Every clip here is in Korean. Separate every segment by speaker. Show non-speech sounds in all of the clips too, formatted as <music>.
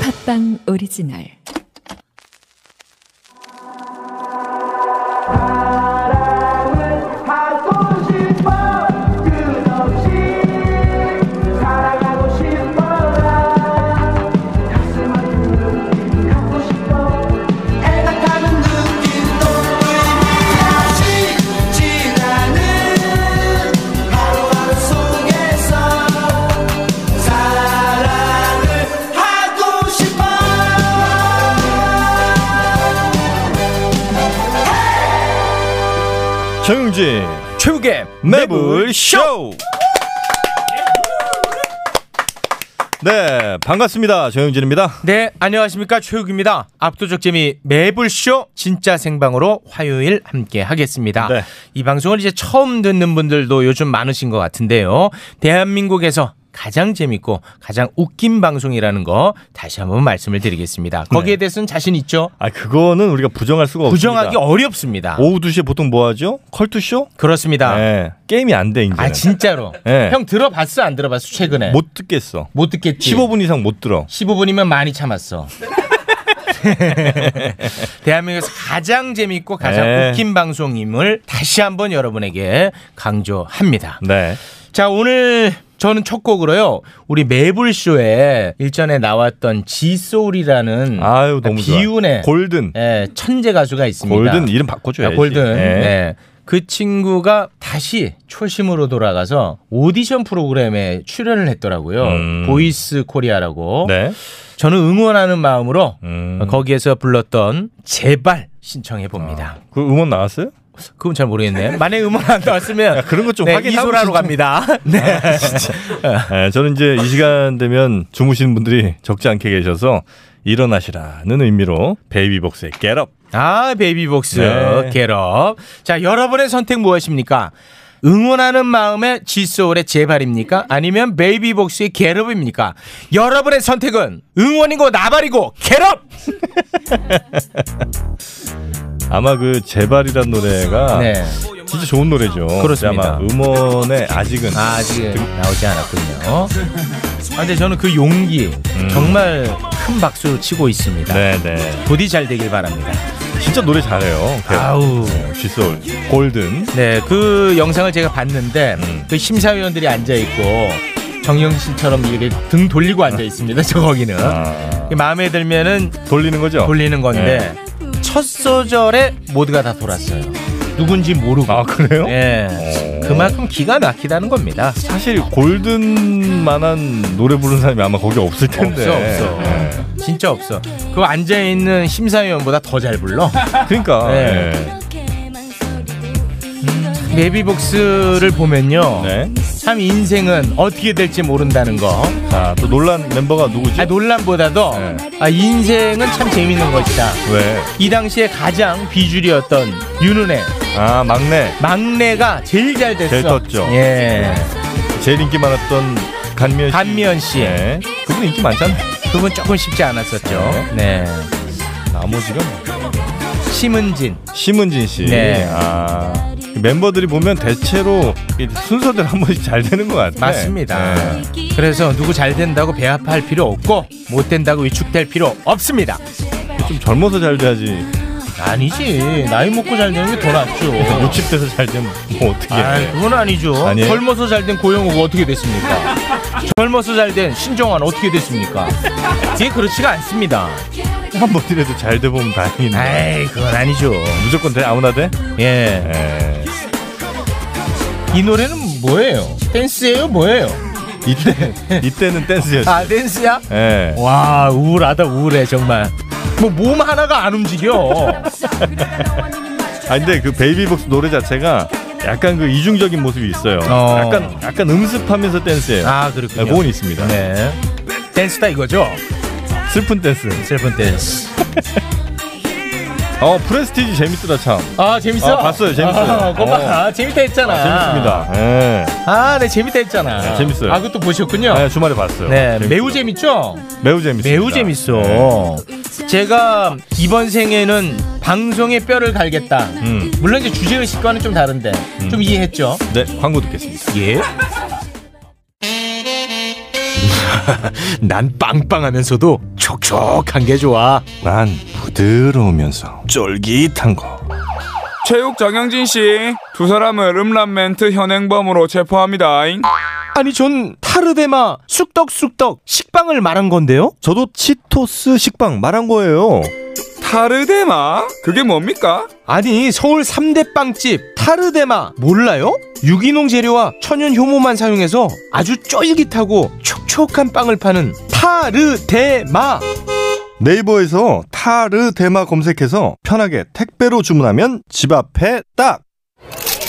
Speaker 1: 팟빵 오리지널
Speaker 2: 사랑을 받고 싶어 끝없이 사랑하고 싶어라 가슴 아픈 느낌 갖고 싶어 애틋하는 느낌도 다시 지나는 하루하루 속에서 사랑을 하고 싶어
Speaker 3: 정영진
Speaker 4: 최욱의
Speaker 3: 매불 쇼. 네 반갑습니다 정영진입니다.
Speaker 4: 네 안녕하십니까 최욱입니다 압도적 재미 매불쇼 진짜 생방으로 화요일 함께 하겠습니다
Speaker 3: 네.
Speaker 4: 이 방송을 이제 처음 듣는 분들도 요즘 많으신 것 같은데요 대한민국에서 가장 재밌고 가장 웃긴 방송이라는 거 다시 한번 말씀을 드리겠습니다 거기에 대해서는 자신 있죠
Speaker 3: 네. 아 그거는 우리가 부정할 수가
Speaker 4: 부정하기
Speaker 3: 없습니다.
Speaker 4: 어렵습니다
Speaker 3: 오후 2시에 보통 뭐 하죠? 컬투 쇼?
Speaker 4: 그렇습니다
Speaker 3: 네 게임이 안 돼 이제.
Speaker 4: 아 진짜로
Speaker 3: 네.
Speaker 4: 형 들어봤어 안 들어봤어 최근에 못,
Speaker 3: 못 듣겠어.
Speaker 4: 듣겠지
Speaker 3: 15분 이상 못 들어.
Speaker 4: 15분이면 많이 참았어. <laughs> 대한민국에서 가장 재밌고 가장
Speaker 3: 네.
Speaker 4: 웃긴 방송임을 다시 한번 여러분에게 강조합니다.
Speaker 3: 네.
Speaker 4: 자, 오늘 저는 첫 곡으로요. 우리 매불쇼에 일전에 나왔던 지소울이라는
Speaker 3: 아유 너무 좋아.
Speaker 4: 비운의
Speaker 3: 골든.
Speaker 4: 예, 천재 가수가 있습니다.
Speaker 3: 골든 이름 바꿔줘야지.
Speaker 4: 아, 골든.
Speaker 3: 예.
Speaker 4: 네. 그 친구가 다시 초심으로 돌아가서 오디션 프로그램에 출연을 했더라고요.
Speaker 3: 음.
Speaker 4: 보이스 코리아라고.
Speaker 3: 네.
Speaker 4: 저는 응원하는 마음으로
Speaker 3: 음.
Speaker 4: 거기에서 불렀던 제발 신청해 봅니다.
Speaker 3: 그 음원 나왔어요? 아,
Speaker 4: 그건 잘 모르겠네. 만약에 음원 안
Speaker 3: <laughs>
Speaker 4: 나왔으면
Speaker 3: 그런 것좀
Speaker 4: 네,
Speaker 3: 확인하고 아,
Speaker 4: 이소라로
Speaker 3: 신청-
Speaker 4: 갑니다. <laughs> 네.
Speaker 3: 예, 저는 이제 이 시간 되면 주무시는 분들이 적지 않게 계셔서 일어나시라는 의미로 베이비복스의 겟업.
Speaker 4: 아, 베이비복스
Speaker 3: 네.
Speaker 4: 겟업. 자, 여러분의 선택 무엇입니까? 응원하는 마음에 지소울의 제발입니까? 아니면 베이비복스의 겟업입니까? 여러분의 선택은 응원이고 나발이고 겟업!
Speaker 3: 아마 그 제발이란 노래가
Speaker 4: 네.
Speaker 3: 진짜 좋은 노래죠.
Speaker 4: 그렇습니다.
Speaker 3: 아마 음원에 아직은 그
Speaker 4: 아, 아직 나오지 않았군요. 아, 근데 저는 그 용기 정말 큰 박수를 치고 있습니다.
Speaker 3: 음. 네네.
Speaker 4: 부디 잘 되길 바랍니다.
Speaker 3: 진짜 노래 잘해요. 그. 네,
Speaker 4: 아우.
Speaker 3: 지솔 골든.
Speaker 4: 네, 그 영상을 제가 봤는데
Speaker 3: 음.
Speaker 4: 그 심사위원들이 앉아 있고 정영신처럼 이렇게 등 돌리고 앉아 있습니다. 저 거기는
Speaker 3: 아,
Speaker 4: 이게 마음에 들면은
Speaker 3: 돌리는 거죠? 네.
Speaker 4: 돌리는 건데 첫 소절에 모두가 다 돌았어요. 누군지 모르고.
Speaker 3: 아 그래요? 어.
Speaker 4: 예, 그만큼 기가 막히다는 겁니다.
Speaker 3: 사실 골든만한 노래 부르는 사람이 아마 거기 없을 텐데.
Speaker 4: 없어 없어
Speaker 3: 예.
Speaker 4: 진짜 없어 그 앉아있는 심사위원보다 더 잘 불러
Speaker 3: <laughs> 그러니까.
Speaker 4: 네.
Speaker 3: 예.
Speaker 4: 메비복스를 보면요
Speaker 3: 네.
Speaker 4: 참 인생은 어떻게 될지 모른다는 거
Speaker 3: 자, 아, 또 논란 멤버가 누구지?
Speaker 4: 아, 논란보다도
Speaker 3: 네.
Speaker 4: 아, 인생은 참 재밌는 것이다
Speaker 3: 왜?
Speaker 4: 이 당시에 가장 비주류였던 윤은혜
Speaker 3: 아, 막내.
Speaker 4: 막내가 제일 잘 됐어
Speaker 3: 제일 떴죠.
Speaker 4: 예
Speaker 3: 제일 인기 많았던 간미연 씨.
Speaker 4: 반면 씨
Speaker 3: 네. 그분 인기 많잖아요.
Speaker 4: 그분 조금 쉽지 않았었죠 네
Speaker 3: 나머지가 뭐.
Speaker 4: 심은진
Speaker 3: 심은진 씨.
Speaker 4: 네.
Speaker 3: 아. 그 멤버들이 보면 대체로 이 순서대로 한 번씩 잘 되는 것 같아요.
Speaker 4: 맞습니다.
Speaker 3: 네.
Speaker 4: 그래서 누구 잘 된다고 배합할 필요 없고 못 된다고 위축될 필요 없습니다.
Speaker 3: 좀 젊어서 잘 돼야지.
Speaker 4: 아니지 나이 먹고 잘 되는 게 더
Speaker 3: <laughs>
Speaker 4: 낫죠.
Speaker 3: 60대에서 잘 되면 뭐 어떻게
Speaker 4: 아,
Speaker 3: 해.
Speaker 4: 그건 아니죠.
Speaker 3: 아니에요?
Speaker 4: 젊어서 잘 된 고영호가 어떻게
Speaker 3: <laughs>
Speaker 4: 됐습니까? 젊어서 잘 된 신정환 어떻게 됐습니까? 그게 그렇지가 않습니다.
Speaker 3: 한 번이라도 잘 돼 보면 다행인데.
Speaker 4: 에이, 그건 아니죠.
Speaker 3: 무조건 돼 아무나 돼?
Speaker 4: 예.
Speaker 3: 예.
Speaker 4: 이 노래는 뭐예요? 댄스예요, 뭐예요?
Speaker 3: 이때 이때는 댄스였어.
Speaker 4: 아, 댄스야?
Speaker 3: 예.
Speaker 4: 와, 우울하다, 우울해, 정말. 뭐 몸 하나가 안 움직여.
Speaker 3: 아 근데 그 베이비복스 노래 자체가 약간 그 이중적인 모습이 있어요.
Speaker 4: 어.
Speaker 3: 약간 약간 음습하면서 댄스예요.
Speaker 4: 아,
Speaker 3: 아,
Speaker 4: 그렇군요.
Speaker 3: 그건 있습니다.
Speaker 4: 네. 댄스다 이거죠?
Speaker 3: 슬픈 댄스.
Speaker 4: 슬픈 댄스.
Speaker 3: 어 프레스티지 재밌더라 참.
Speaker 4: 아, 재밌어?
Speaker 3: 아, 봤어요, 재밌어요.
Speaker 4: 아, 그거 봐. 재밌다 했잖아.
Speaker 3: 재밌습니다. 예.
Speaker 4: 아, 네, 재밌다 했잖아.
Speaker 3: 네, 재밌어요.
Speaker 4: 아, 그것도 보셨군요?
Speaker 3: 아, 주말에 봤어요.
Speaker 4: 네,
Speaker 3: 재밌-
Speaker 4: 매우 재밌죠?
Speaker 3: 매우 네. 재밌어.
Speaker 4: 매우 재밌어. 제가 이번 생에는 방송의 뼈를 갈겠다.
Speaker 3: 음.
Speaker 4: 물론 이제 주제의식과는 좀 예. 다른데, 좀 이해했죠?
Speaker 3: 네 광고 듣겠습니다.
Speaker 4: 예. 난 빵빵하면서도 촉촉한 게 좋아.
Speaker 3: 난 부드러우면서 쫄깃한 거.
Speaker 1: 체육 정영진 씨 두 사람을 음란멘트 현행범으로 체포합니다.
Speaker 4: 아니 전 타르데마 쑥떡쑥떡 식빵을 말한 건데요.
Speaker 3: 저도 치토스 식빵 말한 거예요.
Speaker 1: <laughs> 타르데마 그게 뭡니까?
Speaker 4: 아니 서울 3대 빵집 타르데마 몰라요? 유기농 재료와 천연 효모만 사용해서 아주 쫄깃하고 촉촉한 빵을 파는 타르데마
Speaker 3: 네이버에서 타르데마 검색해서 편하게 택배로 주문하면 집 앞에 딱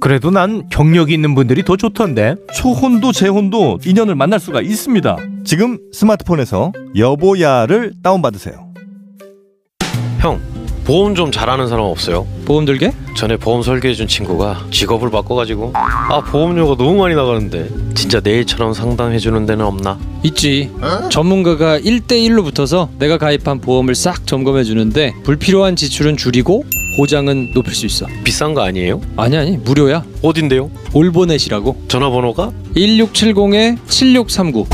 Speaker 4: 그래도 난 경력이 있는 분들이 더 좋던데
Speaker 3: 초혼도 재혼도 인연을 만날 수가 있습니다. 지금 스마트폰에서 여보야를 다운받으세요.
Speaker 5: 형 보험 좀 잘하는 사람 없어요? 보험 들게? 전에 보험 설계해준 친구가 직업을 바꿔가지고 아 보험료가 너무 많이 나가는데 진짜 내일처럼 상담해주는 데는 없나?
Speaker 6: 있지. 전문가가 1대1로 붙어서 내가 가입한 보험을 싹 점검해 주는데 불필요한 지출은 줄이고 보장은 높일 수 있어.
Speaker 5: 비싼 거 아니에요?
Speaker 6: 아니 아니 무료야.
Speaker 5: 어딘데요?
Speaker 6: 올보넷이라고.
Speaker 5: 전화번호가
Speaker 6: 1670-7639.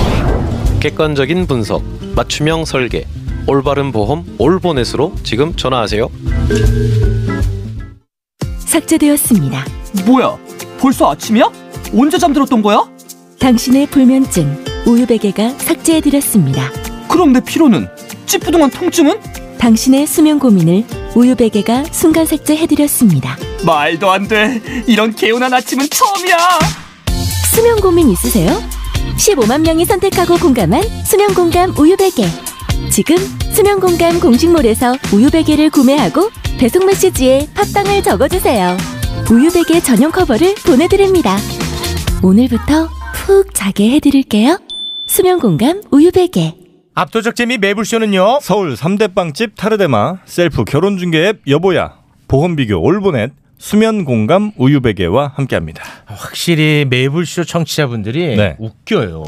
Speaker 5: 객관적인 분석 맞춤형 설계 올바른 보험 올보넷으로 지금 전화하세요
Speaker 7: 삭제되었습니다.
Speaker 8: 뭐야? 벌써 아침이야? 언제 잠들었던 거야?
Speaker 7: 당신의 불면증 우유베개가 삭제해드렸습니다.
Speaker 8: 그럼 내 피로는? 찌뿌둥한 통증은?
Speaker 7: 당신의 수면 고민을 우유베개가 순간 삭제해드렸습니다.
Speaker 8: 말도 안 돼. 이런 개운한 아침은 처음이야.
Speaker 7: 수면 고민 있으세요? 15만 명이 선택하고 공감한 수면 공감 우유베개. 지금 수면 공감 공식몰에서 우유베개를 구매하고 배송 메시지에 팟빵을 적어주세요. 우유베개 전용 커버를 보내드립니다. 오늘부터 푹 자게 해드릴게요. 수면 공감 우유베개.
Speaker 4: 압도적 재미 매불쇼는요
Speaker 3: 서울 3대 빵집 타르데마 셀프 결혼중개 앱 여보야 보험 비교 올보넷 수면 공감 우유베개와 함께합니다.
Speaker 4: 확실히 매불쇼 청취자분들이
Speaker 3: 네.
Speaker 4: 웃겨요.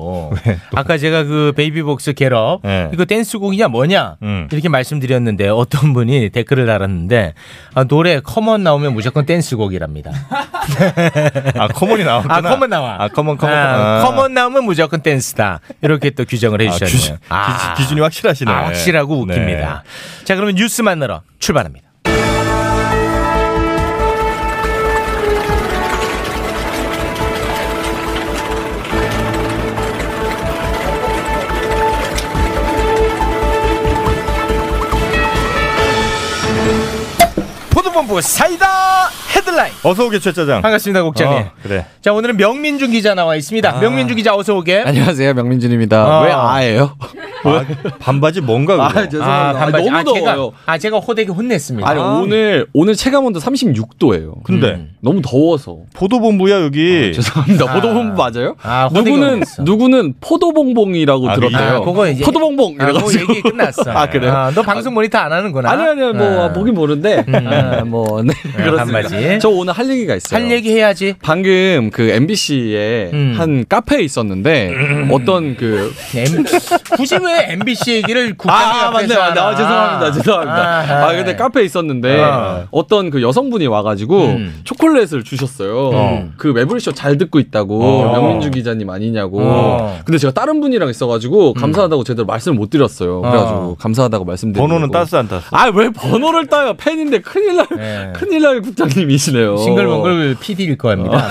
Speaker 4: 아까 제가 그 베이비복스 겟업
Speaker 3: 네.
Speaker 4: 이거 댄스곡이냐 뭐냐
Speaker 3: 음.
Speaker 4: 이렇게 말씀드렸는데 어떤 분이 댓글을 달았는데 아, 노래 커먼 나오면 무조건 댄스곡이랍니다.
Speaker 3: <laughs> 아 커먼이 나왔구나.
Speaker 4: 아 커먼 나와.
Speaker 3: 아 커먼 커먼
Speaker 4: 아,
Speaker 3: 아,
Speaker 4: 커먼 나오면 무조건 댄스다. 이렇게 또 규정을
Speaker 3: 아,
Speaker 4: 해주셨네요.
Speaker 3: 기준, 이 확실하시네.
Speaker 4: 아, 확실하고
Speaker 3: 네.
Speaker 4: 웃깁니다. 자 그러면 뉴스 만나러 출발합니다. 포도본부 사이다 헤드라인
Speaker 3: 어서 오게 최짜장.
Speaker 4: 반갑습니다 곡장님
Speaker 3: 어, 아. 그래.
Speaker 4: 자 오늘은 명민준 기자 나와 있습니다 명민준 기자 어서 오게
Speaker 9: 안녕하세요 명민준입니다.
Speaker 4: 아.
Speaker 9: 왜 아예요?
Speaker 3: 아, 반바지 뭔가
Speaker 9: 아
Speaker 3: 그거.
Speaker 9: 죄송합니다.
Speaker 4: 반바지.
Speaker 9: 너무
Speaker 4: 아, 제가,
Speaker 9: 더워요.
Speaker 4: 아 제가 호되게 혼냈습니다
Speaker 9: 아니 오늘 오늘 체감 온도 36도예요. 음.
Speaker 3: 근데
Speaker 9: 너무 더워서
Speaker 3: 포도본부야 여기.
Speaker 9: 죄송합니다.
Speaker 4: 아.
Speaker 9: 포도봉봉 맞아요?
Speaker 4: 아, 호되게
Speaker 9: 누구는
Speaker 4: 혼냈어.
Speaker 9: 누구는 포도봉봉이라고
Speaker 3: 아,
Speaker 9: 들었대요.
Speaker 4: 아, 그거 이제
Speaker 9: 포도봉봉
Speaker 4: 아, 그거
Speaker 9: 이래가지고
Speaker 4: 얘기 끝났어.
Speaker 9: 아, 그래요?
Speaker 4: 너 방송 모니터 안 하는구나.
Speaker 9: 아니 아니 뭐
Speaker 4: 아.
Speaker 9: 아, 보긴 보는데 아, 뭐 네, <laughs> 그렇습니다.
Speaker 4: 반바지.
Speaker 9: 저 오늘 할 얘기가 있어요.
Speaker 4: 할 얘기 해야지.
Speaker 9: 방금 그 MBC에
Speaker 4: 음.
Speaker 9: 한 카페에 있었는데 어떤 그
Speaker 4: M- 굳이 왜 MBC 얘기를 국장님
Speaker 9: 아, 아, 맞네,
Speaker 4: 앞에서
Speaker 9: 맞네. 아,
Speaker 4: 하나.
Speaker 9: 죄송합니다. 죄송합니다. 아,
Speaker 4: 아,
Speaker 9: 근데 카페에 있었는데
Speaker 4: 아.
Speaker 9: 어떤 그 여성분이 와가지고
Speaker 4: 음.
Speaker 9: 초콜릿을 주셨어요.
Speaker 4: 음.
Speaker 9: 그 매블쇼 잘 듣고 있다고
Speaker 4: 어.
Speaker 9: 명민주 기자님 아니냐고.
Speaker 4: 어.
Speaker 9: 근데 제가 다른 분이랑 있어가지고 감사하다고 제대로 말씀을 못 드렸어요. 그래가지고 감사하다고 말씀드리고.
Speaker 3: 번호는 땄어 안 땄어.
Speaker 9: 아, 왜 번호를 따요? 팬인데 큰일 날,
Speaker 4: 네.
Speaker 9: 큰일 날 국장님이시네요.
Speaker 4: 싱글벙글 PD일
Speaker 9: <laughs>
Speaker 4: 겁니다.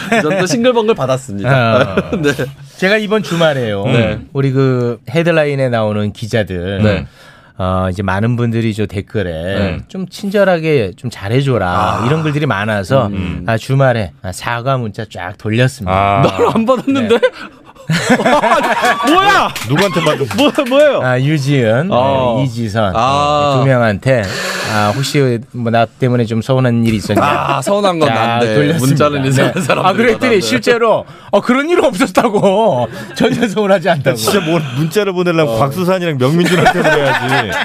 Speaker 9: 네. 전또 싱글벙글 받았습니다.
Speaker 4: 어.
Speaker 9: <laughs> 네.
Speaker 4: 제가 이번 주말에요.
Speaker 9: 네.
Speaker 4: 음. 우리 그 헤드라인에 나오는 기자들.
Speaker 9: 네.
Speaker 4: 어, 이제 많은 분들이 저 댓글에
Speaker 9: 네.
Speaker 4: 좀 친절하게 좀 잘해줘라 이런 글들이
Speaker 9: 음.
Speaker 4: 많아서 아, 주말에 아, 사과 문자 아, 쫙 돌렸습니다.
Speaker 3: 아.
Speaker 9: 나를 안 받았는데?
Speaker 4: 네.
Speaker 10: <laughs>
Speaker 11: 뭐야?
Speaker 3: 누구한테 받은?
Speaker 9: <laughs>
Speaker 11: 뭐, 뭐예요?
Speaker 4: 아, 유지은,
Speaker 9: 어.
Speaker 4: 네, 이지선
Speaker 9: 아.
Speaker 4: 네, 두 명한테 아, 혹시 뭐 나 때문에 좀 서운한 일이 있었냐?
Speaker 9: 아 서운한 건
Speaker 4: 자,
Speaker 9: 난데
Speaker 4: 돌렸습니다.
Speaker 9: 문자를 이상한
Speaker 4: 네.
Speaker 9: 사람
Speaker 4: 아 그랬더니 실제로 어, 그런 일은 없었다고 <laughs> 전혀 서운하지 않다고. 어.
Speaker 3: 진짜 뭘 문자를 보내려면 곽수산이랑 명민준한테
Speaker 4: <laughs>
Speaker 3: 보내야지.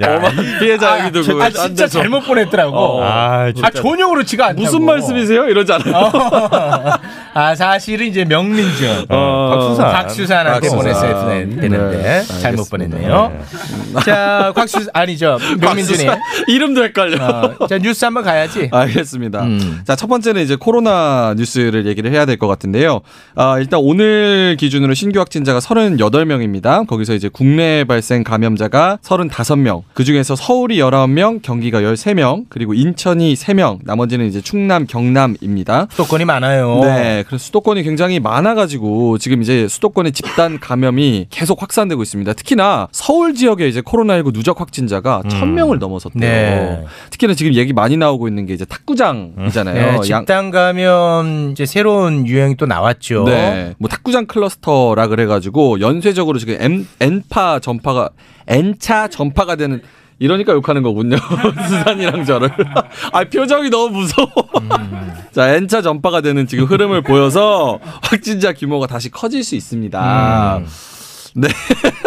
Speaker 3: 야,
Speaker 9: 피해자 얘기도 그거
Speaker 4: 아 진짜
Speaker 9: 앉아서.
Speaker 4: 잘못 보냈더라고.
Speaker 3: 아, 진짜.
Speaker 4: 아 전용으로지가 않다고. 어.
Speaker 11: 무슨 말씀이세요? 이러지 않아요?
Speaker 4: 아 사실은 이제 명민준.
Speaker 9: 어.
Speaker 3: 곽수산.
Speaker 4: 곽수산한테
Speaker 9: 곽수산. 네.
Speaker 4: 보냈어야 되는- 되는데 잘못 보냈네요. 자 곽수 아니죠 명민준이.
Speaker 9: 이름도 헷갈려.
Speaker 4: 어, 자 뉴스 한번 가야지.
Speaker 9: 알겠습니다.
Speaker 4: 음.
Speaker 9: 자, 첫 번째는 이제 코로나 뉴스를 얘기를 해야 될 것 같은데요. 아, 일단 오늘 기준으로 신규 확진자가 38명입니다. 거기서 이제 국내 발생 감염자가 35명. 그 중에서 서울이 19명, 경기가 13명, 그리고 인천이 3명, 나머지는 이제 충남, 경남입니다.
Speaker 4: 수도권이 많아요.
Speaker 9: 네, 그래서 수도권이 굉장히 많아가지고 지금 이제 수도권의 집단 감염이 계속 확산되고 있습니다. 특히나 서울 지역에 이제 코로나19 누적 확진자가 천 명을 넘어섰대요.
Speaker 4: 음. 네.
Speaker 9: 특히나 지금 얘기 많이 나오고 있는 게 이제
Speaker 4: 네,
Speaker 9: 탁구장이잖아요. 어, 양-
Speaker 4: 집단 감염 이제 새로운 유행이 또 나왔죠.
Speaker 9: 네, 뭐 탁구장 클러스터라 그래가지고 연쇄적으로 지금 M, N파 전파가 N차 전파가 되는. 이러니까 욕하는 거군요. <laughs> 수산이랑 저를. <laughs> 아, 표정이 너무 무서워.
Speaker 4: 음.
Speaker 9: <laughs> 자, N차 전파가 되는 지금 흐름을 보여서 확진자 규모가 다시 커질 수 있습니다. 네. <laughs>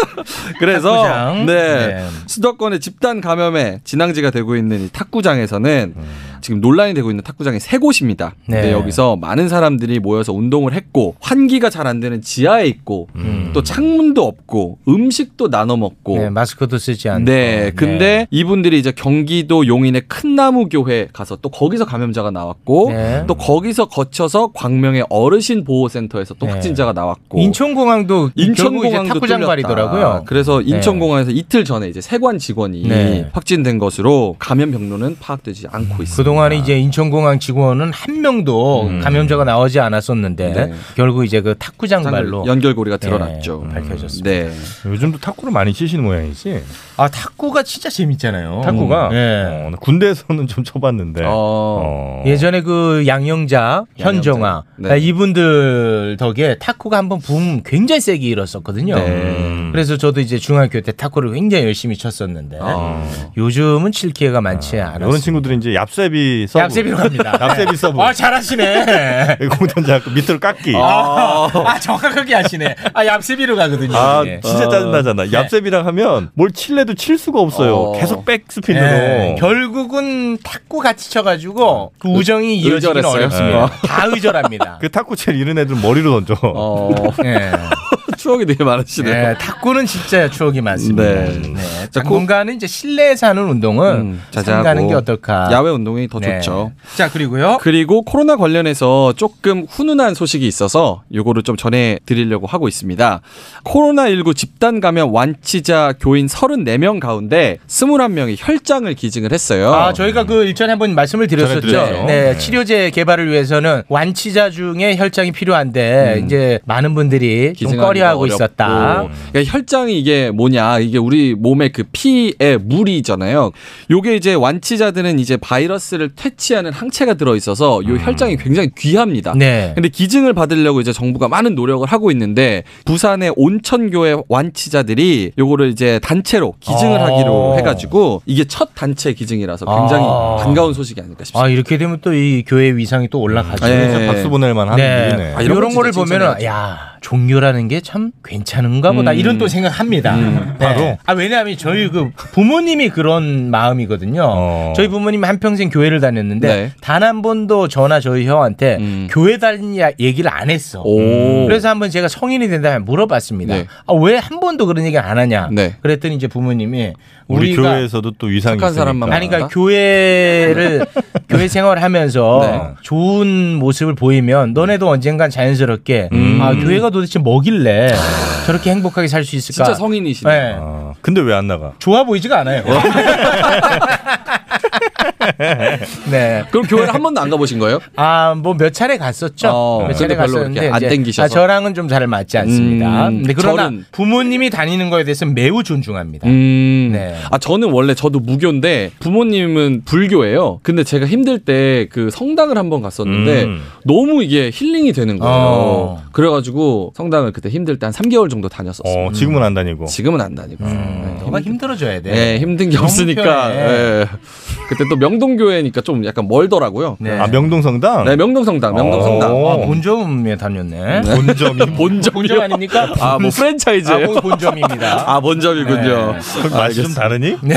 Speaker 9: 그래서
Speaker 4: 음. 탁구장.
Speaker 9: 네.
Speaker 4: 네.
Speaker 9: 수도권의 집단 감염의 진앙지가 되고 있는 이 탁구장에서는 지금 논란이 되고 있는 탁구장이 세 곳입니다.
Speaker 4: 음. 네.
Speaker 9: 근데 여기서 많은 사람들이 모여서 운동을 했고 환기가 잘 안 되는 지하에 있고 또 창문도 없고 음식도 나눠 먹고
Speaker 4: 음. 네, 마스크도 쓰지 않고.
Speaker 9: 네, 근데 이분들이 이제 경기도 용인의 큰나무 교회 가서 또 거기서 감염자가 나왔고
Speaker 4: 네.
Speaker 9: 또 거기서 거쳐서 광명의 어르신 보호센터에서 또
Speaker 4: 네.
Speaker 9: 확진자가 나왔고
Speaker 4: 인천공항도 결국 이제
Speaker 9: 인천공항도
Speaker 4: 탁구장
Speaker 9: 뚫렸다.
Speaker 4: 발이더라고요.
Speaker 9: 그래서
Speaker 4: 네.
Speaker 9: 인천공항에서 이틀 전에 이제 세관 직원이
Speaker 4: 네. 음.
Speaker 9: 확진된 것으로 감염 경로는 파악되지 않고 있습니다.
Speaker 4: 그동안 에 이제 인천공항 직원은 한 명도 감염자가 나오지 않았었는데
Speaker 9: 네.
Speaker 4: 결국 이제 그 탁구장 발로
Speaker 9: 연결고리가
Speaker 4: 네,
Speaker 9: 드러났죠.
Speaker 4: 밝혀졌습니다.
Speaker 9: 네.
Speaker 3: 요즘도 탁구를 많이 치시는 모양이지.
Speaker 4: 아 탁구가 진짜 재밌잖아요.
Speaker 3: 탁구가
Speaker 4: 네.
Speaker 3: 어, 나 군대에서는 좀 쳐봤는데.
Speaker 9: 어.
Speaker 3: 어.
Speaker 4: 예전에 그 양영자, 현정아
Speaker 9: 네.
Speaker 4: 이분들 덕에 탁구가 한번 붐 굉장히 세게 일었었거든요.
Speaker 3: 음.
Speaker 9: 네.
Speaker 4: 그래서 저도 이제 중학교 때 탁구를 굉장히 열심히 쳤었는데
Speaker 9: 어.
Speaker 4: 요즘은 칠 기회가 많지 않아요.
Speaker 3: 이런 친구들이 이제 얍세비 서브.
Speaker 4: 얍세비로 갑니다.
Speaker 3: <laughs> 얍세비 서브.
Speaker 4: 아 잘하시네.
Speaker 3: <laughs> 공전 잡고 밑으로 깎기. 아,
Speaker 4: 아, 아, 정확하게 하시네. 아 얍세비로 가거든요. 예.
Speaker 3: 진짜 짜증나잖아. 얍세비랑 하면 뭘 칠래도 칠 수가 없어요.
Speaker 9: 어.
Speaker 3: 계속 백스핀으로.
Speaker 4: 예, 결국은 탁구 같이 쳐가지고 그 우정이 이어지기는
Speaker 9: 어. 의절했어요. 예.
Speaker 4: 어렵습니다. 다 의절합니다.
Speaker 3: 그 탁구 칠 이런 애들 머리로 던져.
Speaker 9: 어,
Speaker 3: <laughs>
Speaker 4: 예.
Speaker 9: <laughs> 추억이 되게 많으시네요.
Speaker 4: 예, 탁구는 진짜 추억이 많습니다.
Speaker 9: 네.
Speaker 4: 네.
Speaker 9: 자,
Speaker 4: 당분간은 이제 실내에서 하는 운동은
Speaker 9: 음,
Speaker 4: 자
Speaker 9: 자제하고
Speaker 4: 가는 게 어떨까.
Speaker 9: 야외 운동이 더
Speaker 4: 네.
Speaker 9: 좋죠.
Speaker 4: 자 그리고요.
Speaker 9: 그리고 코로나 관련해서 조금 훈훈한 소식이 있어서 요거를 좀 전해 드리려고 하고 있습니다. 코로나19 집단 감염 완치자 교인 34명 가운데 21명이 혈장을 기증을 했어요.
Speaker 4: 아, 저희가 그 일전에 한번 말씀을 드렸었죠.
Speaker 3: 전해드렸죠.
Speaker 4: 네, 치료제 개발을 위해서는 완치자 중에 혈장이 필요한데 이제 많은 분들이 좀
Speaker 9: 음. 기증하기가
Speaker 4: 꺼려하고
Speaker 9: 어렵고.
Speaker 4: 있었다.
Speaker 9: 그러니까 혈장이 이게 뭐냐? 이게 우리 몸의 그 피의 물이잖아요. 요게 이제 완치자들은 이제 바이러스를 퇴치하는 항체가 들어 있어서 요 혈장이 굉장히 귀합니다.
Speaker 4: 음. 네.
Speaker 9: 근데 기증을 받으려고 이제 정부가 많은 노력을 하고 있는데 부산의 온천교회 완치자들이 요거를 이제 단체로 기증을
Speaker 4: 아.
Speaker 9: 하기로 해가지고 이게 첫 단체 기증이라서 굉장히
Speaker 4: 아.
Speaker 9: 반가운 소식이 아닐까 싶습니다.
Speaker 4: 아 이렇게 되면 또 이 교회 위상이 또 올라가죠.
Speaker 9: 예.
Speaker 3: 진짜 박수 보낼 만한 일이네.
Speaker 4: 네.
Speaker 9: 아, 이런
Speaker 4: 이런
Speaker 9: 건 진짜
Speaker 4: 거를 보면은
Speaker 9: 칭찬해야죠.
Speaker 4: 야 종교라는 게 참 괜찮은가 보다
Speaker 9: 음.
Speaker 4: 이런 또 생각합니다. 네.
Speaker 3: 바로.
Speaker 4: 아 왜냐하면 저희 그 부모님이 그런 마음이거든요.
Speaker 3: 어.
Speaker 4: 저희 부모님 한 평생 교회를 다녔는데
Speaker 9: 네.
Speaker 4: 단 한 번도 저나 저희 형한테
Speaker 9: 음.
Speaker 4: 교회 다니냐 얘기를 안 했어.
Speaker 9: 오.
Speaker 4: 그래서 한번 제가 성인이 된다면 물어봤습니다.
Speaker 9: 네.
Speaker 4: 아, 왜 한 번도 그런 얘기 안 하냐?
Speaker 9: 네.
Speaker 4: 그랬더니 이제 부모님이
Speaker 3: 우리
Speaker 4: 우리가
Speaker 3: 교회에서도 또 위상이
Speaker 9: 착한 사람만
Speaker 3: 있으니까.
Speaker 4: 아니 그러니까 교회를 <laughs> 교회 생활하면서
Speaker 9: 네.
Speaker 4: 좋은 모습을 보이면 너네도 언젠간 자연스럽게
Speaker 9: 음.
Speaker 4: 아 교회가 도대체 뭐길래 저렇게 행복하게 살 수 있을까?
Speaker 9: 아. 진짜 성인이시네.
Speaker 4: 네.
Speaker 9: 어.
Speaker 3: 아, 근데 왜 안 나가?
Speaker 4: 좋아 보이지가 않아요. <laughs> 네.
Speaker 9: 그럼 교회를 한 번도 안 가보신 거예요?
Speaker 4: 아, 뭐 몇 차례 갔었죠.
Speaker 9: 어,
Speaker 4: 몇 차례
Speaker 9: 근데 별로 그렇게
Speaker 4: 갔었는데
Speaker 9: 안
Speaker 4: 이제
Speaker 9: 땡기셔서.
Speaker 4: 아, 저랑은 좀 잘 맞지 않습니다.
Speaker 9: 음,
Speaker 4: 근데 그러나
Speaker 9: 저는-
Speaker 4: 부모님이 다니는 거에 대해서는 매우 존중합니다.
Speaker 9: 음.
Speaker 4: 네.
Speaker 9: 아 저는 원래 저도 무교인데 부모님은 불교예요. 근데 제가 힘들 때 그 성당을 한 번 갔었는데
Speaker 3: 음.
Speaker 9: 너무 이게 힐링이 되는 거예요.
Speaker 4: 어.
Speaker 9: 그래가지고 성당을 그때 힘들 때 한 3개월 정도 다녔었어요.
Speaker 3: 어, 지금은 안 다니고.
Speaker 9: 지금은 안 다니고.
Speaker 4: 음, 너가 힘들어져야 돼.
Speaker 9: 네. 힘든 게
Speaker 4: 너무
Speaker 9: 없으니까.
Speaker 4: 편해.
Speaker 9: 예. 그때 또 명동교회니까 좀 약간 멀더라고요.
Speaker 4: 네.
Speaker 3: 아 명동성당.
Speaker 9: 네, 명동성당, 명동성당.
Speaker 4: 아,
Speaker 3: 어.
Speaker 4: 본점에 다녔네.
Speaker 3: 본점이 뭐-
Speaker 4: 본점 아닙니까?
Speaker 9: <laughs> 아, 뭐 프랜차이즈예요.
Speaker 4: 아, 본- 본점입니다.
Speaker 9: 아, 본점이군요.
Speaker 3: 그 맛이 좀 다르니?
Speaker 4: 네.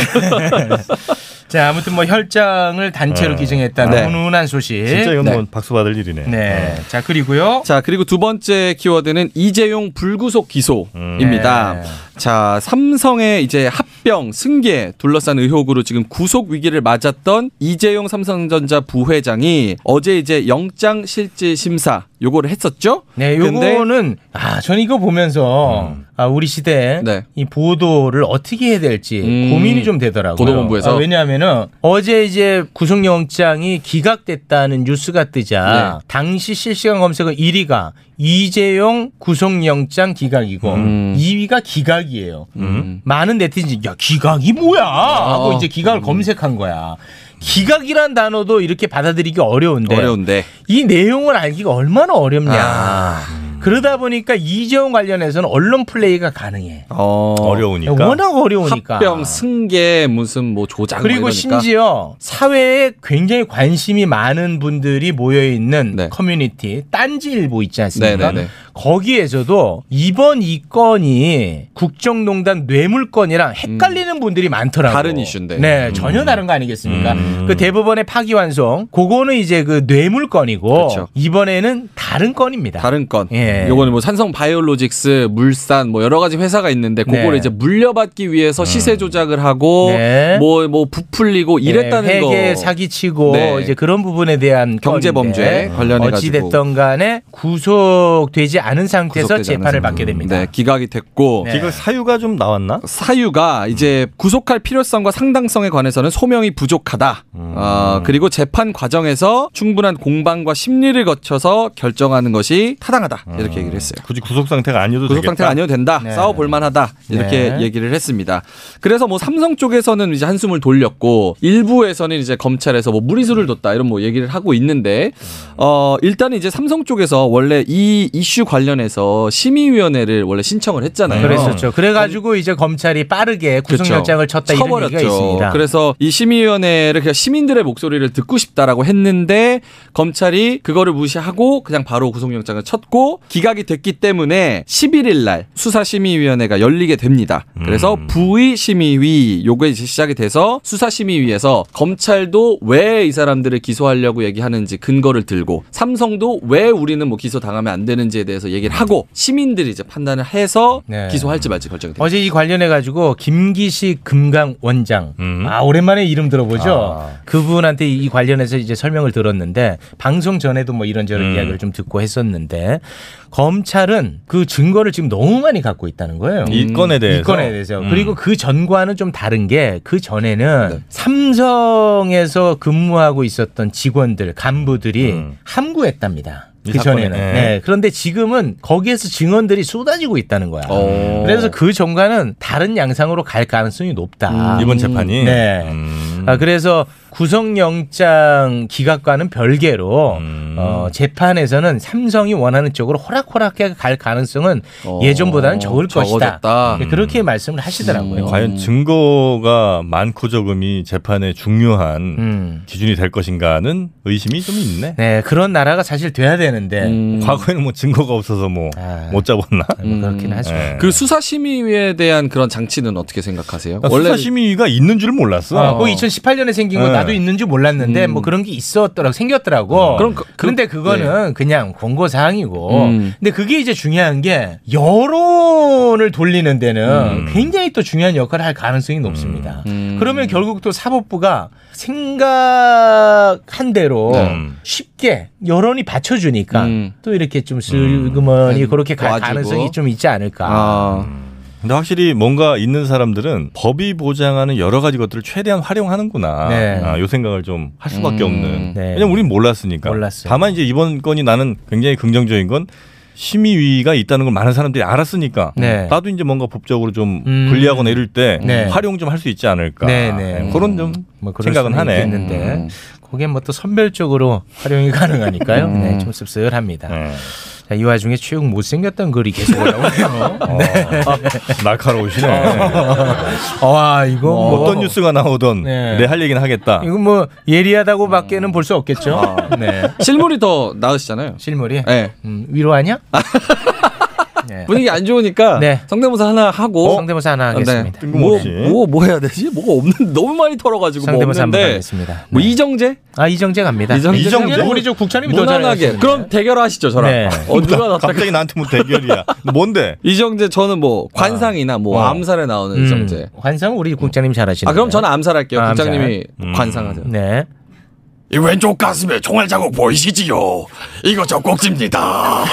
Speaker 4: 자, 아무튼 뭐 혈장을 단체로
Speaker 3: 네.
Speaker 4: 기증했다는
Speaker 9: 네.
Speaker 4: 훈훈한 소식.
Speaker 3: 진짜 이건 뭐 박수 받을 일이네.
Speaker 4: 네. 자, 그리고요.
Speaker 9: 자, 그리고 두 번째 키워드는 이재용 불구속 기소입니다.
Speaker 4: 음. 네.
Speaker 9: 자, 삼성의 이제 합병, 승계 둘러싼 의혹으로 지금 구속 위기를 맞았던 이재용 삼성전자 부회장이 어제 이제 영장 실질 심사 요거를 했었죠?
Speaker 4: 네,
Speaker 9: 근데 음.
Speaker 4: 요거는 아, 전 이거 보면서 아, 우리 시대
Speaker 9: 네.
Speaker 4: 이 보도를 어떻게 해야 될지
Speaker 9: 음.
Speaker 4: 고민이 좀 되더라고요.
Speaker 9: 보도본부에서?
Speaker 4: 아, 왜냐하면은 어제 이제 구속영장이 기각됐다는 뉴스가 뜨자 당시 실시간 검색어 1위가 이재용 구속영장 기각이고 2위가 기각이에요. 많은 네티즌이 야 기각이 뭐야 하고 이제 기각을 검색한 거야. 기각이란 단어도 이렇게 받아들이기 어려운데
Speaker 9: 어려운데.
Speaker 4: 이 내용을 알기가 얼마나 어렵냐. 그러다 보니까 이재용 관련해서는 언론 플레이가 가능해.
Speaker 9: 어,
Speaker 3: 어려우니까.
Speaker 4: 워낙 어려우니까.
Speaker 9: 합병, 승계, 무슨 뭐 조작 뭐
Speaker 4: 그리고
Speaker 9: 이러니까.
Speaker 4: 심지어 사회에 굉장히 관심이 많은 분들이 모여 있는
Speaker 9: 네.
Speaker 4: 커뮤니티 딴지일보 있지 않습니까?
Speaker 9: 네, 네, 네.
Speaker 4: 거기에서도 이번 이 건이 국정농단 뇌물건이랑 헷갈리는 분들이 많더라고요.
Speaker 9: 다른 이슈인데. 음.
Speaker 4: 네, 전혀 다른 거 아니겠습니까? 그 대법원의 파기환송 그거는 이제 그 뇌물건이고
Speaker 9: 그렇죠.
Speaker 4: 이번에는 다른 건입니다.
Speaker 9: 다른 건.
Speaker 4: 예.
Speaker 9: 요거는 뭐 산성 바이오로직스, 물산 뭐 여러 가지 회사가 있는데 그거를
Speaker 4: 네. 음.
Speaker 9: 이제 물려받기 위해서 시세 조작을 하고
Speaker 4: 네.
Speaker 9: 뭐 뭐 부풀리고 이랬다는
Speaker 4: 예, 회계
Speaker 9: 거.
Speaker 4: 사기치고
Speaker 9: 네.
Speaker 4: 이제 그런 부분에 대한
Speaker 9: 경제 범죄 관련해가지고.
Speaker 4: 어찌 됐던 간에 구속되지 않은 상태에서
Speaker 9: 구속되지
Speaker 4: 재판을
Speaker 9: 않아서.
Speaker 4: 받게 됩니다.
Speaker 9: 네, 기각이 됐고
Speaker 4: 네. 음.
Speaker 3: 지금 사유가 좀 나왔나?
Speaker 9: 사유가 이제 구속할 필요성과 상당성에 관해서는 소명이 부족하다.
Speaker 3: 음.
Speaker 9: 어, 그리고 재판 과정에서 충분한 공방과 심리를 거쳐서 결정하는 것이 타당하다. 이렇게 얘기를 했어요.
Speaker 3: 음. 굳이 구속 상태가 아니어도
Speaker 9: 구속 상태가
Speaker 3: 되겠다.
Speaker 9: 아니어도 된다.
Speaker 4: 네.
Speaker 9: 싸워 볼 만하다. 이렇게
Speaker 4: 네.
Speaker 9: 얘기를 했습니다. 그래서 뭐 삼성 쪽에서는 이제 한숨을 돌렸고 일부에서는 이제 검찰에서 뭐 무리수를 뒀다 이런 뭐 얘기를 하고 있는데 어 일단은 이제 삼성 쪽에서 원래 이 이슈 관련해서 심의위원회를 원래 신청을 음. 했잖아요.
Speaker 4: 그랬었죠. 그래가지고 이제 검찰이 빠르게 구속영장을 쳤다 이런 얘기가 있습니다.
Speaker 9: 그렇죠. 그래서 이 심의위원회를 그냥 시민들의 목소리를 듣고 싶다라고 했는데 검찰이 그거를 무시하고 그냥 바로 구속영장을 쳤고 기각이 됐기 때문에 11일 날 수사심의위원회가 열리게 됩니다. 그래서
Speaker 4: 음.
Speaker 9: 부의심의위 요게 이제 시작이 돼서 수사심의위에서 검찰도 왜 이 사람들을 기소하려고 얘기하는지 근거를 들고 삼성도 왜 우리는 뭐 기소 당하면 안 되는지에 대해서 얘기를 하고 시민들이 이제 판단을 해서
Speaker 4: 음. 네.
Speaker 9: 기소할지 말지 결정이 됩니다.
Speaker 4: 어제 이 관련해가지고 김기식 금강 원장
Speaker 3: 음.
Speaker 4: 아 오랜만에 이름 들어보죠
Speaker 3: 아.
Speaker 4: 그분한테 이 관련해서 이제 설명을 들었는데 방송 전에도 뭐 이런저런
Speaker 3: 음.
Speaker 4: 이야기를 좀 듣고 했었는데 검찰은 그 증거를 지금 너무 많이 갖고 있다는 거예요
Speaker 3: 음. 이 건에 대해서.
Speaker 4: 이 건에 대해서
Speaker 3: 음. 네.
Speaker 4: 그리고 그 전과는 좀 다른 게 그 전에는 삼성에서 근무하고 있었던 직원들 간부들이
Speaker 3: 음.
Speaker 4: 함구했답니다.
Speaker 3: 이
Speaker 4: 그 전에는
Speaker 3: 사건에.
Speaker 4: 네. 그런데 지금은 거기에서 증언들이 쏟아지고 있다는 거야.
Speaker 9: 어.
Speaker 4: 그래서 그 전과는 다른 양상으로 갈 가능성이 높다.
Speaker 3: 이번 재판이.
Speaker 4: 네.
Speaker 3: 음.
Speaker 4: 아, 그래서 구속영장 기각과는 별개로
Speaker 3: 음.
Speaker 4: 어, 재판에서는 삼성이 원하는 쪽으로 호락호락하게 갈 가능성은
Speaker 9: 어,
Speaker 4: 예전보다는 적을
Speaker 9: 적어졌다.
Speaker 4: 것이다. 네, 그렇게 말씀을 하시더라고요.
Speaker 3: 과연 증거가 많고 적음이 재판의 중요한
Speaker 4: 음.
Speaker 3: 기준이 될 것인가는 의심이 좀 있네.
Speaker 4: 네, 그런 나라가 사실 돼야 되는데
Speaker 3: 과거에는 뭐 증거가 없어서 뭐 못
Speaker 4: 아.
Speaker 3: 잡았나?
Speaker 4: 뭐 그렇긴 하죠.
Speaker 3: 예.
Speaker 9: 그 수사심의위에 대한 그런 장치는 어떻게 생각하세요?
Speaker 3: 나 수사심의위가 있는 줄 몰랐어.
Speaker 4: 아, 그 2018년에 생긴 거
Speaker 3: 네.
Speaker 4: 나도 있는 줄 몰랐는데 뭐 그런 게 있었더라고 생겼더라고.
Speaker 9: 음. 그럼 그-
Speaker 4: 런데 그거는 그냥 권고 사항이고.
Speaker 9: 음.
Speaker 4: 근데 그게 이제 중요한 게 여론을 돌리는
Speaker 3: 음.
Speaker 9: 음.
Speaker 4: 데는 굉장히 또 중요한 역할을 할 가능성이 높습니다. 그러면 결국 또 사법부가 생각한 대로
Speaker 3: 음.
Speaker 4: 쉽게 여론이 받쳐주니까
Speaker 9: 네. 음.
Speaker 4: 또 이렇게 좀 슬그머니
Speaker 9: 음.
Speaker 4: 그렇게 갈
Speaker 9: 도와주고.
Speaker 4: 가능성이 좀 있지 않을까. 음.
Speaker 9: 아,
Speaker 3: 근데 확실히 뭔가 있는 사람들은 법이 보장하는 여러 가지 것들을 최대한 활용하는구나.
Speaker 4: 네.
Speaker 3: 아, 요 생각을 좀 할 수밖에
Speaker 4: 음,
Speaker 3: 없는.
Speaker 4: 네.
Speaker 3: 왜냐면 우린 몰랐으니까.
Speaker 4: 몰랐어요.
Speaker 3: 다만 이제 이번 건이 나는 굉장히 긍정적인 건 심의위가 있다는 걸 많은 사람들이 알았으니까
Speaker 4: 네.
Speaker 3: 나도 이제 뭔가 법적으로 좀
Speaker 4: 음.
Speaker 3: 분리하거나 이럴 때
Speaker 4: 네.
Speaker 3: 활용 좀 할 수 있지 않을까.
Speaker 4: 네, 네.
Speaker 3: 네, 그런 좀
Speaker 4: 뭐 그럴
Speaker 3: 생각은
Speaker 4: 수는
Speaker 3: 하네. 음.
Speaker 4: 있겠는데
Speaker 9: 음.
Speaker 4: 그게 뭐 또 선별적으로 활용이 <laughs> 가능하니까요. 네, 좀 씁쓸합니다.
Speaker 3: 음. 네.
Speaker 4: 자, 이 와중에 최욱 못생겼던 글이 계속 <laughs>
Speaker 3: <laughs>
Speaker 4: 올라오네요.
Speaker 3: 어. 아,
Speaker 4: 어.
Speaker 3: 날카로우시네.
Speaker 4: 와 이거 뭐
Speaker 3: 어떤 뉴스가 나오든
Speaker 4: 네.
Speaker 3: 내 할 얘기는 하겠다.
Speaker 4: 이거 뭐
Speaker 3: 음.
Speaker 4: 예리하다고밖에는 볼 수 없겠죠.
Speaker 3: 아.
Speaker 4: 네.
Speaker 9: 실물이 더 나으시잖아요.
Speaker 4: 실물이
Speaker 9: 네.
Speaker 4: 음,
Speaker 9: <laughs>
Speaker 4: 위로하냐? 네.
Speaker 9: 분위기 안 좋으니까
Speaker 4: 네.
Speaker 9: 성대모사 하나 하고
Speaker 4: 성대모사 하나 하겠습니다.
Speaker 9: 뭐,
Speaker 3: 뜬금없이.
Speaker 9: 뭐, 뭐 해야 되지? 뭐가 없는 <laughs> 너무 많이 털어가지고 뭐
Speaker 4: 성대모사 한번
Speaker 9: 없는데
Speaker 4: 하겠습니다.
Speaker 9: 뭐 이정재?
Speaker 4: 아 이정재 갑니다.
Speaker 9: 이정재? 뭐
Speaker 3: 이정재?
Speaker 4: 우리 저 국장님이 더
Speaker 9: 무난하게
Speaker 4: 잘하시는데.
Speaker 9: 그럼 대결하시죠 저랑
Speaker 4: 네.
Speaker 9: 어, 누가 낫다
Speaker 3: 갑자기 나한테 뭐 대결이야. 너 뭔데?
Speaker 9: <laughs> 이정재 저는 뭐 관상이나 뭐
Speaker 3: 어.
Speaker 9: 암살에 나오는
Speaker 4: 음,
Speaker 9: 이정재
Speaker 4: 환상 우리 국장님 잘하시는.
Speaker 9: 아 그럼 저는 암살할게요
Speaker 4: 아, 암살.
Speaker 9: 국장님이
Speaker 3: 음.
Speaker 9: 관상하죠
Speaker 4: 네.
Speaker 11: 이 왼쪽 가슴에 총알 자국 보이시지요? 이거 저 꼭지입니다.
Speaker 4: <laughs>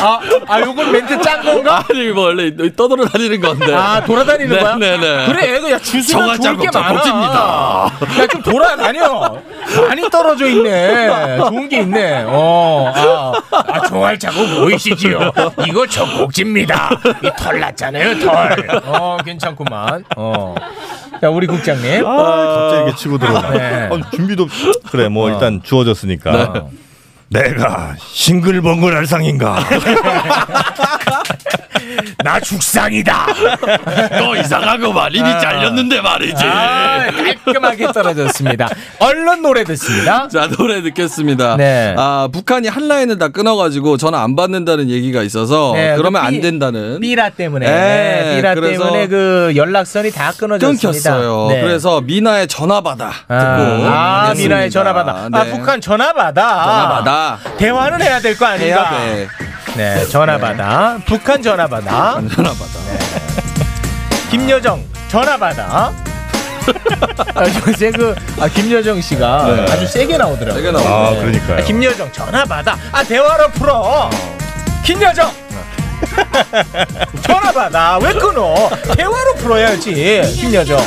Speaker 4: 아, 아 요건 멘트 짠 건가?
Speaker 9: 아니 뭐 원래 떠돌아다니는 건데
Speaker 4: 아 돌아다니는
Speaker 9: 네,
Speaker 4: 거야?
Speaker 9: 네, 네.
Speaker 4: 그래 애가 야 주스가 좋을 게
Speaker 11: 저
Speaker 4: 많아 야좀 돌아다녀 많이 떨어져 있네 좋은 게 있네 어아 아, 종알 자국 보이시지요 이거 저 곡지입니다 이 털 났잖아요 털어 괜찮구만 어. 어자 우리 국장님
Speaker 3: 아, 갑자기 이렇게 치고 들어오나.
Speaker 4: 네.
Speaker 3: 아, 준비도 없이. 그래, 뭐 일단 주어졌으니까.
Speaker 4: 어.
Speaker 3: 내가 싱글벙글할 상인가?
Speaker 4: 나 죽상이다
Speaker 11: <laughs> 너
Speaker 3: 어,
Speaker 11: 이상하고 말이 잘렸는데 말이지.
Speaker 4: 아, 깔끔하게 떨어졌습니다 얼른 노래 듣습니다
Speaker 9: 자 노래 듣겠습니다.
Speaker 4: 네.
Speaker 9: 아 북한이 한 라인을 다 끊어가지고 저는 안 받는다는 얘기가 있어서
Speaker 4: 네,
Speaker 9: 그러면
Speaker 4: 그 삐-
Speaker 9: 안 된다는
Speaker 4: 삐라 때문에
Speaker 9: 예,
Speaker 4: 네, 삐라
Speaker 9: 그래서
Speaker 4: 때문에 그 연락선이 다 끊어졌습니다.
Speaker 9: 끊겼어요.
Speaker 4: 네.
Speaker 9: 그래서 미나의 전화 받아 듣고
Speaker 4: 아, 아
Speaker 9: 가겠습니다.
Speaker 4: 미라의 전화 받아. 아
Speaker 9: 네.
Speaker 4: 북한 전화 받아.
Speaker 9: 전화 받아
Speaker 4: 대화는 해야 될 거
Speaker 9: 해야
Speaker 4: 아닌가?
Speaker 9: 돼.
Speaker 4: 네, 전화 받아. 북한 전화 받아. 네.
Speaker 9: 전화 받아.
Speaker 4: 김여정 전화
Speaker 9: <laughs>
Speaker 4: 받아. 아, 요새 그 아, 김여정 씨가 아주 세게 나오더라고요.
Speaker 9: 되게 네. 나와.
Speaker 3: 아, 그러니까요.
Speaker 4: 아, 김여정 전화 받아. 아 대화로 풀어. 김여정 전화 받아. 왜 끊어? 대화로 풀어야지. 김여정.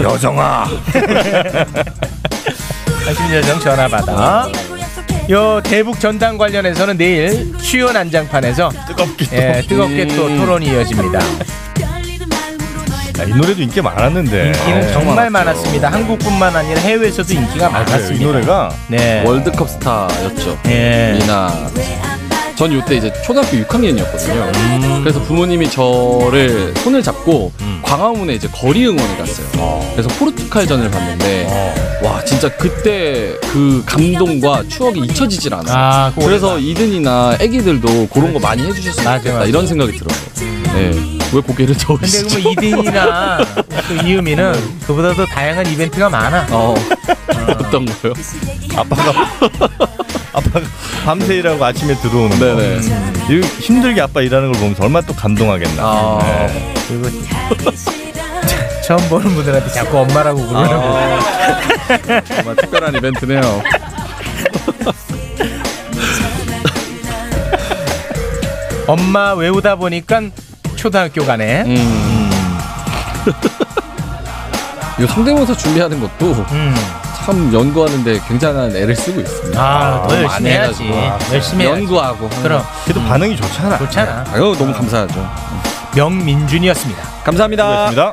Speaker 3: 여정아.
Speaker 4: 아, 김여정 전화 받아. 요 대북 전당 관련해서는 내일 수요 난장판에서
Speaker 3: 뜨겁게. 음.
Speaker 4: 예, 뜨겁게 또 토론이 이어집니다.
Speaker 3: 야, 이 노래도 인기 네. 많았는데. 어.
Speaker 4: 이는 정말 많았습니다. 한국뿐만 아니라 해외에서도 인기가
Speaker 3: 맞아요. 이
Speaker 4: 많았습니다.
Speaker 3: 노래가
Speaker 4: 네.
Speaker 9: 월드컵 스타였죠.
Speaker 4: 예.
Speaker 9: 미나. 전 이때 이제 초등학교 6학년이었거든요.
Speaker 4: 음.
Speaker 9: 그래서 부모님이 저를 손을 잡고 광화문에 이제 거리 응원에 갔어요. 그래서 포르투갈전을
Speaker 4: 어.
Speaker 9: 봤는데 와 진짜 그때 그 감동과 추억이 잊혀지질 않아요.
Speaker 4: 아, 그거
Speaker 9: 그래서 이든이나 애기들도 그런 거 많이 해주셨으면
Speaker 4: 맞아,
Speaker 9: 좋겠다
Speaker 4: 맞아.
Speaker 9: 이런 생각이 들어요. 네. 왜 고개를
Speaker 4: 근데
Speaker 9: 저으시죠?
Speaker 4: 그뭐 이딘이나 또 이유미는 그보다도 다양한 이벤트가 많아.
Speaker 3: <laughs>
Speaker 9: 어 어떤 거요?
Speaker 3: 아빠가 밤새 일하고 아침에 들어오는 거. 음.
Speaker 9: 네네.
Speaker 3: 이 힘들게 아빠 일하는 걸 보면서 얼마나 또 감동하겠나. 네.
Speaker 9: 아.
Speaker 4: 그리고 처음 보는 분들한테 자꾸 엄마라고 부르는 거.
Speaker 9: 아, 정말 특별한 이벤트네요.
Speaker 4: 엄마 외우다 보니까 초등학교 가네.
Speaker 9: 음. 이 성대모사 준비하는 것도
Speaker 4: 음.
Speaker 9: 참 연구하는데 굉장한 애를 쓰고 있습니다.
Speaker 4: 아, 더
Speaker 9: 너무
Speaker 4: 열심히
Speaker 9: 많이
Speaker 4: 해야지.
Speaker 9: 해가지고.
Speaker 4: 열심히 해야지.
Speaker 9: 연구하고.
Speaker 4: 그럼
Speaker 3: 그래도 반응이 좋잖아.
Speaker 4: 좋잖아.
Speaker 9: 아유 너무 감사하죠.
Speaker 4: 명민준이었습니다.
Speaker 9: 감사합니다.
Speaker 3: 고맙습니다. 어,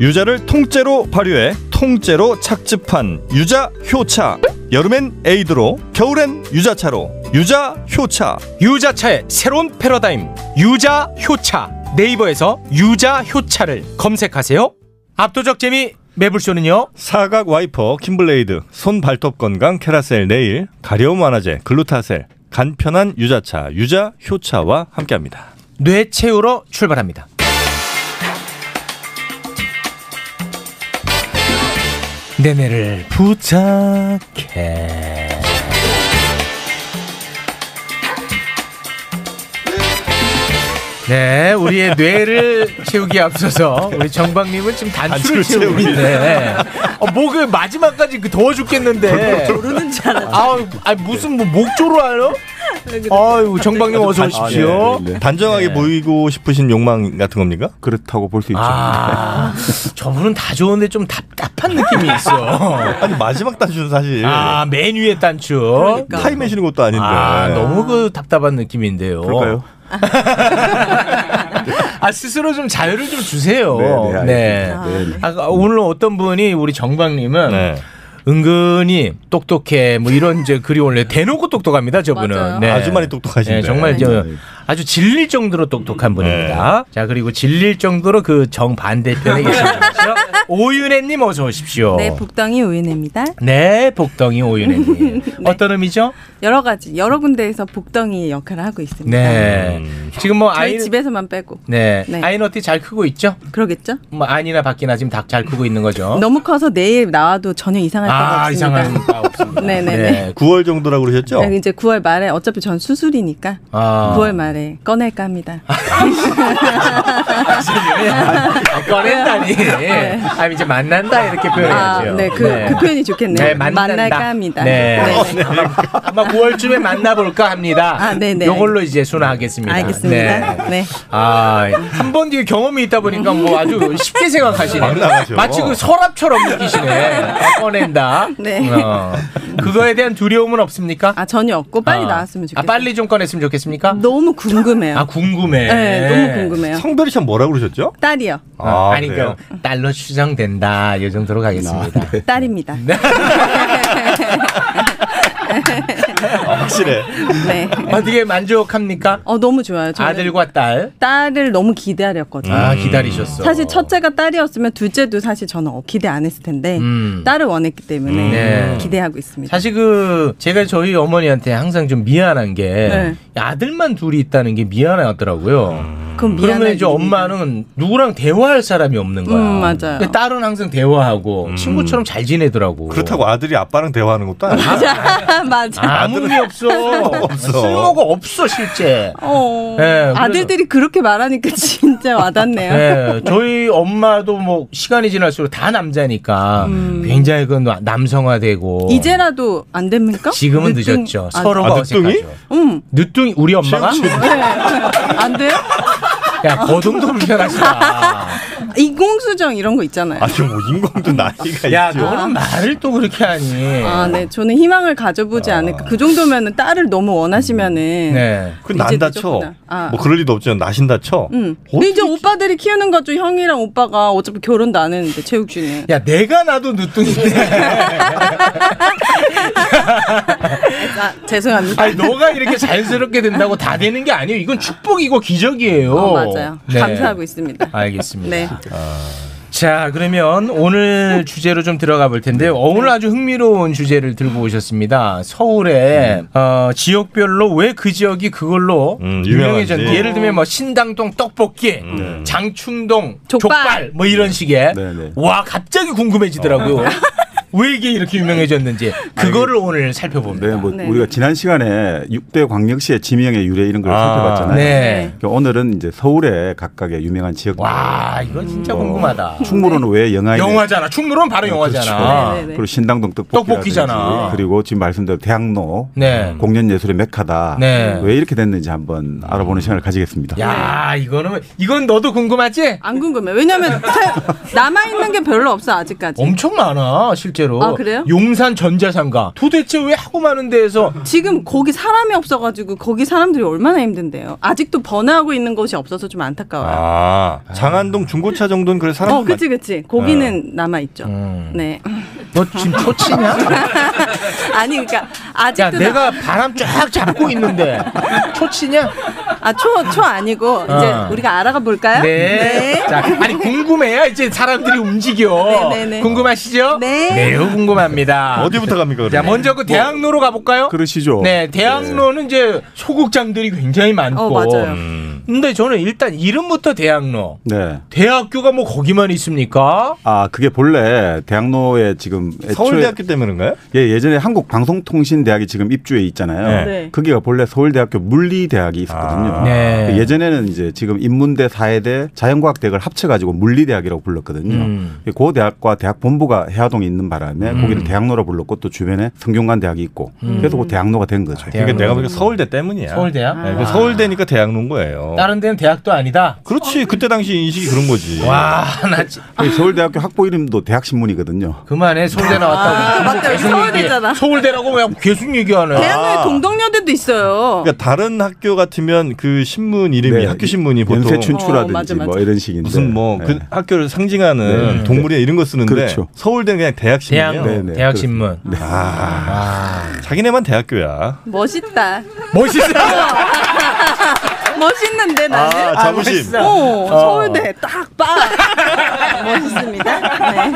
Speaker 3: 유자를 통째로 발효해 통째로 착즙한 유자 효차. 여름엔 에이드로, 겨울엔 유자차로. 유자 효차.
Speaker 4: 유자차의 새로운 패러다임 유자 효차 네이버에서 유자 효차를 검색하세요. 압도적 재미 매불쇼는요.
Speaker 3: 사각 와이퍼, 킴블레이드, 손 발톱 건강 캐라셀 네일, 가려움 완화제 글루타셀, 간편한 유자차, 유자 효차와 함께합니다.
Speaker 4: 뇌 채우러 출발합니다. 내 뇌를 부탁해. 네, 우리의 뇌를 채우기에 앞서서 우리 정박님은 지금 단추를
Speaker 2: 단추를
Speaker 4: 채우고
Speaker 2: 채우기.
Speaker 4: 있는데 어, 목을 마지막까지 그 더워 죽겠는데
Speaker 2: 조르는 줄 알았어.
Speaker 4: 아우, 아니, 무슨 뭐 목조로 알아? 아유 네. 아, 정박님 어서
Speaker 3: 아,
Speaker 4: 오십시오.
Speaker 3: 네,
Speaker 12: 네.
Speaker 4: 네.
Speaker 3: 단정하게 보이고 싶으신 욕망 같은 겁니까?
Speaker 13: 그렇다고 볼 수 있죠.
Speaker 4: <laughs> 아, 저분은 다 좋은데 좀 답답한 느낌이 있어.
Speaker 3: 아니 마지막 단추는 사실 그러니까.
Speaker 4: 아 메뉴의 단추
Speaker 3: 타이 매시는 것도 아닌데
Speaker 4: 아, 너무 그 답답한 느낌인데요.
Speaker 13: 그럴까요?
Speaker 4: 어. <laughs> 아 스스로 좀 자유를 좀 주세요.
Speaker 13: 네, 네, 알겠습니다. 네.
Speaker 4: 아, 오늘 어떤 분이 우리 정광님은 은근히 똑똑해 뭐 이런 이제 글이 올래 대놓고 똑똑합니다 저분은 네.
Speaker 3: 맞아요. 아주 많이 똑똑하신데.
Speaker 4: 정말 저
Speaker 3: 네.
Speaker 4: 아주 질릴 정도로 똑똑한 분입니다. 자 그리고 질릴 정도로 그 정 반대편에
Speaker 12: <laughs>
Speaker 4: 계신 분이죠. 오윤혜님 어서 오십시오.
Speaker 12: 네, 복덩이 오윤혜입니다.
Speaker 4: 네, 복덩이 오윤혜님.
Speaker 12: <laughs> 네.
Speaker 4: 어떤 의미죠?
Speaker 12: 여러 가지 여러 군데에서 복덩이 역할을 하고 있습니다.
Speaker 4: 네. 지금 뭐
Speaker 12: 음. 저희
Speaker 4: 아이
Speaker 12: 집에서만 빼고.
Speaker 4: 네.
Speaker 12: 네.
Speaker 4: 아이는 어떻게 잘 크고 있죠?
Speaker 12: 그러겠죠?
Speaker 4: 뭐 안이나 밖이나 지금 다 잘 크고 있는 거죠?
Speaker 12: 너무 커서 내일 나와도 전혀 이상할 바가
Speaker 4: 어? 아,
Speaker 12: 없습니다.
Speaker 4: 이상한 바
Speaker 12: <laughs>
Speaker 4: 없습니다.
Speaker 12: 네, 네, 네.
Speaker 3: 네. 9월 정도라고 그러셨죠?
Speaker 12: 네, 이제 9월 말에 어차피 전 수술이니까
Speaker 3: 아.
Speaker 12: 9월 말에 꺼낼까 합니다.
Speaker 4: 아,
Speaker 12: <laughs>
Speaker 4: 꺼낸다니. 아, 이제 만난다 이렇게 표현해야죠.
Speaker 12: 네. 아, 네, 그, 그 표현이 좋겠네요.
Speaker 4: 네, 만난다.
Speaker 12: 만날까 합니다.
Speaker 4: 네.
Speaker 12: <laughs>
Speaker 4: 아마 9월쯤에 만나볼까 합니다.
Speaker 12: 아, 네, 네.
Speaker 4: 요걸로 이제 순화하겠습니다. 네.
Speaker 12: 알겠습니다. 네.
Speaker 4: 아, 한 번 뒤에 경험이 있다 보니까 뭐 아주 쉽게 생각하시네.
Speaker 2: 당당하죠.
Speaker 4: 마치 그 서랍처럼 느끼시네. 아, 꺼낸다.
Speaker 12: 네.
Speaker 4: 어. 그거에 대한 두려움은 없습니까?
Speaker 12: 아, 전혀 없고 빨리 나왔으면
Speaker 4: 아,
Speaker 12: 좋겠어요.
Speaker 4: 빨리 좀 꺼냈으면 좋겠습니까?
Speaker 12: 너무 궁금해요.
Speaker 4: 아, 궁금해.
Speaker 12: 네, 너무 궁금해요.
Speaker 3: 성별이 참 뭐라 그러셨죠?
Speaker 12: 딸이요.
Speaker 4: 아,
Speaker 3: 아,
Speaker 4: 아니
Speaker 3: 그래요? 아, 네.
Speaker 4: 그 딸로 추정된다. 요 정도로 가겠습니다.
Speaker 12: 딸입니다.
Speaker 3: 확실해.
Speaker 12: 네.
Speaker 4: 어떻게 아, 만족합니까?
Speaker 12: 어 너무 좋아요. 저는
Speaker 4: 아들과 딸.
Speaker 12: 딸을 너무 기다렸거든요.
Speaker 4: 아, 기다리셨어.
Speaker 12: 사실 첫째가 딸이었으면 둘째도 사실 저는 어, 기대 안 했을 텐데
Speaker 4: 음.
Speaker 12: 딸을 원했기 때문에
Speaker 4: 음. 네.
Speaker 12: 기대하고 있습니다.
Speaker 4: 사실 그 제가 저희 어머니한테 항상 좀 미안한 게
Speaker 12: 네.
Speaker 4: 아들만 둘이 있다는 게
Speaker 3: 음.
Speaker 4: 미안하더라고요.
Speaker 12: 그건
Speaker 4: 그러면
Speaker 12: 미안할
Speaker 4: 이제
Speaker 12: 일이니까.
Speaker 4: 엄마는 누구랑 대화할 사람이 없는 거야.
Speaker 12: 음, 맞아요.
Speaker 4: 근데 딸은 항상 대화하고 친구처럼 잘 지내더라고.
Speaker 3: 음. 그렇다고 아들이 아빠랑 대화하는
Speaker 4: <laughs>
Speaker 3: 것도 아니야.
Speaker 12: <laughs> 맞아.
Speaker 4: 아무 의미 없어.
Speaker 3: 없어.
Speaker 4: 쓸모가 없어 실제.
Speaker 12: 어.
Speaker 4: 예, 그래서-
Speaker 12: 아들들이 그렇게 말하니까 <laughs> 진짜 와닿네요.
Speaker 4: 네, 저희 엄마도 뭐 시간이 지날수록 다 남자니까 굉장히 그 남성화되고
Speaker 12: 음. 이제라도 안 됩니까?
Speaker 4: 뭐. 지금은
Speaker 12: 늦둥-
Speaker 4: 늦었죠.
Speaker 12: 아,
Speaker 4: 서로가
Speaker 12: 아,
Speaker 4: 어색하죠.
Speaker 12: 음.
Speaker 4: 늦둥이 우리 엄마가
Speaker 12: 네. 안 돼요?
Speaker 4: 야, 그 거동도 불편하시다.
Speaker 12: 인공수정 이런 거 있잖아요.
Speaker 3: 아니 뭐 인공도
Speaker 4: <laughs>
Speaker 3: 나이가
Speaker 4: 야,
Speaker 3: 있죠.
Speaker 4: 너는 말을 또 그렇게 하니.
Speaker 12: 아, 네. 저는 희망을 가져보지
Speaker 4: 아.
Speaker 12: 않을까. 그 정도면은 딸을 너무 원하시면은.
Speaker 3: 네. 그 난다 쳐.
Speaker 12: 늦었구나. 아. 음.
Speaker 3: 뭐 그럴 리도 없지만 나신다 쳐.
Speaker 12: 응. 근데 이제 오빠들이 키우는 거죠. 형이랑 오빠가 어차피 결혼도 안 했는데 체육 중에.
Speaker 4: 야, 내가 나도 늦둥인데.
Speaker 12: 아, 죄송합니다.
Speaker 4: 아니, 너가 이렇게 자연스럽게 된다고 다 되는 게 아니에요. 이건 축복이고
Speaker 12: <laughs>
Speaker 4: 기적이에요.
Speaker 12: 어, 맞아요.
Speaker 4: 네.
Speaker 12: 감사하고 있습니다.
Speaker 4: 알겠습니다. 아.
Speaker 12: 네.
Speaker 4: 자, 그러면 오늘 주제로 좀 들어가 볼 텐데요. 어, 오늘 아주 흥미로운 주제를 들고 오셨습니다. 서울에
Speaker 3: 음.
Speaker 4: 어, 지역별로 왜 그 지역이 그걸로
Speaker 3: 유명한지. 음. 네.
Speaker 4: 유명해졌는지. 예를 들면 뭐 신당동 떡볶이, 장충동 족발. 뭐 이런 식의 와 갑자기 <laughs> 궁금해지더라고요. 왜 이게 이렇게 유명해졌는지 그거를 오늘 살펴봅니다.
Speaker 13: 네, 뭐
Speaker 4: 네.
Speaker 13: 우리가 지난 시간에 6대 광역시의 지명의 유래 이런 걸
Speaker 4: 아,
Speaker 13: 살펴봤잖아요.
Speaker 4: 네.
Speaker 13: 그러니까 오늘은 이제 서울의 각각의 유명한 지역.
Speaker 4: 와, 아, 이건
Speaker 3: 어.
Speaker 4: 진짜 궁금하다.
Speaker 13: 충무로는 왜 영화인?
Speaker 3: 네.
Speaker 4: 영화잖아. 충무로는 바로
Speaker 3: 그렇죠.
Speaker 4: 영화잖아.
Speaker 13: 그리고 신당동 떡볶이.
Speaker 4: 떡볶이잖아.
Speaker 13: 그리고 지금 말씀대로 대학로
Speaker 4: 네.
Speaker 13: 공연 예술의 메카다.
Speaker 4: 네. 음.
Speaker 13: 왜 이렇게 됐는지 한번 알아보는 시간을 가지겠습니다.
Speaker 4: 야, 이거는 이건 너도 궁금하지?
Speaker 12: 안 궁금해. 왜냐면 남아 있는 게 별로 없어 아직까지.
Speaker 4: 엄청 많아 실제로.
Speaker 12: 네. 아, 그래요?
Speaker 4: 용산 전자상가. 도대체 왜 하고 많은 데에서
Speaker 12: 지금 거기 사람이 없어가지고 거기 사람들이 얼마나 힘든데요. 아직도 번화하고 있는 곳이 없어서 좀 안타까워요.
Speaker 3: 아 장안동 중고차 정도는 그래 사람.
Speaker 12: 어, 그치 그치. 거기는 남아 있죠. 네.
Speaker 3: 어.
Speaker 4: 너 음. 지금 초치냐?
Speaker 12: <laughs> 아니 그러니까 아직도
Speaker 4: 야, 내가
Speaker 12: 나-
Speaker 4: 바람 <laughs> 네. 쫙 잡고
Speaker 12: 네?
Speaker 4: 있는데. 초치냐?
Speaker 12: 아초 초 아니고 이제
Speaker 4: 어.
Speaker 12: 우리가 알아가 볼까요?
Speaker 4: 네. 자, 아니 궁금해요. 이제 사람들이 움직여.
Speaker 12: 네, 네, 네.
Speaker 4: 궁금하시죠?
Speaker 12: 네.
Speaker 4: 매우 궁금합니다.
Speaker 3: 어디부터 갑니까? 뭐?
Speaker 4: 자, 먼저 그 대학로로 가볼까요?
Speaker 13: 그러시죠.
Speaker 4: 네, 대학로는 이제 소극장들이 굉장히 많고.
Speaker 13: 어, 맞아요.
Speaker 3: 음.
Speaker 4: 근데 저는 일단 이름부터 대학로.
Speaker 13: 네.
Speaker 4: 대학교가 뭐 거기만 있습니까?
Speaker 13: 아 그게 본래 대학로에 지금 애초에-
Speaker 3: 서울대학교 때문인가요?
Speaker 13: 예 예전에 한국방송통신대학이 지금 입주해 있잖아요.
Speaker 3: 네. 네.
Speaker 13: 거기가 본래 서울대학교 물리대학이 있었거든요.
Speaker 3: 네.
Speaker 13: 그 예전에는 이제 지금 인문대, 사회대, 자연과학대학을 합쳐가지고 물리대학이라고 불렀거든요.
Speaker 3: 음.
Speaker 13: 그 대학과 대학 본부가 해화동에 있는 바람에
Speaker 3: 음.
Speaker 13: 거기를 대학로로 불렀고 또 주변에 성균관 대학이 있고
Speaker 3: 음.
Speaker 13: 그래서 그 대학로가 된
Speaker 3: 네.
Speaker 13: 거죠.
Speaker 3: 그게 그러니까 내가 보기엔 서울대 때문이야.
Speaker 4: 서울대야?
Speaker 3: 네, 그
Speaker 4: 아.
Speaker 3: 서울대니까 대학로인 거예요.
Speaker 4: 다른 데는 대학도 아니다.
Speaker 3: 그렇지. 그때 당시 인식이 그런 거지.
Speaker 4: 와, 나 지-
Speaker 13: 그 서울대학교 학부 이름도 대학신문이거든요.
Speaker 4: 그만해 서울대 나왔다고.
Speaker 12: 아, 맞다. 여기
Speaker 4: 계속
Speaker 12: 서울대잖아.
Speaker 4: 얘기해. 서울대라고 왜 계속 얘기하네.
Speaker 12: 대학로에 동덕여대도 있어요.
Speaker 3: 그러니까 다른 학교 같으면 그 신문 이름이 학교 신문이 보통
Speaker 13: 네. 연세 춘추라든지 어, 맞아, 맞아. 뭐 이런 식인데.
Speaker 3: 무슨 뭐 그
Speaker 13: 네.
Speaker 3: 학교를 상징하는
Speaker 13: 네.
Speaker 3: 동물이나 이런 거 쓰는데
Speaker 13: 그렇죠.
Speaker 3: 서울대는 그냥 대학 신문이에요.
Speaker 4: 대학, 네, 네, 대학 신문.
Speaker 3: 아, 자기네만 대학교야.
Speaker 12: 멋있다. <laughs> 어.
Speaker 4: 멋있다.
Speaker 12: 멋있는데 나는.
Speaker 3: 아, 자부심.
Speaker 12: 아, 멋있어. 오,
Speaker 3: 어.
Speaker 12: 서울대 딱 봐. 멋있습니다. 네.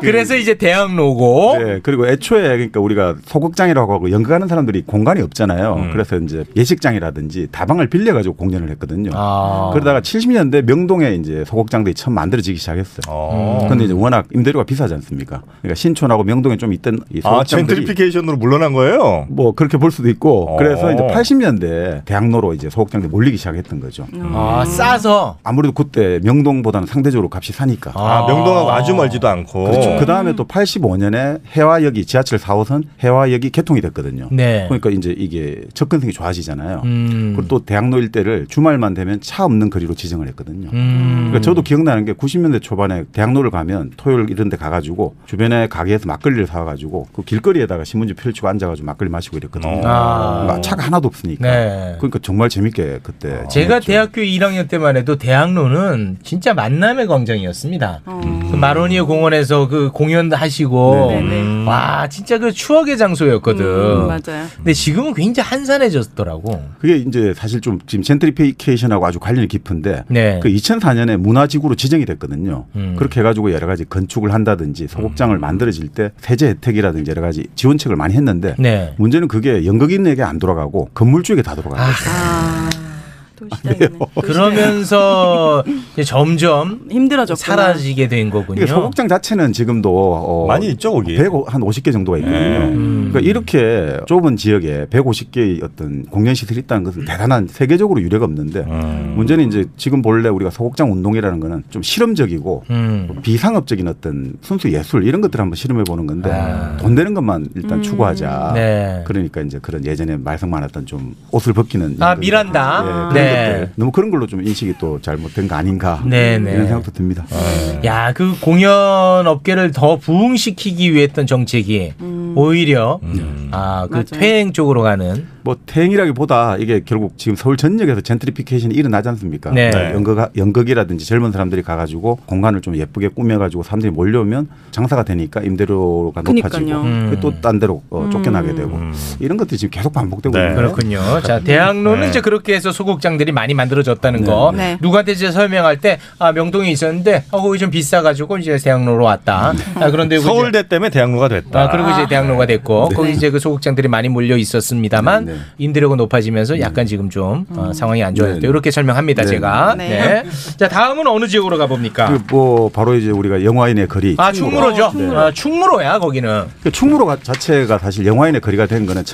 Speaker 4: 그래서 이제 대학 로고.
Speaker 13: 네, 그리고 애초에 그러니까 우리가 소극장이라고 하고 연극하는 사람들이 공간이 없잖아요.
Speaker 4: 음.
Speaker 13: 그래서 이제 예식장이라든지 다방을 빌려가지고 공연을 했거든요.
Speaker 4: 아.
Speaker 13: 그러다가 70년대 명동에 이제 소극장들이 처음 만들어지기 시작했어요. 그런데 이제 워낙 임대료가 비싸지 않습니까? 그러니까 신촌하고 명동에 좀 있던 이
Speaker 3: 아,
Speaker 13: 소극장들이
Speaker 3: 젠트리피케이션으로 물러난 거예요?
Speaker 13: 뭐 그렇게 볼 수도 있고 그래서 이제
Speaker 3: 어.
Speaker 13: 80년대 대학로로 이제 소극장들 몰리기 시작했던 거죠.
Speaker 4: 아, 싸서.
Speaker 13: 아무래도 그때 명동보다는 상대적으로 값이 사니까.
Speaker 3: 아, 명동하고 아주 멀지도 않고.
Speaker 13: 그렇죠. 그 다음에 또 85년에 해화역이 지하철 4호선 해화역이 개통이 됐거든요.
Speaker 4: 네.
Speaker 13: 그러니까 이제 이게 접근성이 좋아지잖아요.
Speaker 4: 음.
Speaker 13: 그리고 또 대학로 일대를 주말만 되면 차 없는 거리로 지정을 했거든요.
Speaker 4: 음.
Speaker 13: 그러니까 저도 기억나는 게 90년대 초반에 대학로를 가면 토요일 이런 데 가가지고 주변에 가게에서 막걸리를 사와가지고 그 길거리에다가 신문지 펼치고 앉아가지고 막걸리 마시고 이랬거든요.
Speaker 4: 아.
Speaker 13: 그러니까 차가 하나도 없으니까.
Speaker 4: 네.
Speaker 13: 그러니까 정말 재밌게 그때.
Speaker 4: 제가 대학교 1학년 때만 해도 대학로는 진짜 만남의 광장이었습니다.
Speaker 12: 어.
Speaker 4: 그 마로니에 공원에서 그 공연도 하시고
Speaker 12: 네,
Speaker 4: 와 진짜 그 추억의 장소였거든.
Speaker 13: 음,
Speaker 12: 맞아요.
Speaker 4: 근데 지금은 굉장히 한산해졌더라고.
Speaker 13: 그게 이제 사실 좀 지금 젠트리피케이션하고 아주 관련이 깊은데
Speaker 4: 네.
Speaker 13: 그 2004년에 문화지구로 지정이 됐거든요.
Speaker 4: 음.
Speaker 13: 그렇게 해가지고 여러 가지 건축을 한다든지 소극장을 만들어질 때 세제 혜택이라든지 여러 가지 지원책을 많이 했는데
Speaker 4: 네.
Speaker 13: 문제는 그게 연극인에게 안 돌아가고 건물주에게 다 돌아가요.
Speaker 12: <laughs>
Speaker 4: 그러면서 이제 점점
Speaker 12: 그 힘들어졌
Speaker 4: 사라지게 된 거군요. 어.
Speaker 13: 이게 소극장 자체는 지금도 어,
Speaker 4: 많이 있죠, 거기. 네.
Speaker 13: 100, 한 50개 정도가 있거든요.
Speaker 4: 음.
Speaker 13: 그러니까 이렇게 좁은 지역에 150개의 어떤 공연 시설이 있다는
Speaker 4: 음.
Speaker 13: 것은 대단한 세계적으로 유례가 없는데 문제는 이제 지금 본래 우리가 소극장 운동이라는 거는 좀 실험적이고
Speaker 4: 음.
Speaker 13: 비상업적인 어떤 순수 예술 이런 것들을 한번 실험해 보는 건데 돈 되는 것만 일단 추구하자.
Speaker 4: 아. 네.
Speaker 13: 그러니까 이제 그런 예전에 말썽 많았던 좀 옷을 벗기는
Speaker 4: 아
Speaker 13: 연극.
Speaker 4: 미란다.
Speaker 13: 네, 그런
Speaker 4: 네.
Speaker 13: 너무 그런 걸로 좀 인식이 또 잘못된 거 아닌가
Speaker 4: 네, 네.
Speaker 13: 이런 생각도 듭니다.
Speaker 4: 야, 그 공연 업계를 더 부흥시키기 위해 했던 정책이
Speaker 12: 음.
Speaker 4: 오히려 아, 그 퇴행 쪽으로 가는
Speaker 13: 음. 뭐 퇴행이라기보다 이게 결국 지금 서울 전역에서 젠트리피케이션이 일어나지 않습니까?
Speaker 4: 네.
Speaker 13: 그러니까 연극 연극이라든지 젊은 사람들이 가가지고 공간을 좀 예쁘게 꾸며가지고 사람들이 몰려오면 장사가 되니까 임대료가
Speaker 4: 그니까요.
Speaker 13: 높아지고
Speaker 4: 음.
Speaker 13: 또딴 데로 어, 쫓겨나게 되고 이런 것들이 지금 계속 반복되고 있는 거예요. <laughs>
Speaker 4: 그렇군요. 자, 대학로는 이제 그렇게 해서 소극장들이 많이 만들어졌다는 거.
Speaker 13: 네.
Speaker 4: 누구한테 이제 설명할 때, 아, 명동에 있었는데, 어, 거기 좀 비싸가지고 이제 대학로로 왔다. 아, 그런데 이제-
Speaker 3: 서울대 때문에 대학로가 됐다.
Speaker 4: 아, 그리고 이제 대학로가 됐고 거기 이제 그 소극장들이 많이 몰려 있었습니다만 임대료가 높아지면서 약간 지금 좀 어, 상황이 안 좋아졌다.
Speaker 13: 네.
Speaker 4: 이렇게 설명합니다
Speaker 13: 네.
Speaker 4: 제가.
Speaker 13: 네.
Speaker 4: 네. 자 다음은 어느 지역으로 가봅니까?
Speaker 13: 그뭐 바로 이제 우리가 영화인의 거리
Speaker 4: 그러니까.
Speaker 13: 네.
Speaker 4: 아 충무로죠. 아, 충무로야 거기는.
Speaker 13: 그 충무로 가- 자체가 사실 영화인의 거리가 된 거는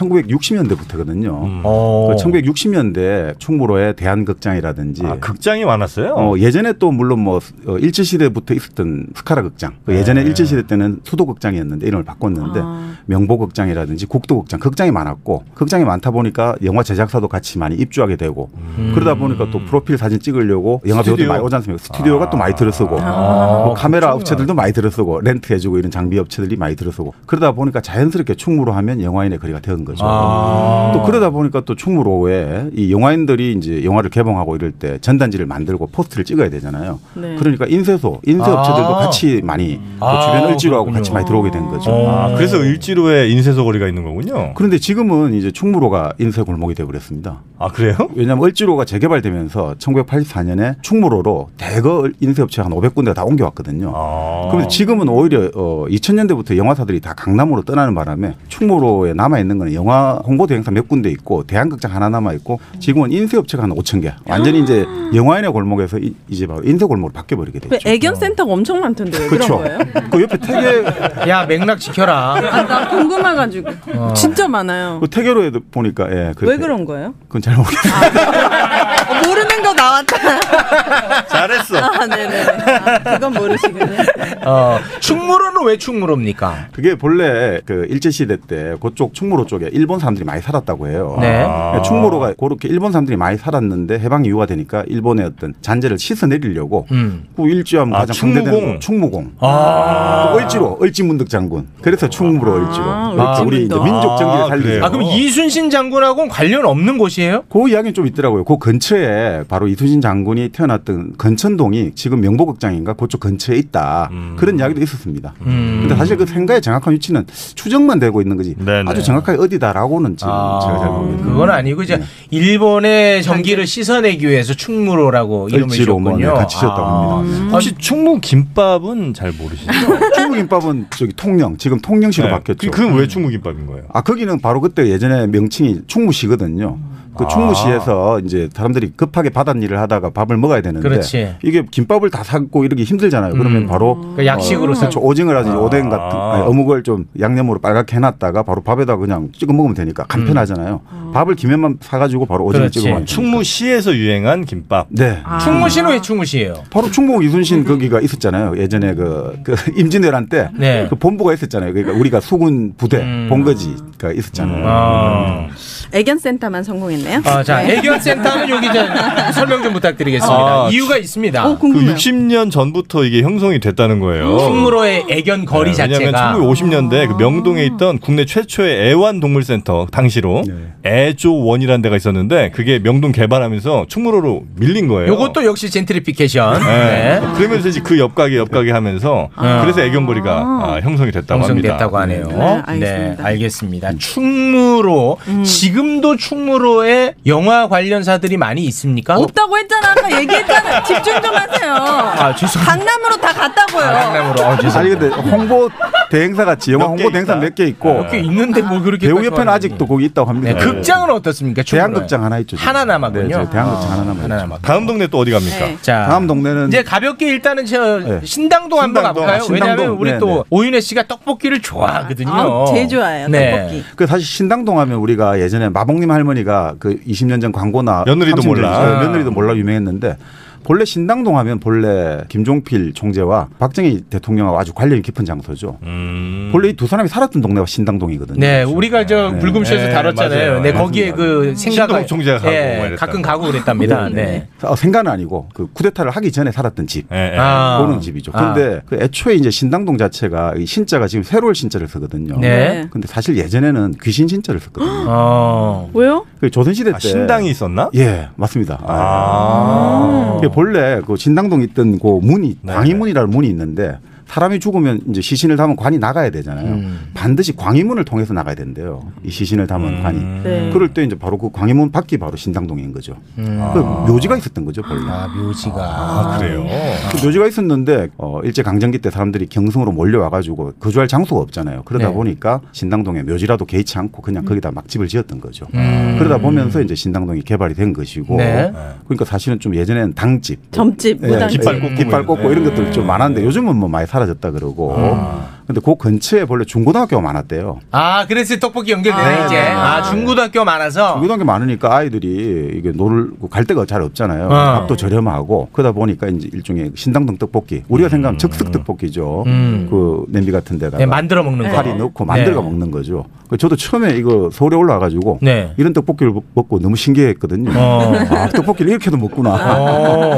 Speaker 13: 1960년대부터거든요.
Speaker 4: 어.
Speaker 13: 그 1960년대 충무로에 아, 대한극장이라든지 극장이 많았어요. 예전에 또 물론 뭐 어, 일제 시대부터 있었던 스카라 극장. 그 예전에
Speaker 3: 네. 아.
Speaker 13: 일제 시대 때는 수도극장이었는데 이름을 바꿨는데 명보극장이라든지 국도극장 극장이 많았고 극장이 많다 보니까 영화 제작사도 같이 많이 입주하게 되고 그러다 보니까 또 프로필 사진 찍으려고 영화 배우들
Speaker 3: 음. 스튜디오. 아.
Speaker 13: 많이 오지 않습니까? 스튜디오가 또 많이 들어서고 뭐 카메라 업체들도 많이 들어서고 렌트해주고 이런 장비 업체들이 많이 들어서고 그러다 보니까 자연스럽게 충무로 하면 영화인의 거리가 되는 거죠.
Speaker 3: 아.
Speaker 13: 또 그러다 보니까 또 충무로에 이 영화인들이 이제 영화를 개봉하고 이럴 때 전단지를 만들고 포스트를 찍어야 되잖아요.
Speaker 3: 네.
Speaker 13: 그러니까 인쇄소, 인쇄
Speaker 3: 아.
Speaker 13: 업체들도 같이 많이 또
Speaker 3: 아,
Speaker 13: 주변 을지로하고
Speaker 3: 그렇군요.
Speaker 13: 같이 많이 들어오게 된 거죠.
Speaker 3: 아, 그래서 을지로에 인쇄소 거리가 있는 거군요.
Speaker 13: 그런데 지금은 이제 충무로가 인쇄 골목이 되어버렸습니다.
Speaker 3: 아 그래요?
Speaker 13: 왜냐하면 을지로가 재개발되면서 1984년에 충무로로 대거 인쇄업체 한 500군데가 다 옮겨왔거든요.
Speaker 3: 아.
Speaker 13: 그런데 지금은 오히려 어, 2000년대부터 영화사들이 다 강남으로 떠나는 바람에 충무로에 남아있는 건 영화 홍보 대행사 몇 군데 있고 대한극장 하나 남아있고 지금은 인쇄업체가 한 5천 개. 완전히 이제 영화인의 골목에서 이, 이제 바로 인쇄 골목으로 바뀌어버리게 돼요.
Speaker 12: 그 애견 센터가 엄청 많던데 왜 그런
Speaker 13: 그렇죠.
Speaker 12: 거예요?
Speaker 13: 그 옆에 태계
Speaker 4: 야 맥락 지켜라.
Speaker 12: 아, 나 궁금해가지고
Speaker 13: 어.
Speaker 12: 진짜 많아요.
Speaker 13: 그 태계로에 도 보니까 예. 그렇게-
Speaker 12: 왜 그런 거예요?
Speaker 13: 그건 잘 모르겠어요.
Speaker 12: 어, <laughs> 모르는 거 나왔다.
Speaker 3: 잘했어.
Speaker 12: 아, 네네. 아, 그건 모르시군요.
Speaker 4: 어, 충무로는 왜 충무로입니까?
Speaker 13: 그게 본래 그 일제 시대 때 그쪽 충무로 쪽에 일본 사람들이 많이 살았다고 해요.
Speaker 4: 네.
Speaker 13: 그러니까 충무로가 그렇게 일본 사람들이 많이 살았는데 해방 이후가 되니까 일본의 어떤 잔재를 씻어 내리려고
Speaker 4: 음.
Speaker 13: 그 일제하면
Speaker 3: 아,
Speaker 13: 가장 상대되는
Speaker 3: 충무공.
Speaker 13: 건 충무공.
Speaker 4: 아.
Speaker 13: 그 을지로 을지문득 장군. 그래서 충무로 을지로. 그러니까 우리 이제 민족 정기를 살리죠.
Speaker 4: 아, 그럼 이순신 장군하고는 관련 없는 곳이에요?
Speaker 13: 그 이야기는 좀 있더라고요. 그 근처에 바로 이순신 장군이 태어났던 건천동이 지금 명보극장인가 그쪽 근처에 있다. 그런 이야기도 있었습니다.
Speaker 4: 음.
Speaker 13: 근데 사실 그 생가의 정확한 위치는 추정만 되고 있는 거지 아주 정확하게 어디다라고는 지금
Speaker 4: 아.
Speaker 13: 제가 잘 모르겠네요.
Speaker 4: 그건 아니고 이제 일본의 전기를 씻어내기 위해서 충무로라고 어, 이름을
Speaker 13: 을지로 뭐, 네,
Speaker 4: 지었군요.
Speaker 13: 같이 지었다고 합니다.
Speaker 3: 혹시 충무 김밥은 잘
Speaker 13: <laughs>
Speaker 3: 모르시죠?
Speaker 13: 충무김밥은 저기 통영 지금 통영시로
Speaker 3: 네.
Speaker 13: 바뀌었죠.
Speaker 3: 그- 그건 왜 충무김밥인 거예요?
Speaker 13: 아 거기는 바로 그때 예전에 명칭이 충무시거든요. 그
Speaker 3: 아.
Speaker 13: 충무시에서 이제 사람들이 급하게 바닷일을 하다가 밥을 먹어야 되는데
Speaker 4: 그렇지.
Speaker 13: 이게 김밥을 다 사고 이러기 힘들잖아요. 그러면
Speaker 4: 음.
Speaker 13: 바로
Speaker 4: 그 약식으로 사-
Speaker 13: 그렇죠. 오징어라든지 오뎅 같은 아니, 어묵을 좀 양념으로 빨갛게 해놨다가 바로 밥에다 그냥 찍어 먹으면 되니까 간편하잖아요.
Speaker 4: 음.
Speaker 13: 밥을 김에만 사가지고 바로 오징어 찍어 먹으면
Speaker 3: 충무시에서 유행한 김밥. 아.
Speaker 13: 네.
Speaker 4: 충무시는 왜 충무시예요?
Speaker 13: 바로 충북 이순신 거기가 있었잖아요. 예전에 그, 그 <laughs> 임진왜란 때
Speaker 4: 네. 음.
Speaker 13: 그 본부가 있었잖아요. 그러니까 우리가 수군 부대 본거지가 있었잖아요. 음.
Speaker 12: 애견 센터만 성공했네요.
Speaker 4: 아, 자, 애견 센터는 여기 이제 설명 좀 부탁드리겠습니다.
Speaker 3: 아,
Speaker 4: 이유가 있습니다.
Speaker 3: 그 60년 전부터 이게 형성이 됐다는 거예요.
Speaker 4: 어,
Speaker 3: 네.
Speaker 4: 충무로의 애견 거리
Speaker 3: 왜냐하면
Speaker 4: 자체가
Speaker 3: 1950년대 그 명동에 있던 국내 최초의 애완동물센터 당시로 애조원이라는 데가 있었는데 그게 명동 개발하면서 충무로로 밀린 거예요.
Speaker 4: 요것도 역시 젠트리피케이션. 네.
Speaker 3: 네. 그러면서 이제 그 옆가게 옆가게 하면서
Speaker 4: 아.
Speaker 3: 그래서 애견거리가 아, 형성이 됐다고
Speaker 4: 형성됐다고
Speaker 3: 합니다. 음.
Speaker 4: 하네요. 네, 알겠습니다. 충무로 지금도 충무로에 영화 관련사들이 많이 있습니까?
Speaker 12: <laughs> 없다고 했잖아. 아까 얘기했잖아. 집중 좀 하세요.
Speaker 4: 아, 죄송합니다.
Speaker 12: 강남으로 다 갔다고요.
Speaker 13: 아니 근데 홍보 대행사 같이 영화 홍보 대행사 몇 개 있고
Speaker 4: 몇개 있는데 뭐 그렇게
Speaker 13: 배우 협회는 아직도 거기 있다고 합니다.
Speaker 4: 네, 극장은 어떻습니까? 충무로에?
Speaker 13: 대한극장 하나 있죠. 지금.
Speaker 4: 하나 남았군요.
Speaker 13: 네, 저 대한극장 하나 남았죠.
Speaker 3: 다음 동네 또 어디 갑니까?
Speaker 4: 네. 자.
Speaker 3: <laughs>
Speaker 13: 다음 동네는
Speaker 4: 이제 가볍게 일단은 저
Speaker 13: 네.
Speaker 4: 신당동 한번
Speaker 13: 신당동.
Speaker 4: 가볼까요?
Speaker 13: 아, 신당동.
Speaker 4: 왜냐하면 우리
Speaker 13: 네,
Speaker 4: 또
Speaker 13: 네.
Speaker 4: 오윤혜 씨가 떡볶이를 좋아하거든요.
Speaker 12: 아, 제일 좋아해요,
Speaker 4: 네.
Speaker 12: 떡볶이.
Speaker 13: 그 사실 신당동 하면 우리가 예전에 마봉님 할머니가 그 20년 전 광고나
Speaker 3: 며느리도
Speaker 13: 30년 전,
Speaker 3: 몰라. 아.
Speaker 13: 네, 며느리도 몰라 유명했는데 본래 신당동 하면 본래 김종필 총재와 박정희 대통령하고 아주 관련이 깊은 장소죠.
Speaker 3: 음.
Speaker 13: 본래 이 두 사람이 살았던 동네가 신당동이거든요.
Speaker 4: 네, 우리가 저
Speaker 13: 네.
Speaker 4: 불금쇼에서
Speaker 13: 네,
Speaker 4: 다뤘잖아요.
Speaker 13: 맞아요.
Speaker 4: 네, 거기에 그 생각을
Speaker 13: 신동 총재가 가고 뭐
Speaker 4: 예,
Speaker 13: 이랬다고.
Speaker 4: 가끔 가고 그랬답니다. 네.
Speaker 13: 아, 생가는 아니고 그 쿠데타를 하기 전에 살았던 집,
Speaker 4: 아.
Speaker 13: 보는 집이죠. 근데 그 애초에 이제 신당동 자체가 이 신자가 지금 새로울 신자를 쓰거든요.
Speaker 12: 네.
Speaker 13: 근데 사실 예전에는 귀신 신자를 썼거든요.
Speaker 4: 어.
Speaker 12: 왜요?
Speaker 13: 그 조선시대 때
Speaker 3: 아, 신당이 아.
Speaker 13: 있었나? 예, 맞습니다. 그게 본래 그 신당동 있던 그 문이 광희문이라는 문이 있는데 사람이 죽으면 이제 시신을 담은 관이 나가야 되잖아요.
Speaker 3: 음.
Speaker 13: 반드시 광희문을 통해서 나가야 된대요. 이 시신을 담은
Speaker 3: 음.
Speaker 13: 관이.
Speaker 2: 네.
Speaker 13: 그럴 때 이제 바로 그 광희문 밖이 바로 신당동인 거죠.
Speaker 2: 음.
Speaker 13: 그
Speaker 12: 아,
Speaker 13: 묘지가 있었던 거죠 본래. 아
Speaker 4: 묘지가.
Speaker 13: 그래요. 묘지가 있었는데 어, 일제 강점기 때 사람들이 경성으로 몰려와가지고 거주할 장소가 없잖아요. 그러다
Speaker 9: 네.
Speaker 13: 보니까 신당동에 묘지라도 개의치 않고 그냥 거기다 막 집을 지었던 거죠. 그러다 보면서 이제 신당동이 개발이 된 것이고
Speaker 9: 네.
Speaker 13: 그러니까 사실은 좀 예전에는 당집,
Speaker 12: 점집,
Speaker 13: 예,
Speaker 12: 무당집.
Speaker 13: 깃발 꽂고, 깃발 꽂고 이런 것들 좀 많았는데 요즘은 뭐 많이 사라졌다 그러고 근데 그 근처에 원래 중고등학교가 많았대요.
Speaker 4: 아, 그래서 떡볶이 연결되네, 이제. 아, 중고등학교 많아서.
Speaker 13: 중고등학교 많으니까 아이들이 이게 놀 갈 데가 잘 없잖아요.
Speaker 4: 어.
Speaker 13: 값도 저렴하고 그러다 보니까 이제 일종의 신당동 떡볶이 우리가 생각하면 즉석 떡볶이죠.
Speaker 4: 음.
Speaker 13: 그 냄비 같은 데다가
Speaker 4: 네, 만들어 먹는 거.
Speaker 13: 파리 넣고 만들어
Speaker 4: 네.
Speaker 13: 먹는 거죠. 그 저도 처음에 이거 서울에 올라와가지고
Speaker 4: 네.
Speaker 13: 이런 떡볶이를 먹- 먹고 너무 신기했거든요.
Speaker 4: 어.
Speaker 13: 아, 떡볶이를 이렇게도 먹구나.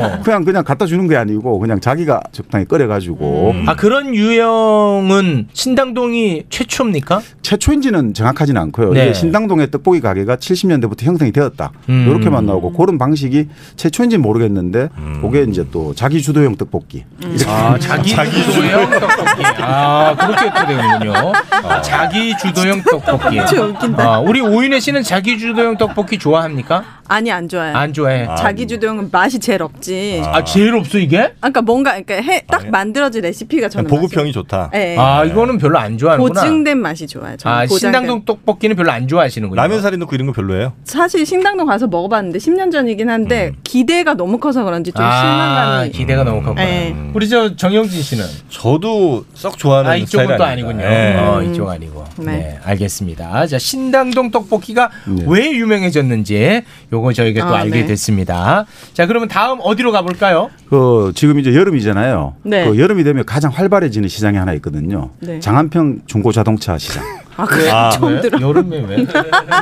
Speaker 4: 어.
Speaker 13: <laughs> 그냥 그냥 갖다 주는 게 아니고 그냥 자기가 적당히 끓여가지고
Speaker 4: 아, 그런 유형은 신당동이 최초입니까?
Speaker 13: 최초인지는 정확하진 않고요.
Speaker 4: 네.
Speaker 13: 그 이게 신당동의 떡볶이 가게가 70년대부터 형성이 되었다.
Speaker 4: 음.
Speaker 13: 이렇게만 나오고 그런 방식이 최초인지는 모르겠는데
Speaker 3: 음.
Speaker 13: 그게 이제 또 자기 주도형 떡볶이. 이렇게
Speaker 4: 아,
Speaker 13: <laughs>
Speaker 4: 자기 주도형 떡볶이. 아, 그렇게 또 되는군요. 아, 자기 주도형 떡볶이.
Speaker 12: 진짜 웃긴다.
Speaker 4: 아, 우리 오윤혜 씨는 자기 주도형 떡볶이 좋아합니까?
Speaker 12: 아니 안 좋아해.
Speaker 4: 안 좋아해.
Speaker 12: 네. 자기 주도형은 맛이 제일 없지.
Speaker 4: 아, 제일 없어, 이게?
Speaker 12: 아, 그러니까 뭔가 그러니까 해,
Speaker 13: 아,
Speaker 12: 딱
Speaker 13: 예.
Speaker 12: 만들어진 레시피가 저는
Speaker 4: 보급형이 좋다.
Speaker 12: 예, 예.
Speaker 4: 아, 이거는 별로 안 좋아하는구나.
Speaker 12: 보증된 맛이 좋아요. 저는
Speaker 4: 아,
Speaker 12: 보장된-
Speaker 4: 신당동 떡볶이는 별로 안 좋아하시는군요.
Speaker 3: 라면 사리 넣고 이런 거 별로예요?
Speaker 12: 사실 신당동 가서 먹어봤는데 10년 전이긴 한데
Speaker 13: 음.
Speaker 12: 기대가 너무 커서 그런지 좀
Speaker 4: 아,
Speaker 12: 실망감이.
Speaker 4: 기대가 너무 컸구나.
Speaker 12: 예.
Speaker 4: 우리 저 정영진 씨는
Speaker 3: 저도 썩 좋아하는
Speaker 4: 아, 이쪽은
Speaker 3: 스타일
Speaker 4: 또
Speaker 3: 아닙니다.
Speaker 4: 아니군요.
Speaker 3: 예.
Speaker 4: 어, 이쪽 아니고.
Speaker 12: 네.
Speaker 4: 네, 알겠습니다. 자, 신당동 떡볶이가
Speaker 3: 네.
Speaker 4: 왜 유명해졌는지 요거 저희가 또
Speaker 12: 아,
Speaker 4: 알게
Speaker 12: 네.
Speaker 4: 됐습니다. 자, 그러면 다음 어디로 가볼까요?
Speaker 13: 그 지금 이제 여름이잖아요.
Speaker 4: 네.
Speaker 13: 그 여름이 되면 가장 활발해지는 시장이 하나 있거든요.
Speaker 4: 네.
Speaker 13: 장안평 중고 자동차 시장.
Speaker 12: 아,
Speaker 3: 그래? 아, 처음 네? 들어.
Speaker 4: 여름에 왜?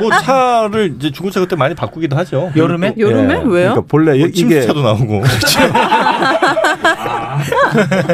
Speaker 3: 뭐 차를 이제 중고차 그때 많이 바꾸기도 하죠.
Speaker 4: 여름에?
Speaker 12: 여름에? 왜요?
Speaker 13: 그러니까 본래
Speaker 3: 뭐
Speaker 13: 이- 이게
Speaker 3: 침수차도 나오고.
Speaker 13: <laughs>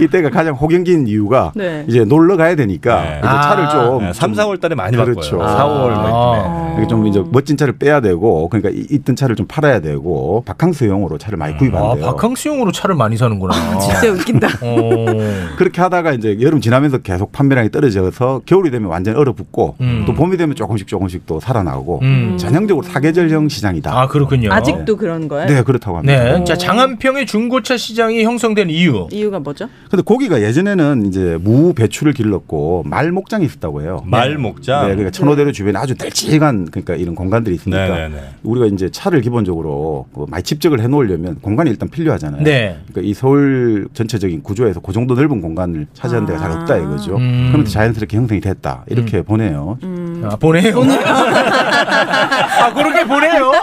Speaker 13: 이때가 가장 호경기인 이유가
Speaker 3: 네.
Speaker 13: 이제 놀러 가야 되니까 이제
Speaker 3: 아.
Speaker 13: 차를 좀
Speaker 3: 네, 삼, 사월 달에 많이
Speaker 13: 그렇죠.
Speaker 3: 바꿔요. 사월 뭐
Speaker 12: 아.
Speaker 3: 막
Speaker 13: 이렇게 좀 이제 멋진 차를 빼야 되고 그러니까 이- 있던 차를 좀 팔아야 되고 바캉스용으로 차를
Speaker 3: 음.
Speaker 13: 많이
Speaker 4: 아,
Speaker 13: 구입한대요.
Speaker 4: 바캉스용으로 차를 많이 사는구나.
Speaker 12: <laughs>
Speaker 4: 어.
Speaker 12: 진짜 웃긴다.
Speaker 13: <laughs> 그렇게 하다가 이제 여름 지나면서 계속 판매량이 떨어져서 겨울이 되면 완전 얼어붙고
Speaker 3: 음.
Speaker 13: 또 봄이 되면 조금씩 조금씩 또 살아나오고
Speaker 4: 음.
Speaker 13: 전형적으로 사계절형 시장이다.
Speaker 4: 아 그렇군요.
Speaker 12: 아직도 그런 거예요?
Speaker 13: 네 그렇다고 합니다.
Speaker 4: 네. 자, 장안평의 중고차 시장이 형성된 이유.
Speaker 12: 이유가 뭐죠?
Speaker 13: 근데 고기가 예전에는 이제 무 배추를 길렀고 말 목장이 있었다고 해요.
Speaker 3: 말 목장?
Speaker 13: 네, 그러니까 천호대로 주변에 아주 널찍한 그러니까 이런 공간들이 있으니까
Speaker 3: 네, 네,
Speaker 13: 우리가 이제 차를 기본적으로 그 많이 집적을 해놓으려면 공간이 일단 필요하잖아요.
Speaker 4: 네.
Speaker 13: 그러니까 이 서울 전체적인 구조에서 그 정도 넓은 공간을 차지하는 데가 잘 없다 이거죠.
Speaker 4: 음.
Speaker 13: 그러면서 자연스럽게 형성이 됐다 이렇게 보내요.
Speaker 4: 아, 보내요. 아, 그렇게 보내요. <laughs>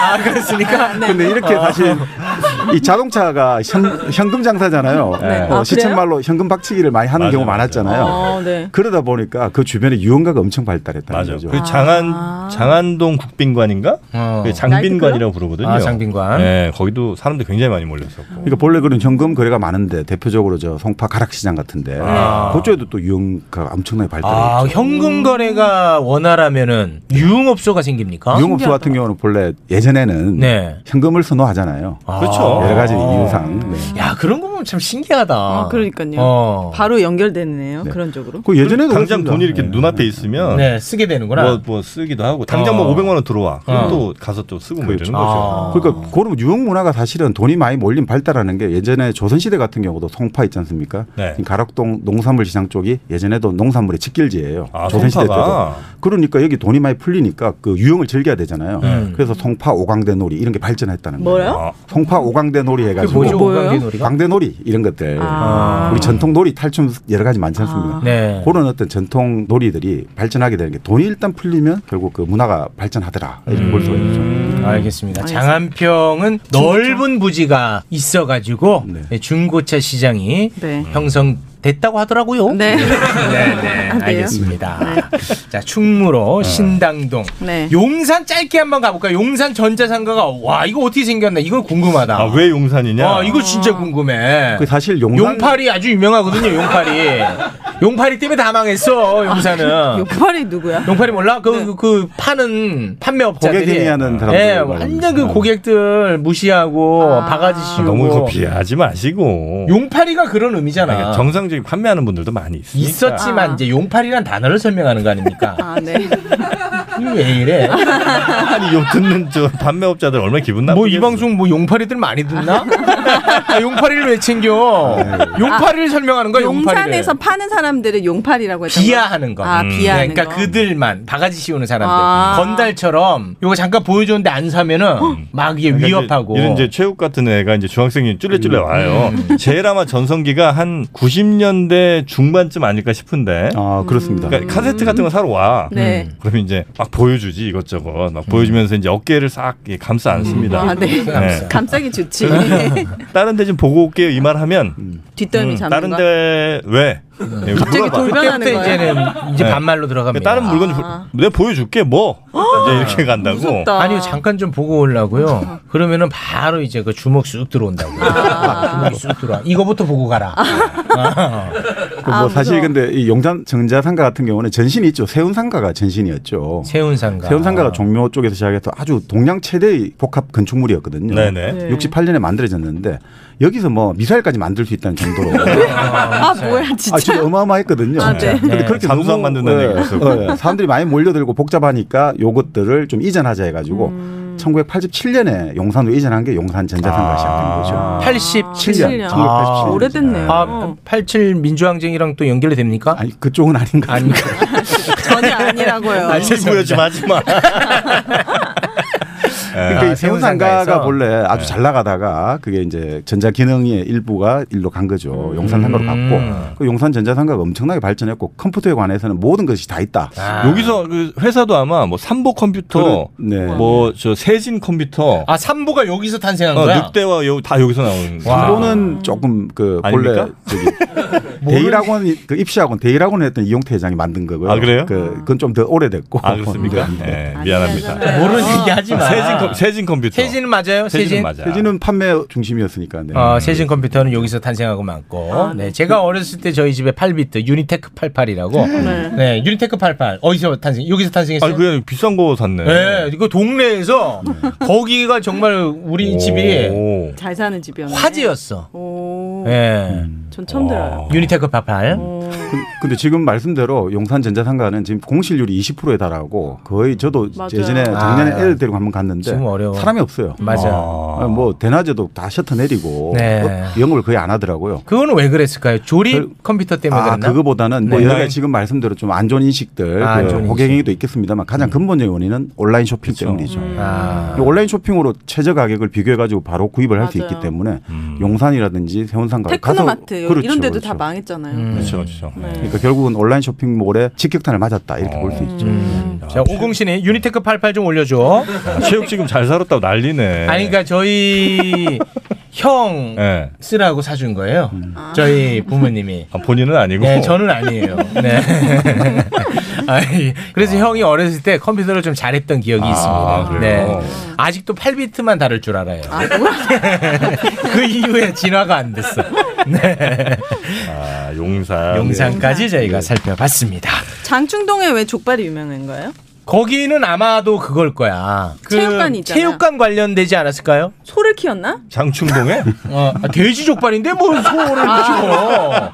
Speaker 4: 아, 그렇습니까?
Speaker 12: 네.
Speaker 4: 아.
Speaker 13: 근데 이렇게
Speaker 12: 어.
Speaker 13: 사실 이 자동차가 현, 금 장사잖아요.
Speaker 12: 네.
Speaker 13: 어,
Speaker 12: 아, 그래요?
Speaker 13: 시쳇말로 현금 박치기를 많이 하는
Speaker 3: 맞아요,
Speaker 13: 경우
Speaker 3: 맞아요.
Speaker 13: 많았잖아요.
Speaker 12: 어, 네.
Speaker 13: 그러다 보니까 그 주변에 유흥가가 엄청 발달했다는 거죠.
Speaker 3: 그 장안
Speaker 12: 아.
Speaker 3: 장안동 국빈관인가? 그러니까 그게 어. 장빈관이라고 부르거든요.
Speaker 13: 어. 아, 장빈관.
Speaker 3: 예, 거기도 사람들 굉장히 많이 몰렸었고.
Speaker 13: 그러니까 본래 그런 현금 거래가 많은데 대표적으로 저 송파 가락시장 같은데
Speaker 4: 아.
Speaker 13: 그쪽에도 또 유흥가가 엄청나게 발달했죠.
Speaker 3: 네.
Speaker 4: 아, 현금 거래가 원활하면은 유흥업소가 생깁니까? 네.
Speaker 13: 유흥업소 같은 경우는 본래 예전에는 현금을 선호하잖아요.
Speaker 4: 그렇죠.
Speaker 13: 여러 가지 이유상. 네.
Speaker 4: 야, 그런 거 보면 참 신기하다.
Speaker 12: 아, 그러니까요.
Speaker 4: 어.
Speaker 12: 바로 연결되네요. 그런 쪽으로.
Speaker 13: 그 예전에도
Speaker 3: 당장
Speaker 13: 그랬습니다.
Speaker 3: 돈이 이렇게 눈앞에 있으면
Speaker 4: 네, 쓰게 되는구나.
Speaker 3: 뭐, 뭐 쓰기도 하고 당장
Speaker 4: 어. 아.
Speaker 3: 뭐 500만 원 들어와. 그럼
Speaker 13: 어.
Speaker 3: 또 가서 또 쓰고 뭐 이러는
Speaker 13: 그렇죠.
Speaker 3: 거죠.
Speaker 13: 그러니까 그런 유흥 문화가 사실은 돈이 많이 몰린 발달하는 게 예전에 조선시대 같은 경우도 송파 있지 않습니까?
Speaker 3: 네.
Speaker 13: 이 가락동 농산물 시장 쪽이 예전에도 농산물의 직길지예요.
Speaker 3: 아,
Speaker 13: 조선시대
Speaker 3: 송파가?
Speaker 13: 때도. 그러니까 여기 돈이 많이 풀리니까 그 유흥을 즐겨야 되잖아요.
Speaker 4: 네.
Speaker 3: 음. 아.
Speaker 13: 그래서 송파 오광대 놀이 이런 게 발전했다는 거예요.
Speaker 12: 뭐요?
Speaker 13: 송파 오광대 놀이 해가지고
Speaker 4: 그게 뭐죠, 오광대 뭐예요? 놀이가? 아.
Speaker 13: 광대 놀이. 놀이 이런 것들 우리 전통 놀이 탈춤 여러 가지 많지 않습니까?
Speaker 4: 네.
Speaker 13: 그런 어떤 전통 놀이들이 발전하게 되는 게 돈이 일단 풀리면 결국 그 문화가 발전하더라 이렇게 볼 수가 있죠.
Speaker 4: 음.
Speaker 12: 아,
Speaker 4: 알겠습니다. 장안평은 넓은 부지가 있어가지고 네, 중고차 시장이
Speaker 12: 네.
Speaker 4: 형성됐다고 하더라고요.
Speaker 12: 네. <laughs>
Speaker 4: 네, 네, 알겠습니다. 자, 충무로 신당동.
Speaker 12: 네.
Speaker 4: 용산 짧게 한번 가볼까요? 용산 전자상가가 와 이거 어떻게 생겼나 이거 궁금하다.
Speaker 3: 아, 왜 용산이냐?
Speaker 4: 아 이거 진짜 궁금해.
Speaker 13: 그 사실 용산-
Speaker 4: 용팔이 아주 유명하거든요.
Speaker 3: <laughs>
Speaker 4: 용팔이. 용팔이 때문에 다 망했어 아, 용산은.
Speaker 12: <laughs> 용팔이 누구야?
Speaker 4: 용팔이 몰라? 그,
Speaker 12: 네.
Speaker 4: 그, 그 파는 판매업자들이
Speaker 13: 고객행위 하는 사람들
Speaker 4: 예,
Speaker 13: 말하는
Speaker 4: 완전 그 고객들 무시하고
Speaker 12: 아.
Speaker 4: 바가지 씌우고
Speaker 3: 아. 너무 그거 비하하지 마시고.
Speaker 4: 용팔이가 그런 의미잖아.
Speaker 3: 그러니까 정상적인 판매하는 분들도 많이 있으니까.
Speaker 4: 있었지만 이제 용팔이란 단어를 설명하는 거 아닙니까?
Speaker 12: 아, 네.
Speaker 4: 왜 이래?
Speaker 3: <laughs> 아니 요 듣는 저 판매업자들 얼마나 기분 나쁘.
Speaker 4: 뭐이 방송 뭐 용팔이들 많이 듣나? 아, 용팔이를 왜 챙겨?
Speaker 3: 아, 예.
Speaker 4: 용팔이를 설명하는 거야 용팔이를.
Speaker 12: 용산에서 파는 사람들을 용팔이라고 했던
Speaker 4: 비하하는 거.
Speaker 3: 음.
Speaker 12: 아, 비하하는
Speaker 4: 그러니까 그들만 바가지 씌우는 사람들.
Speaker 12: 아.
Speaker 4: 건달처럼 요거 잠깐 보여줬는데 안 사면은 막 이게 위협하고.
Speaker 3: 음. 그러니까
Speaker 4: 음.
Speaker 3: 이런 이제 최욱 같은 애가 이제 중학생이 쫄래쫄래 와요. 제일 아마 전성기가 한 90년대 중반쯤 아닐까 싶은데.
Speaker 13: 아 그렇습니다.
Speaker 3: 그러니까 카세트 같은 거 사러 와.
Speaker 12: 네.
Speaker 3: 음. 그러면 이제 막 보여주지 이것저것 막 보여주면서 이제 어깨를 싹 이렇게 감싸 안습니다.
Speaker 12: 아, 네.
Speaker 3: 네.
Speaker 12: 감싸기 좋지.
Speaker 4: 음.
Speaker 3: 다른 데 좀 보고 올게요 이 말 하면
Speaker 12: <laughs> 뒷덜미
Speaker 3: 음,
Speaker 12: 잡는
Speaker 3: 다른
Speaker 12: 거야?
Speaker 3: 데 왜? 네, 물어봐.
Speaker 12: 돌변하는 거예요? 아.
Speaker 4: 그때부터 이제는 이제
Speaker 3: 네.
Speaker 4: 반말로 들어갑니다.
Speaker 3: 다른 물건 내 보여줄게 뭐 이제 이렇게 간다고.
Speaker 4: 아니요 잠깐 좀 보고 오려고요. 그러면은 바로 이제 그 주먹 쑥 들어온다고. 주먹이 쑥 들어와. 이거부터 보고 가라.
Speaker 13: 그
Speaker 12: 아,
Speaker 13: 뭐 사실 근데 이 용산 정자 상가 같은 경우는 전신이 있죠. 세운 상가가 전신이었죠.
Speaker 4: 세운 상가.
Speaker 13: 세운 상가가 종묘 쪽에서 시작해서 아주 동양 최대의 복합 건축물이었거든요.
Speaker 3: 네네. 네.
Speaker 13: 68년에 만들어졌는데 여기서 뭐 미사일까지 만들 수 있다는 정도로
Speaker 12: 아, 뭐야, 진짜.
Speaker 13: 아, 진짜 어마어마했거든요.
Speaker 12: 아, 네.
Speaker 13: 근데
Speaker 3: 네,
Speaker 13: 그렇게
Speaker 3: 잠수함
Speaker 13: 너무-
Speaker 3: 만든다는
Speaker 13: 예,
Speaker 3: 얘기가 있었고.
Speaker 13: 예, 사람들이 많이 몰려들고 복잡하니까 요것들을 좀 이전하자 해가지고
Speaker 12: 음.
Speaker 13: 1987년에 용산으로 이전한 게 용산 전자상가
Speaker 12: 아.
Speaker 13: 시작된 거죠.
Speaker 4: 87년.
Speaker 13: 1987년. 아, 오래됐네요.
Speaker 4: 아, 87 민주항쟁이랑 또 연결이 됩니까?
Speaker 13: 아니, 그쪽은 아닌가? <laughs>
Speaker 4: 아닌가?
Speaker 12: 전혀 아니라고요.
Speaker 4: 아, 죄송합니다.
Speaker 2: 네.
Speaker 3: 구여지 마지 마.
Speaker 13: 그러니까
Speaker 3: 아,
Speaker 13: 이 세운 상가가
Speaker 3: 세운상가에서?
Speaker 13: 원래
Speaker 4: 예.
Speaker 13: 아주 잘 나가다가 그게 이제 전자 기능의 일부가 일로 간
Speaker 4: 음.
Speaker 13: 거죠. 용산 상가로 갔고 그 용산 전자 상가가 엄청나게 발전했고 컴퓨터에 관해서는 모든 것이 다 있다.
Speaker 4: 아.
Speaker 3: 여기서 그 회사도 아마 뭐 삼보 컴퓨터,
Speaker 13: 네.
Speaker 3: 뭐 저 세진 컴퓨터,
Speaker 4: 아 삼보가 여기서 탄생한
Speaker 3: 어,
Speaker 4: 거야?
Speaker 3: 늑대와 여우 다 여기서 나오는.
Speaker 13: 와. 삼보는 조금 그 본래
Speaker 3: 그 아닙니까?
Speaker 13: 저기
Speaker 3: <laughs>
Speaker 13: 대일학원 그 입시학원 대일학원에 했던 이용태 회장이 만든 거고요.
Speaker 3: 아, 그래요?
Speaker 13: 그, 그건 좀 더 오래됐고.
Speaker 3: 아 그렇습니까?
Speaker 13: <laughs>
Speaker 3: 네,
Speaker 13: 네.
Speaker 3: 미안합니다.
Speaker 4: 모르는
Speaker 3: 어.
Speaker 4: 얘기 하지 마.
Speaker 3: 세진 컴- 세진 컴퓨터.
Speaker 4: 세진은 맞아요? 세진?
Speaker 13: 세진은 판매 중심이었으니까. 네.
Speaker 4: 어, 세진 컴퓨터는 여기서 탄생하고 많고.
Speaker 3: 아,
Speaker 4: 네, 제가 어렸을 때 저희 집에 8비트 유니테크 88이라고.
Speaker 3: 네.
Speaker 4: 네. 유니테크 88 어디서 탄생? 여기서 탄생했어요.
Speaker 3: 아니 그냥 비싼 거 샀네.
Speaker 4: 네, 이거 동네에서 거기가 정말 우리 집이
Speaker 12: 잘 사는 집이었네.
Speaker 4: 화제였어.
Speaker 12: 오.
Speaker 4: 예.
Speaker 12: 전 처음 들어요.
Speaker 4: 유니테크 88.
Speaker 12: 음.
Speaker 13: 그- 근데 지금 말씀대로 용산 전자상가는 지금 공실률이 20%에 달하고 거의 저도
Speaker 12: 맞아요.
Speaker 13: 예전에 작년에
Speaker 4: 아,
Speaker 13: 애들 데리고 한번 갔는데
Speaker 4: 지금 어려워.
Speaker 13: 사람이 없어요.
Speaker 4: 맞아.
Speaker 13: 아, 뭐 대낮에도 다 셔터 내리고
Speaker 4: 네.
Speaker 13: 어, 영업을 거의 안 하더라고요.
Speaker 4: 그거는 왜 그랬을까요? 조립 컴퓨터 때문에
Speaker 13: 아,
Speaker 4: 그랬나?
Speaker 13: 그거보다는 뭐
Speaker 4: 네.
Speaker 13: 여러 가지 지금 말씀대로 좀 안 좋은 인식들,
Speaker 4: 아, 안
Speaker 13: 그
Speaker 4: 좋은 음.
Speaker 13: 고객행위도 있겠습니다만 가장 근본적인 원인은 온라인 쇼핑 때문이죠. 이 온라인 쇼핑으로 최저 가격을 비교해가지고 바로 구입을 할 수 있기
Speaker 12: 아. 맞아요.
Speaker 13: 때문에
Speaker 4: 음.
Speaker 13: 용산이라든지 세운상가
Speaker 12: 테크노마트
Speaker 13: 그렇죠,
Speaker 12: 이런 데도 다
Speaker 13: 그렇죠.
Speaker 12: 망했잖아요.
Speaker 4: 음.
Speaker 13: 그렇죠, 그렇죠. 그러니까 결국은 온라인 쇼핑몰에 직격탄을 맞았다 이렇게 볼 수 있죠.
Speaker 4: 자, 오공신이 유니테크 88 좀 올려줘.
Speaker 3: 어. 아, 체육 지금 잘 살았다고 난리네.
Speaker 4: 아니, 그러니까 저희 형
Speaker 3: 예.
Speaker 4: 쓰라고 사준 거예요. 저희 부모님이.
Speaker 3: 아, 본인은 아니고.
Speaker 4: 네, 저는 아니에요. 네.
Speaker 3: <laughs>
Speaker 4: 아이, 그래서 형이 어렸을 때 컴퓨터를 좀 잘했던 기억이 있습니다.
Speaker 3: 아, 그래요?
Speaker 4: 네. 아직도 8비트만 다룰 줄 알아요. <laughs> 그 이후에 진화가 안 됐어. 네.
Speaker 3: 아, 용산. 네.
Speaker 4: 용산까지 저희가 살펴봤습니다.
Speaker 12: 장충동에 왜 족발이 유명한 거예요?
Speaker 4: 거기는 아마도 그걸 거야. 그
Speaker 12: 체육관이 있잖아.
Speaker 4: 체육관 관련되지 않았을까요?
Speaker 12: 소를 키웠나?
Speaker 3: 장충동에?
Speaker 4: <laughs> 어, 아, 돼지 족발인데 뭘 소를
Speaker 12: 아.
Speaker 4: 키워?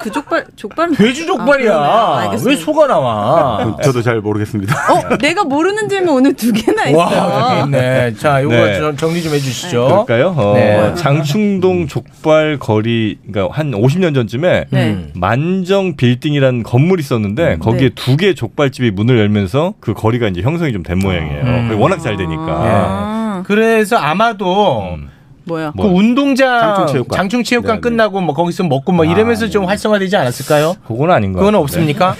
Speaker 12: 그 족발 족발은
Speaker 4: 돼지 족발이야.
Speaker 12: 아, 알겠습니다.
Speaker 4: 왜 소가 나와?
Speaker 13: 저도 잘 모르겠습니다.
Speaker 12: 어, 내가 모르는 질문 오늘 두 개나 있어.
Speaker 4: 와, 여기 있네. 자, 요거
Speaker 3: 네.
Speaker 4: 좀 정리 좀 해주시죠.
Speaker 3: 그럴까요? 어,
Speaker 4: 네.
Speaker 3: 장충동 족발 거리, 그러니까 한 50년 전쯤에
Speaker 4: 네. 음.
Speaker 3: 만정 빌딩이라는 건물이 있었는데 거기에
Speaker 12: 네.
Speaker 3: 두 개의 족발집이 문을 열면서 그 거리가 이제 형성이 좀 된 모양이에요.
Speaker 4: 음.
Speaker 3: 워낙 잘 되니까.
Speaker 4: 그래서 아마도
Speaker 12: 아. 뭐야?
Speaker 4: 그 운동장
Speaker 12: 장충체육관.
Speaker 4: 장충체육관 끝나고 뭐 거기서 먹고 뭐 이러면서 좀 활성화되지 않았을까요?
Speaker 3: 그건 아닌 거
Speaker 4: 그건
Speaker 12: <laughs>
Speaker 3: 같은데.
Speaker 4: 없습니까?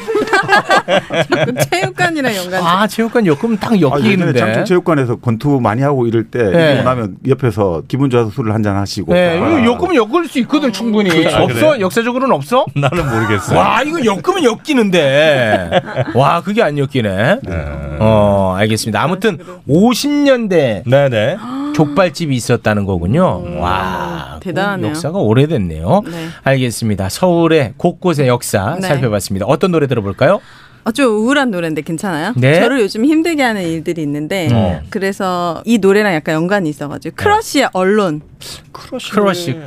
Speaker 12: 체육관이랑 연관.
Speaker 4: 아 체육관 엮으면 딱 엮이는데.
Speaker 13: 아, 장충체육관에서 권투 많이 하고 이럴 때
Speaker 4: 네.
Speaker 13: 일어나면 옆에서 기분 좋아서 술을 한잔 하시고. 아.
Speaker 4: 네, <laughs> 이거 엮으면 엮을 수 있거든 충분히.
Speaker 13: 그렇죠.
Speaker 4: 없어
Speaker 13: 그래요?
Speaker 4: 역사적으로는 없어?
Speaker 3: 나는 모르겠어요.
Speaker 4: 와 이거 엮으면 엮이는데. 와 그게 안 엮이네. 어 알겠습니다. 아무튼 50년대
Speaker 3: 네네
Speaker 4: 족발집이 있었다는 거군요. 와
Speaker 12: 대단하네요.
Speaker 4: 아, 역사가 오래됐네요.
Speaker 12: 음. 네.
Speaker 4: 알겠습니다. 서울의 곳곳의 역사
Speaker 12: 네.
Speaker 4: 살펴봤습니다. 어떤 노래 들어볼까요?
Speaker 12: 아, 좀 우울한 노래인데 괜찮아요?
Speaker 4: 네.
Speaker 12: 저를 요즘 힘들게 하는 일들이 있는데
Speaker 4: 어.
Speaker 12: 그래서 이 노래랑 약간 연관이 있어가지고 크러쉬의 언론.
Speaker 4: 네. 크러쉬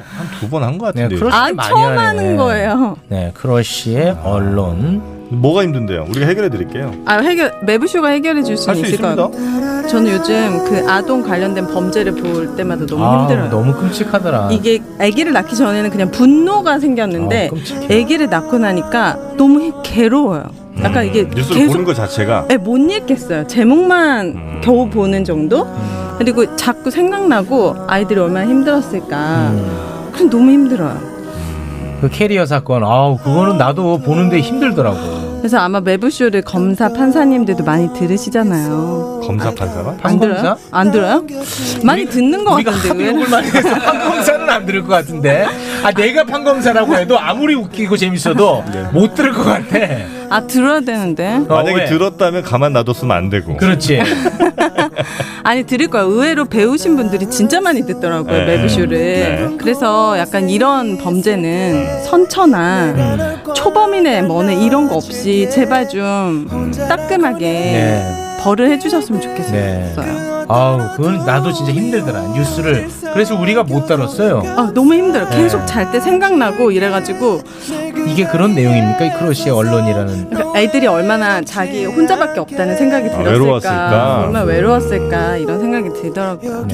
Speaker 3: 두 번 한 것 같은데.
Speaker 4: 네,
Speaker 12: 아
Speaker 4: 많이
Speaker 12: 처음
Speaker 4: 하네.
Speaker 12: 하는 거예요.
Speaker 4: 네, 크러쉬의 언론.
Speaker 3: 아. 뭐가 힘든데요? 우리가 해결해 드릴게요.
Speaker 12: 아 해결 매부쇼가 해결해 줄 수는
Speaker 3: 할수
Speaker 12: 있을 것 같아요. 저는 요즘 그 아동 관련된 범죄를 볼 때마다 너무
Speaker 4: 아,
Speaker 12: 힘들어요.
Speaker 4: 너무 끔찍하더라.
Speaker 12: 이게 아기를 낳기 전에는 그냥 분노가 생겼는데 아기를 낳고 나니까 너무 히- 괴로워요. 약간 이게
Speaker 3: 음, 뉴스를
Speaker 12: 계속
Speaker 3: 보는 것 자체가 음.
Speaker 12: 네, 못 읽겠어요. 제목만 겨우 보는 정도? 그리고 자꾸 생각나고 아이들이 얼마나 힘들었을까.
Speaker 3: 음.
Speaker 12: 그럼 너무 힘들어요.
Speaker 4: 그 캐리어 사건. 아우 그거는 나도 보는데 힘들더라고.
Speaker 12: 그래서 아마 매부쇼를 검사 판사님들도 많이 들으시잖아요.
Speaker 3: 검사 판사가?
Speaker 12: 어. 안 들어요? 안 들어요? 많이 듣는 것
Speaker 4: 우리가
Speaker 12: 같은데
Speaker 4: 합의
Speaker 12: 왜?
Speaker 4: 욕을 많이 해서 <laughs> 판검사는 안 들을 것 같은데. 아 내가 판검사라고 해도 아무리 웃기고 재밌어도 못 들을 것 같아.
Speaker 12: 아 들어야 되는데.
Speaker 3: 만약에 들었다면 가만 놔뒀으면 안 되고.
Speaker 4: 그렇지.
Speaker 12: 아니 들을 거예요. 의외로 배우신 분들이 진짜 많이 듣더라고요
Speaker 3: 네.
Speaker 12: 매부쇼를.
Speaker 3: 네.
Speaker 12: 그래서 약간 이런 범죄는 선처나 초범인의 뭐는 이런 거 없이 제발 좀 따끔하게
Speaker 4: 네.
Speaker 12: 벌을 해주셨으면 좋겠어요.
Speaker 4: 네. 아우 그건 나도 진짜 힘들더라 뉴스를. 그래서 우리가 못 다뤘어요.
Speaker 12: 아 너무 힘들어.
Speaker 4: 네.
Speaker 12: 계속 잘 때 생각나고 이래가지고
Speaker 4: 이게 그런 내용입니까? 이 크러쉬의 언론이라는.
Speaker 12: 그러니까 애들이 얼마나 자기 혼자밖에 없다는 생각이
Speaker 4: 아,
Speaker 12: 들었을까.
Speaker 4: 외로웠을까?
Speaker 12: 얼마나 외로웠을까 이런 생각이 들더라고요.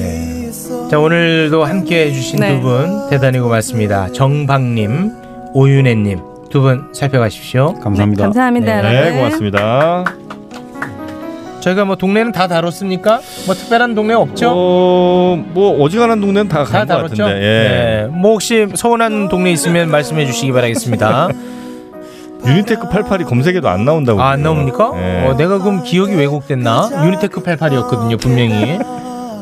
Speaker 4: 자 오늘도 함께 해주신
Speaker 12: 네.
Speaker 4: 두 분 대단히 고맙습니다. 정박님, 오윤혜님 두 분 살펴가십시오.
Speaker 13: 감사합니다.
Speaker 12: 네, 감사합니다, 여러분.
Speaker 4: 네, 고맙습니다. 저희가 뭐 동네는 다 다뤘습니까? 뭐 특별한 동네 없죠?
Speaker 3: 뭐 어지간한 동네는 다
Speaker 4: 다
Speaker 3: 간것
Speaker 4: 다뤘죠.
Speaker 3: 같은데, 예.
Speaker 4: 네. 뭐 혹시 서운한 동네 있으면 말씀해 주시기 바라겠습니다.
Speaker 3: <laughs> 유니테크 88이 검색해도 안 나온다고.
Speaker 4: 아, 안 나옵니까?
Speaker 3: 예.
Speaker 4: 어, 내가 그럼 기억이 왜곡됐나? 유니테크 88이었거든요, 분명히.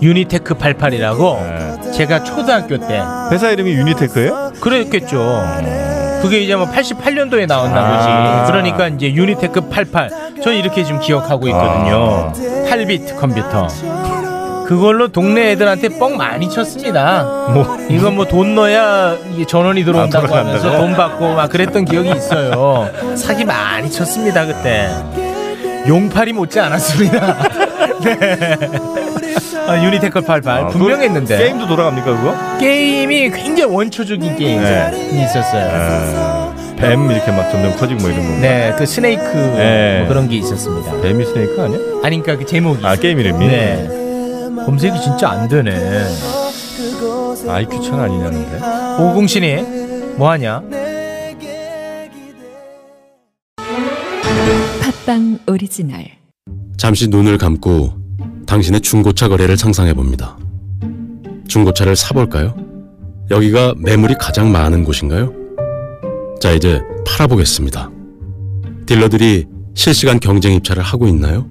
Speaker 4: 유니테크 88이라고
Speaker 3: 예.
Speaker 4: 제가 초등학교 때
Speaker 3: 회사
Speaker 12: 아.
Speaker 3: 이름이 유니테크예요?
Speaker 4: 그랬겠죠. 그게 이제 뭐 88년도에 나왔나 보지.
Speaker 3: 아.
Speaker 4: 그러니까 이제 유니테크 88. 저 이렇게 지금 기억하고 있거든요.
Speaker 3: 아.
Speaker 4: 8비트 컴퓨터. 그걸로 동네 애들한테 뻥 많이 쳤습니다.
Speaker 3: 뭐
Speaker 4: 이거 뭐 돈 넣어야 이게 전원이
Speaker 3: 아,
Speaker 4: 들어온다고
Speaker 3: 돌아간다고?
Speaker 4: 하면서 돈 받고 막 그랬던 기억이 있어요. 사기 많이 쳤습니다 그때. 용팔이 못지 않았습니다. <laughs> 네. 아, 유니테크 88
Speaker 3: 아,
Speaker 4: 분명했는데
Speaker 3: 그 게임도 돌아갑니까 그거?
Speaker 4: 게임이 굉장히 원초적인 게임이
Speaker 3: 네.
Speaker 4: 있었어요.
Speaker 3: 뱀 이렇게 막 점점 커지고 뭐 이런 거.
Speaker 4: 네, 그 스네이크
Speaker 3: 예.
Speaker 4: 뭐 그런 게 있었습니다.
Speaker 3: 뱀이 스네이크 아니야?
Speaker 4: 아니 그러니까 그 제목이.
Speaker 3: 아 게임 이름이?
Speaker 4: 네. 검색이 진짜 안 되네.
Speaker 3: IQ 천 아니냐는데.
Speaker 4: 오공신이 뭐하냐?
Speaker 14: 팟빵 오리지널
Speaker 15: 잠시 눈을 감고 당신의 중고차 거래를 상상해 봅니다. 중고차를 사볼까요? 여기가 매물이 가장 많은 곳인가요? 자, 이제 팔아보겠습니다. 딜러들이 실시간 경쟁 입찰을 하고 있나요?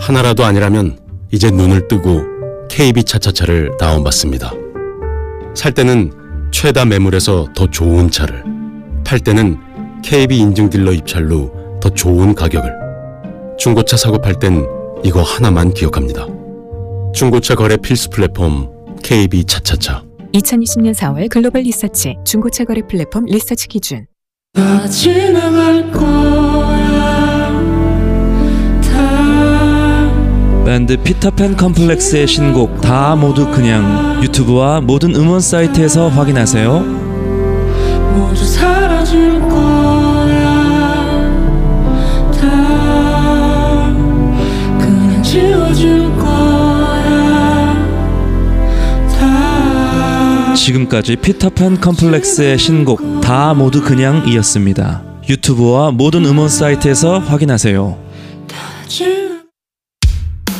Speaker 15: 하나라도 아니라면 이제 눈을 뜨고 KB 차차차를 다운받습니다. 살 때는 최다 매물에서 더 좋은 차를, 팔 때는 KB 인증 딜러 입찰로 더 좋은 가격을, 중고차 사고 팔 땐 이거 하나만 기억합니다. 중고차 거래 필수 플랫폼 KB 차차차.
Speaker 16: 2020년 4월 글로벌 리서치 중고차 거래 플랫폼 리서치 기준
Speaker 2: 다 지나갈 거야 다
Speaker 17: 밴드 피터팬 컴플렉스의 신곡 다 모두 그냥 유튜브와 모든 음원 사이트에서 확인하세요.
Speaker 2: 모두 사라질 거야 다 그냥 지워질 거야 다
Speaker 17: 지금까지 피터팬 컴플렉스의 신곡 다 모두 그냥이었습니다. 유튜브와 모든 음원 사이트에서 확인하세요.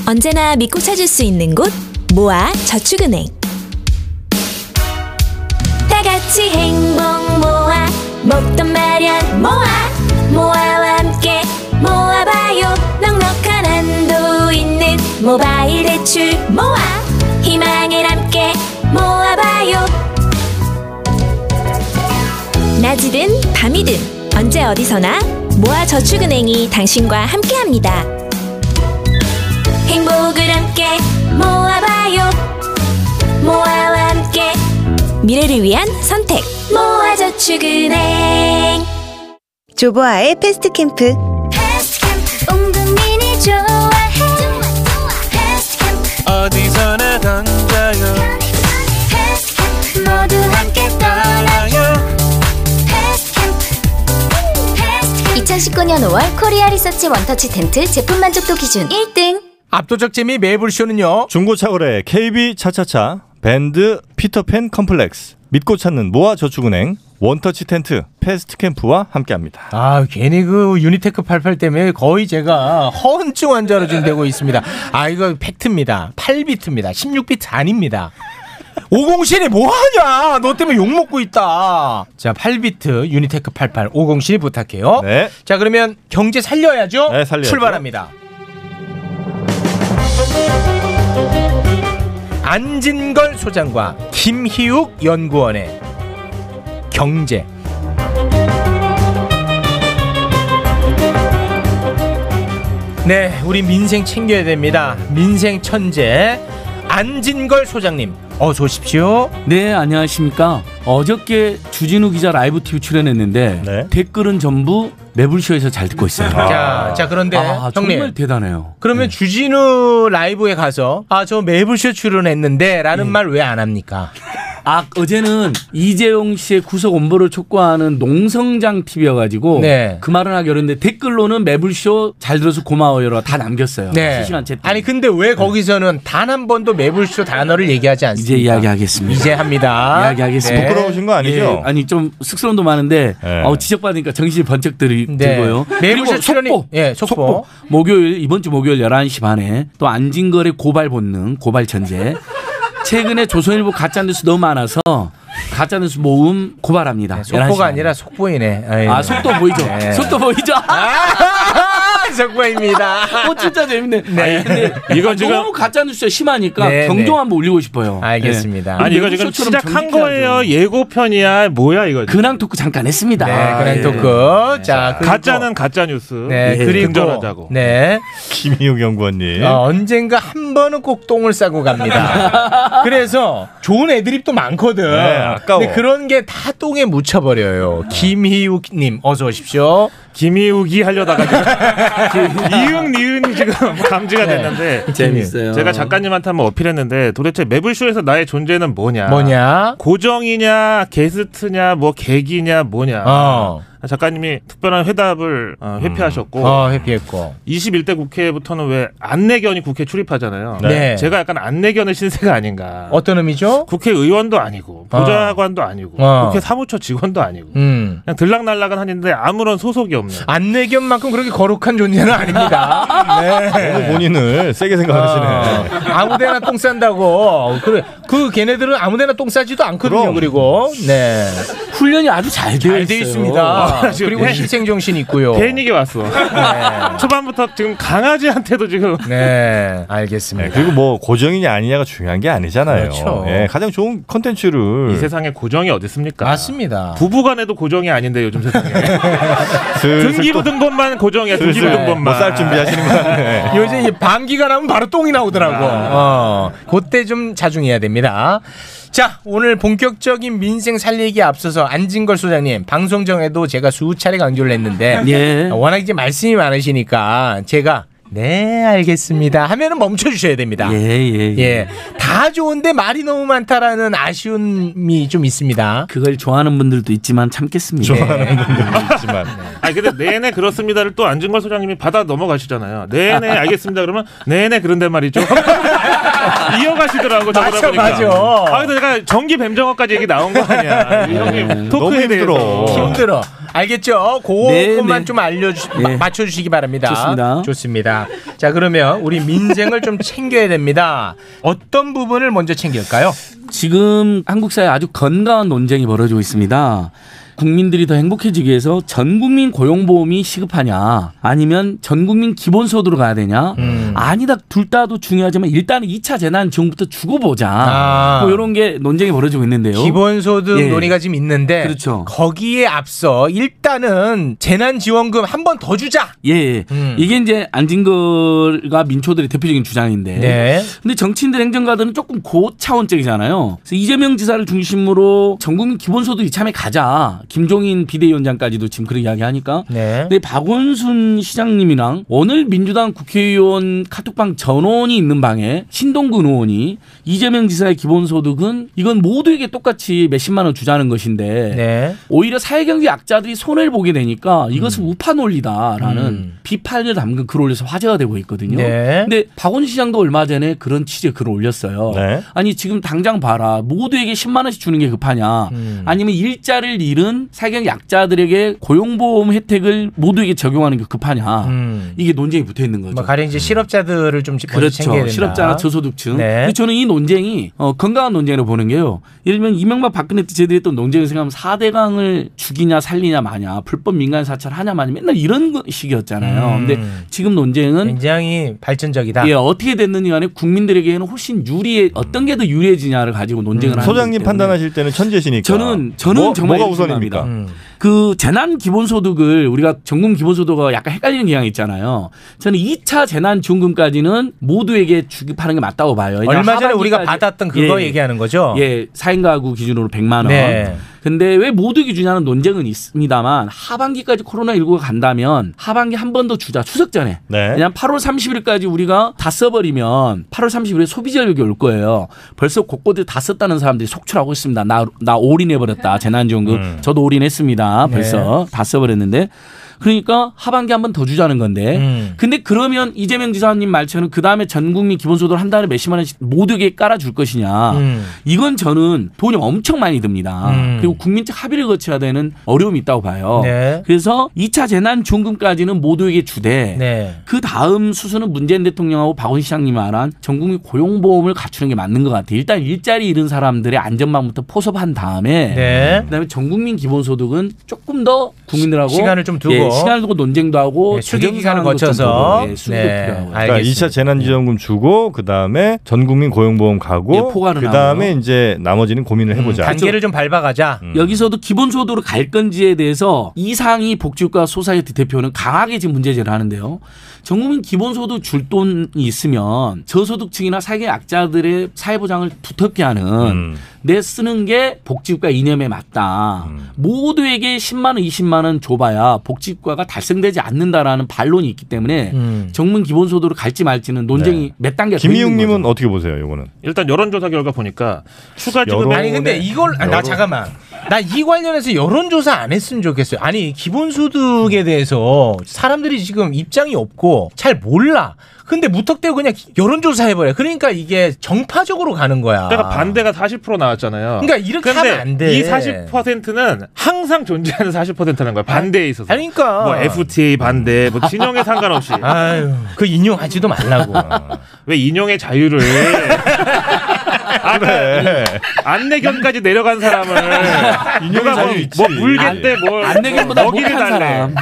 Speaker 7: 언제나 믿고 찾을 수 있는 곳 모아 저축은행
Speaker 18: 같이 행복 모아 먹던 마련 모아 모아와 함께 모아봐요 넉넉한 한도 있는 모바일 대출 모아 희망을 함께 모아봐요 낮이든 밤이든 언제 어디서나 모아 저축은행이 당신과 함께합니다. 행복을 함께 모아봐요. 모아와 함께 미래를 위한 선택. 모아 저축은행.
Speaker 14: 조보아의 패스트 캠프.
Speaker 18: 웅동 미니 좋아해.
Speaker 2: 어디서나 던져요
Speaker 18: 모두 함께 떠나요. 2019년 5월 코리아 리서치 원터치 텐트 제품 만족도 기준 1등.
Speaker 4: 압도적 재미 매불쇼는요.
Speaker 3: 중고차 거래 KB 차차차 밴드 피터팬 컴플렉스 믿고 찾는 모아저축은행 원터치 텐트 패스트 캠프와 함께합니다.
Speaker 4: 아 괜히 그 유니테크 88 때문에 거의 제가 허언증 환자로 지금 되고 있습니다. 아 이거 팩트입니다. 8비트입니다. 16비트 아닙니다. 507이 뭐하냐? 너 때문에 욕 먹고 있다. 자 8비트 유니테크 88 507 부탁해요. 네. 자 그러면 경제 살려야죠.
Speaker 3: 네, 살려야죠.
Speaker 4: 출발합니다. 안진걸 소장과 김희욱 연구원의 경제 네, 우리 민생 챙겨야 됩니다. 민생 천재 안진걸 소장님, 어서 오십시오.
Speaker 10: 네, 안녕하십니까. 어저께 주진우 기자 라이브 TV 출연했는데 댓글은 전부 매불쇼에서 잘 듣고 있어요.
Speaker 4: 네. 아. 자, 자 그런데
Speaker 10: 아,
Speaker 4: 형님
Speaker 10: 정말 대단해요.
Speaker 4: 그러면 주진우 라이브에 가서 아 저 매불쇼 출연했는데라는 말 왜 안 합니까?
Speaker 10: 예. 아 어제는 이재용 씨의 구속 엄벌을 촉구하는 농성장 TV여가지고
Speaker 4: 네.
Speaker 10: 그 말은 하기 어려운데 댓글로는 매불쇼 잘 들어서 고마워요라 다 남겼어요.
Speaker 4: 네.
Speaker 10: 실시간 채팅. 네.
Speaker 4: 아니 근데 왜 거기서는 단 한 번도 매불쇼 단어를 얘기하지 않습니까?
Speaker 10: 이제 이야기하겠습니다.
Speaker 4: 이제 합니다.
Speaker 10: 이야기하겠습니다.
Speaker 4: 네. 부끄러우신 거 아니죠?
Speaker 10: 예, 아니 좀 쑥스러움도 많은데 어, 지적받으니까 정신이 번쩍 들이,
Speaker 4: 네.
Speaker 10: 들고요.
Speaker 4: 매불쇼
Speaker 10: 그리고
Speaker 4: 출연이-
Speaker 10: 속보,
Speaker 4: 예,
Speaker 10: 속보. 목요일 이번 주 목요일 11시 반에 또 안진걸의 고발 본능, 고발 천재. <laughs> 최근에 조선일보 가짜뉴스 너무 많아서 가짜뉴스 모음 고발합니다.
Speaker 4: 네, 속보가
Speaker 10: 11시.
Speaker 4: 아니라 속보이네. 예.
Speaker 10: 아, 속도 보이죠? 속도 보이죠?
Speaker 4: 아.
Speaker 10: <laughs>
Speaker 4: 정보입니다.
Speaker 10: 어, 진짜 재밌네. 이거 지금 너무 가짜 뉴스가 심하니까
Speaker 19: 네,
Speaker 10: 경종 한번 올리고 싶어요.
Speaker 19: 예. 아니
Speaker 10: 네.
Speaker 19: 이거 지금 시작한 거예요. 예고편이야 뭐야 이거.
Speaker 10: 근황 토크 잠깐 했습니다.
Speaker 4: 네, 그냥 토크. 자, 그리고-
Speaker 19: 가짜는 가짜 뉴스. 예,
Speaker 4: 네, 그리고
Speaker 19: 근절하자고.
Speaker 4: 네.
Speaker 3: 김희욱 연구원님.
Speaker 4: 어, 언젠가 한 번은 꼭 똥을
Speaker 19: <laughs>
Speaker 4: 싸고 갑니다. 그래서 좋은 애드립도 많거든.
Speaker 3: 네, 아까워.
Speaker 4: 근데 그런 게 다 똥에 묻혀버려요. 김희욱님 어서 오십시오.
Speaker 19: 김희욱이 하려다가
Speaker 4: <laughs>
Speaker 19: 이응 니은 지금 감지가
Speaker 4: 네.
Speaker 19: 됐는데
Speaker 10: <laughs> 재밌어요.
Speaker 19: 제가 작가님한테 한번 어필했는데 도대체 매블쇼에서 나의 존재는 뭐냐?
Speaker 4: 뭐냐?
Speaker 19: 고정이냐, 게스트냐, 뭐 객이냐, 뭐냐?
Speaker 4: 어.
Speaker 19: 작가님이 특별한 회답을 어, 회피하셨고
Speaker 4: 어, 회피했고.
Speaker 19: 21대 국회부터는 왜 안내견이 국회 출입하잖아요.
Speaker 4: 네.
Speaker 19: 제가 약간 안내견의 신세가 아닌가.
Speaker 4: 어떤 의미죠?
Speaker 19: 국회의원도 아니고 보좌관도 아니고
Speaker 4: 어.
Speaker 19: 국회 사무처 직원도 아니고
Speaker 4: 음.
Speaker 19: 그냥 들락날락은 하는데 아무런 소속이 없는.
Speaker 4: 안내견만큼 그렇게 거룩한
Speaker 19: <laughs>
Speaker 4: 존재는 아닙니다. 네.
Speaker 19: 너무
Speaker 3: 본인을 세게 생각하시네.
Speaker 4: 아, 아무데나 똥 싼다고. 그래. 그 걔네들은 아무데나 똥 싸지도 않거든요. 그리고 네.
Speaker 10: 훈련이 아주 잘 되어
Speaker 4: 잘돼 있습니다. 그리고 희생 정신 있고요.
Speaker 19: 네. 괜히게 왔어. 초반부터 지금 강아지한테도 지금.
Speaker 4: 네, 알겠습니다.
Speaker 3: 그리고 뭐 고정이냐 아니냐가 중요한 게 아니잖아요.
Speaker 19: 그렇죠.
Speaker 3: 예, 가장 좋은 컨텐츠를
Speaker 19: 이 세상에 고정이 어디 있습니까?
Speaker 4: 맞습니다.
Speaker 19: 부부간에도 고정이 아닌데 요즘 세상에. 등기부 등본만 고정이야. 등기부
Speaker 4: 슬슬
Speaker 19: 등본만.
Speaker 4: 못살 준비하시는 <laughs> 요새 이제 반기가 나면 바로 똥이 나오더라고. 어, 그때 좀 자중해야 됩니다. 자, 오늘 본격적인 민생 살리기에 앞서서 안진걸 소장님 방송 정에도 제가 수차례 강조를 했는데
Speaker 10: <laughs> 예.
Speaker 4: 워낙 이제 말씀이 많으시니까 제가 네, 알겠습니다. 하면은 멈춰 주셔야 됩니다.
Speaker 10: 예, 예, 예.
Speaker 4: 예. 다 좋은데 말이 너무 많다라는 아쉬움이 좀 있습니다.
Speaker 10: 그걸 좋아하는 분들도 있지만 참겠습니다.
Speaker 19: 좋아하는
Speaker 4: 예.
Speaker 3: 분들도 있지만.
Speaker 19: 예. 아 근데 내내 그렇습니다를 또 안진걸 소장님이 받아 넘어가시잖아요. 네네 알겠습니다. 그러면 네네 그런데 말이죠. 이어가시더라고 저보다
Speaker 4: 맞아,
Speaker 19: 보니까.
Speaker 4: 맞아.
Speaker 19: 아, 근데 내가 전기 뱀정어까지 얘기 나온 거 아니야. 이 형님 토크에 대해서
Speaker 4: 힘들어. 알겠죠?
Speaker 19: 네,
Speaker 4: 그것만
Speaker 19: 네.
Speaker 4: 좀 알려주, 마- 맞춰주시기 바랍니다.
Speaker 10: 좋습니다.
Speaker 4: 좋습니다. 자, 그러면 우리 민생을
Speaker 10: <laughs>
Speaker 4: 좀 챙겨야 됩니다. 어떤 부분을 먼저 챙길까요?
Speaker 10: 지금 한국 사회 아주 건강한 논쟁이 벌어지고 있습니다. 국민들이 더 행복해지기 위해서 전 국민 고용보험이 시급하냐 아니면 전 국민 기본소득으로 가야 되냐
Speaker 4: 음.
Speaker 10: 아니다 둘 다도 중요하지만 일단은 2차 재난 지원부터 주고 보자
Speaker 4: 아.
Speaker 10: 뭐 이런 게 논쟁이 벌어지고 있는데요.
Speaker 4: 기본소득
Speaker 10: 예.
Speaker 4: 논의가 지금 있는데
Speaker 10: 그렇죠.
Speaker 4: 거기에 앞서 일단은 재난지원금 한 번 더 주자.
Speaker 10: 예, 예.
Speaker 4: 음.
Speaker 10: 이게 이제 안진걸과 민초들의 대표적인 주장인데.
Speaker 4: 네.
Speaker 10: 근데 정치인들 행정가들은 조금 고차원적이잖아요. 그래서 이재명 지사를 중심으로 전국민 기본소득 이참에 가자. 김종인 비대위원장까지도 지금 그런 이야기 하니까.
Speaker 4: 네.
Speaker 10: 근데 박원순 시장님이랑 오늘 민주당 국회의원 카톡방 전원이 있는 방에 신동근 의원이 이재명 지사의 기본소득은 이건 모두에게 똑같이 몇십만 원 주자는 것인데
Speaker 4: 네.
Speaker 10: 오히려 사회경제 약자들이 손해를 보게 되니까 이것은 우파 논리다라는
Speaker 4: 음.
Speaker 10: 비판을 담근 글을 올려서 화제가 되고 있거든요.
Speaker 4: 네.
Speaker 10: 근데 박원 시장도 얼마 전에 그런 취지의 글을 올렸어요.
Speaker 4: 네.
Speaker 10: 아니 지금 당장 봐라 모두에게 10만 원씩 주는 게 급하냐?
Speaker 4: 음.
Speaker 10: 아니면 일자를 잃은 사회경제 약자들에게 고용보험 혜택을 모두에게 적용하는 게 급하냐?
Speaker 4: 음.
Speaker 10: 이게 논쟁이 붙어 있는 거죠.
Speaker 4: 뭐 가령 이제 실업자들을 좀 먼저 챙겨야
Speaker 10: 음. 그렇죠.
Speaker 4: 된다.
Speaker 10: 실업자나 저소득층. 그
Speaker 4: 네.
Speaker 10: 근데 저는 이 논쟁이 어, 건강한 논쟁으로 보는 게요. 예를 들면 이명박 박근혜 때 제들이 했던 논쟁을 생각하면 4대강을 죽이냐 살리냐 마냐 불법 민간 사찰하냐 마냐 맨날 이런 거- 식이었잖아요.
Speaker 4: 음.
Speaker 10: 근데 지금 논쟁은
Speaker 4: 굉장히 발전적이다.
Speaker 10: 예, 어떻게 됐느냐 간에 국민들에게는 훨씬 유리해 어떤 게 더 유리해지냐를 가지고
Speaker 4: 음.
Speaker 10: 논쟁을 하는
Speaker 3: 음, 소장님
Speaker 10: 거기 때문에
Speaker 3: 판단하실 때는 천재시니까.
Speaker 10: 저는 저는
Speaker 3: 뭐,
Speaker 10: 정말
Speaker 3: 뭐가
Speaker 10: 이렇게 생각합니다.
Speaker 3: 우선입니까?
Speaker 4: 음.
Speaker 10: 그 재난 기본소득을 우리가 전금 기본소득과 약간 헷갈리는 경향이 있잖아요. 저는 2차 재난 지원금까지는 모두에게 주급하는 게 맞다고 봐요.
Speaker 4: 얼마 전에 우리가 받았던 그거 얘기하는 거죠?
Speaker 10: 예, 4인 가구 기준으로 100만 원.
Speaker 4: 네.
Speaker 10: 근데 왜 모두 기준이냐는 논쟁은 있습니다만 하반기까지 코로나19가 간다면 하반기 한 번 더 주자 추석 전에
Speaker 3: 네.
Speaker 10: 왜냐면 8월 30일까지 우리가 다 써버리면 8월 30일에 소비자 여력이 올 거예요. 벌써 곳곳에 다 썼다는 사람들이 속출하고 있습니다. 나, 나 올인해버렸다. 재난지원금.
Speaker 5: 음.
Speaker 10: 저도 올인했습니다.
Speaker 5: 네.
Speaker 10: 벌써 다 써버렸는데. 그러니까 하반기 한 번 더 주자는 건데.
Speaker 5: 음.
Speaker 10: 근데 그러면 이재명 지사님 말처럼 그 다음에 전 국민 기본소득을 한 달에 몇십만 원씩 모두에게 깔아줄 것이냐.
Speaker 5: 음.
Speaker 10: 이건 저는 돈이 엄청 많이 듭니다.
Speaker 5: 음.
Speaker 10: 그리고 국민적 합의를 거쳐야 되는 어려움이 있다고 봐요.
Speaker 5: 네.
Speaker 10: 그래서 2차 재난 지원금까지는 모두에게 주되
Speaker 4: 네.
Speaker 10: 그 다음 수순은 문재인 대통령하고 박원 시장님 말한 전국민 고용보험을 갖추는 게 맞는 것 같아요. 일단 일자리 잃은 사람들의 안전망부터 포섭한 다음에
Speaker 4: 네.
Speaker 10: 그다음에 전국민 기본소득은 조금 더 국민들하고
Speaker 4: 시간을 좀 두고.
Speaker 10: 예, 시간을 두고 논쟁도 하고
Speaker 4: 예, 수기
Speaker 10: 조정
Speaker 4: 기간을
Speaker 10: 상황도 좀
Speaker 4: 거쳐서.
Speaker 10: 보고, 예, 수기도
Speaker 4: 네.
Speaker 10: 필요하고.
Speaker 3: 그러니까 2차 재난지원금 주고 그 다음에 전국민 고용보험 가고
Speaker 10: 예, 포괄은
Speaker 3: 그 다음에
Speaker 10: 하고요. 음,
Speaker 3: 이제 나머지는 고민을 해보자.
Speaker 4: 음,
Speaker 3: 음.
Speaker 4: 단계를 좀 밟아가자.
Speaker 10: 여기서도 기본소득으로 갈 건지에 대해서 이상희 복지국가 소사이어티 대표는 강하게 지금 문제제기를 하는데요. 전국민 기본소득 줄 돈이 있으면 저소득층이나 사회 약자들의 사회보장을 두텁게 하는
Speaker 3: 음.
Speaker 10: 내 쓰는 게 복지국가 이념에 맞다.
Speaker 3: 음.
Speaker 10: 모두에게 10만 원, 20만 원 줘봐야 복지국가가 달성되지 않는다라는 반론이 있기 때문에
Speaker 4: 음.
Speaker 10: 전국민 기본소득으로 갈지 말지는 논쟁이 몇 단계
Speaker 3: 김희웅님은 어떻게 네. 보세요, 이거는?
Speaker 19: 일단 여론조사 결과 보니까 추가 지금
Speaker 4: 아니 근데 이걸 아, 나 잠깐만 나 이 관련해서 여론조사 안 했으면 좋겠어요. 아니 기본소득에 대해서 사람들이 지금 입장이 없고 잘 몰라. 근데 무턱대고 그냥 여론조사 해버려. 그러니까 이게 정파적으로 가는 거야.
Speaker 19: 그러니까 반대가 40% 나왔잖아요.
Speaker 4: 그러니까 이렇게
Speaker 19: 근데
Speaker 4: 하면 안 돼.
Speaker 19: 이 40%는 항상 존재하는 40%라는 거야. 반대에 있어서.
Speaker 4: 아니, 그러니까.
Speaker 19: 뭐 FTA 반대, 뭐 진영에 상관없이.
Speaker 4: 아유, 그 인용하지도 말라고.
Speaker 19: <laughs> 왜 인용의
Speaker 3: <laughs>
Speaker 19: 자유를 아,
Speaker 3: 그래.
Speaker 19: 안내견까지 내려간 사람을
Speaker 3: 네. 인용의
Speaker 19: 누가 뭐-
Speaker 3: 자유 있지. 아, 네.
Speaker 19: 뭐 물겠대 뭘
Speaker 10: 안내견보다
Speaker 19: 먹이를
Speaker 10: 못한
Speaker 19: 달래.
Speaker 10: 사람.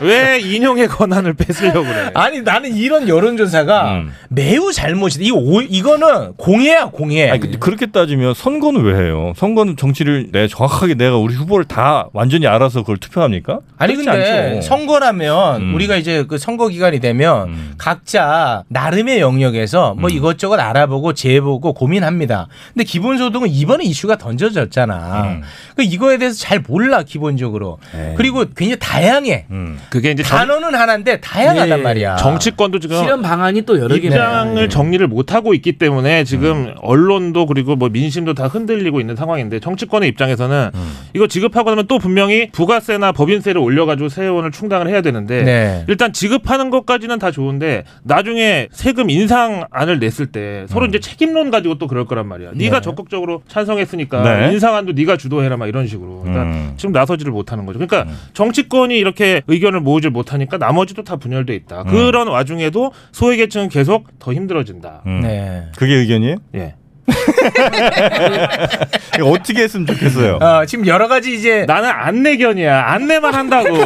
Speaker 19: 왜 인용의 권한을 뺏으려고 그래?
Speaker 4: 아니 나는 이런 여론조사가 매우 잘못이다. 이 오, 이거는 공예야 공예.
Speaker 3: 아니, 그- 그렇게 따지면 선거는 왜 해요? 선거는 정치를 내 정확하게 내가 우리 후보를 다 완전히 알아서 그걸 투표합니까?
Speaker 4: 아니
Speaker 3: 그렇지
Speaker 4: 근데
Speaker 3: 않죠. 어.
Speaker 4: 선거라면
Speaker 3: 음.
Speaker 4: 우리가 이제 그 선거 기간이 되면 각자 나름의 영역에서 뭐 이것저것 알아보고 재보고 고민합니다. 근데 기본소득은 이번에 이슈가 던져졌잖아. 그 이거에 대해서 잘 몰라 기본적으로. 그리고 굉장히 다양해.
Speaker 19: 그게 이제 정-
Speaker 4: 단어는 하나인데 다양하단
Speaker 3: 네.
Speaker 19: 예.
Speaker 4: 말이야.
Speaker 19: 정치권도 지금
Speaker 10: 실현 방안이 또 여러 개네. 음.
Speaker 19: 입장을 정리를 못 하고 있기 때문에 지금 언론도 그리고 뭐 민심도 다 흔들리고 있는 상황인데 정치권의 입장에서는
Speaker 10: 음.
Speaker 19: 이거 지급하고 나면 또 분명히 부가세나 법인세를 올려가지고 세원을 충당을 해야 되는데
Speaker 4: 네.
Speaker 19: 일단 지급하는 것까지는 다 좋은데 나중에 세금 인상안을 냈을 때 서로
Speaker 10: 음.
Speaker 19: 이제 책임론 가지고 또 그럴 거란 말이야. 네. 네. 가 적극적으로 찬성했으니까
Speaker 1: 네.
Speaker 19: 그러니까 인상안도 네가 주도해라 막 이런 식으로. 그러니까
Speaker 1: 음.
Speaker 19: 지금 나서지를 못하는 거죠.
Speaker 3: 음.
Speaker 19: 그러니까 정치권이 이렇게 의견을 모으질 못하니까 나머지도 다 분열돼 있다.
Speaker 3: 음.
Speaker 19: 그런 와중에도 소외 계층은 계속 더 힘들어진다.
Speaker 4: 네.
Speaker 3: 음. 그게 의견이에요?
Speaker 19: 예.
Speaker 3: <laughs> 어떻게 했으면 좋겠어요.
Speaker 19: 아,
Speaker 4: 지금 여러 가지 이제
Speaker 19: 나는 안내견이야. 안내만
Speaker 4: <laughs>
Speaker 19: 한다고.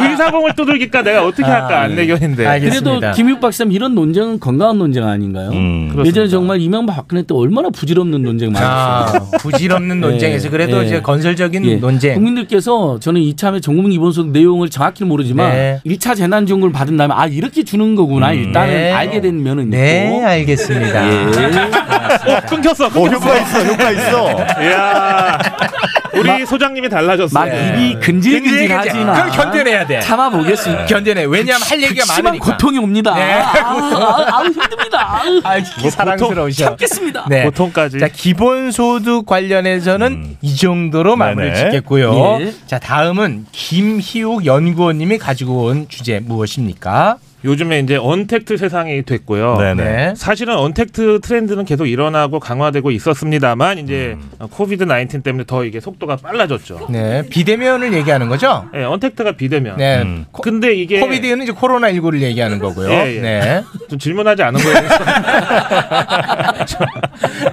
Speaker 19: 의사봉을 두들기까 내가 어떻게
Speaker 3: 아, 예.
Speaker 4: 아,
Speaker 19: 할까
Speaker 4: 예.
Speaker 19: 안내견인데.
Speaker 10: 그래도 김육 박사님 이런 논쟁은 건강한 논쟁 아닌가요? 예전에
Speaker 19: 그렇습니다.
Speaker 10: 정말 이명박 박근혜 때 얼마나 부질없는 논쟁 많았어요.
Speaker 4: 음,
Speaker 10: 예,
Speaker 4: 아,
Speaker 10: <laughs>
Speaker 4: 부질없는 논쟁에서 그래도 이제 건설적인 논쟁.
Speaker 10: 국민들께서 저는 이참에 전국민 기본소득 내용을 정확히 는 모르지만
Speaker 4: 네.
Speaker 10: 일 1차 재난지원금을 받은 다음에 아 이렇게 주는 거구나 일단은
Speaker 4: 네.
Speaker 10: 알게 된 면은
Speaker 4: 네,
Speaker 10: 있고. 예.
Speaker 4: 알겠습니다. 아,
Speaker 19: 어, 끊겼어.
Speaker 10: 끊겼어.
Speaker 19: 효과 있어. 효과 있어.
Speaker 4: <laughs>
Speaker 19: 야. 우리 소장님이 달라졌어.
Speaker 10: 막
Speaker 19: 네.
Speaker 10: 입이 근질근질하지만
Speaker 4: 네. 그걸 견뎌내야 돼. 네.
Speaker 10: 참아보겠습니다. 그
Speaker 4: 견뎌내. 왜냐하면 할 얘기가
Speaker 10: 극심한
Speaker 4: 많으니까.
Speaker 10: 고통이 옵니다.
Speaker 4: 네.
Speaker 10: 아, 아우 힘듭니다. 아우.
Speaker 4: 사랑스러우셔.
Speaker 10: 뭐
Speaker 4: 네.
Speaker 10: 참겠습니다.
Speaker 19: 보통까지. 음.
Speaker 4: 자, 기본소득 관련해서는 이 정도로 마무리
Speaker 10: 네네.
Speaker 4: 짓겠고요.
Speaker 10: 예.
Speaker 4: 자, 다음은 김희욱 연구원님이 가지고 온 주제 무엇입니까?
Speaker 19: 요즘에 이제 언택트 세상이 됐고요.
Speaker 4: 네네. 네.
Speaker 19: 사실은 언택트 트렌드는 계속 일어나고 강화되고 있었습니다만 이제 코비드 19 때문에 더 이게 속도가 빨라졌죠.
Speaker 4: 네, 비대면을 얘기하는 거죠?
Speaker 19: 네, 언택트가 비대면.
Speaker 4: 네.
Speaker 19: 음. 근데 이게
Speaker 4: 코비드는 이제 코로나19를 얘기하는 거고요.
Speaker 19: 예, 예.
Speaker 4: 네.
Speaker 19: <laughs> 좀 질문하지 않은 거예요. <laughs>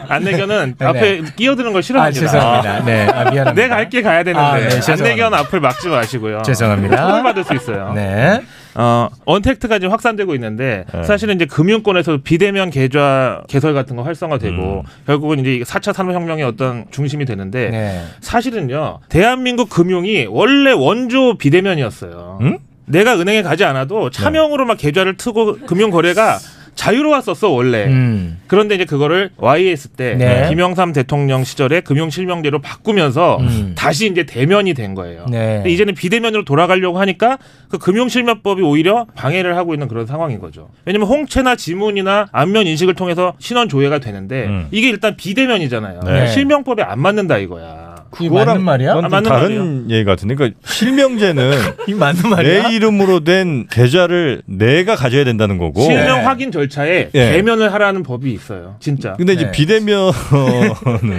Speaker 19: 안내견은
Speaker 4: 네,
Speaker 19: 앞에
Speaker 4: 네.
Speaker 19: 끼어드는 걸 싫어합니다.
Speaker 4: 아, 죄송합니다. 네, 아, 미안합니다.
Speaker 19: 내 갈게 가야 되는데
Speaker 4: 아, 네, 죄송합니다.
Speaker 19: 안내견 앞을 막지 마시고요.
Speaker 4: 죄송합니다.
Speaker 19: 처벌 받을 수 있어요.
Speaker 4: 네.
Speaker 19: 어, 언택트가 지금 확산되고 있는데
Speaker 1: 네.
Speaker 19: 사실은 이제 금융권에서 비대면 계좌 개설 같은 거 활성화되고 결국은 이제 4차 산업혁명의 어떤 중심이 되는데
Speaker 4: 네.
Speaker 19: 사실은요 대한민국 금융이 원래 원조 비대면이었어요. 내가 은행에 가지 않아도 차명으로 막 계좌를 트고 금융 거래가 자유로웠었어 원래.
Speaker 4: 음.
Speaker 19: 그런데 이제 그거를 YS 때
Speaker 4: 네.
Speaker 19: 김영삼 대통령 시절에 금융 실명제로 바꾸면서
Speaker 4: 음.
Speaker 19: 다시 이제 대면이 된 거예요.
Speaker 4: 네.
Speaker 19: 근데 이제는 비대면으로 돌아가려고 하니까 그 금융실명법이 오히려 방해를 하고 있는 그런 상황인 거죠. 왜냐면 홍채나 지문이나 안면 인식을 통해서 신원 조회가 되는데 이게 일단 비대면이잖아요.
Speaker 3: 음. 네.
Speaker 19: 실명법에 안 맞는다 이거야.
Speaker 4: 그게
Speaker 19: 아,
Speaker 3: 좀
Speaker 19: 맞는
Speaker 3: 다른
Speaker 19: 말이에요.
Speaker 3: 얘기 같은데, 그러니까 실명제는
Speaker 4: <laughs> 이 맞는 말이야?
Speaker 3: 내 이름으로 된 계좌를 내가 가져야 된다는 거고.
Speaker 4: 네.
Speaker 19: 실명 확인 절차에
Speaker 3: 예.
Speaker 19: 대면을 하라는 법이 있어요. 진짜.
Speaker 3: 근데
Speaker 4: 네.
Speaker 3: 이제 비대면은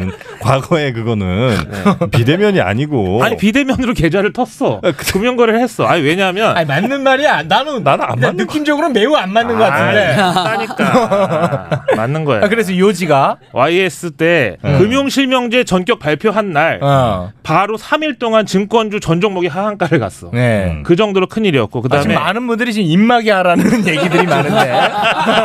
Speaker 3: <laughs> 과거에 그거는
Speaker 4: 네.
Speaker 3: 비대면이 아니고
Speaker 4: 어.
Speaker 19: 아니 비대면으로 계좌를 텄어. 금융거래를 했어. 아니 왜냐하면
Speaker 4: 아, 아니 맞는 말이야. 나는
Speaker 19: 나는 안 맞는
Speaker 4: 느낌적으로 매우 안 맞는 것 같은데.
Speaker 19: 아,
Speaker 4: <laughs>
Speaker 19: 그러니까 맞는 거예요.
Speaker 4: 아, 그래서 요지가
Speaker 19: YS 때 금융실명제 전격 발표한 날
Speaker 4: 어.
Speaker 19: 바로 3일 동안 증권주 전 종목이 하한가를 갔어.
Speaker 4: 네.
Speaker 19: 그 정도로 큰 일이었고
Speaker 4: 아, 지금
Speaker 19: 그다음에
Speaker 4: 많은 분들이 지금 입마개 하라는 얘기들이 많은데.
Speaker 19: <laughs>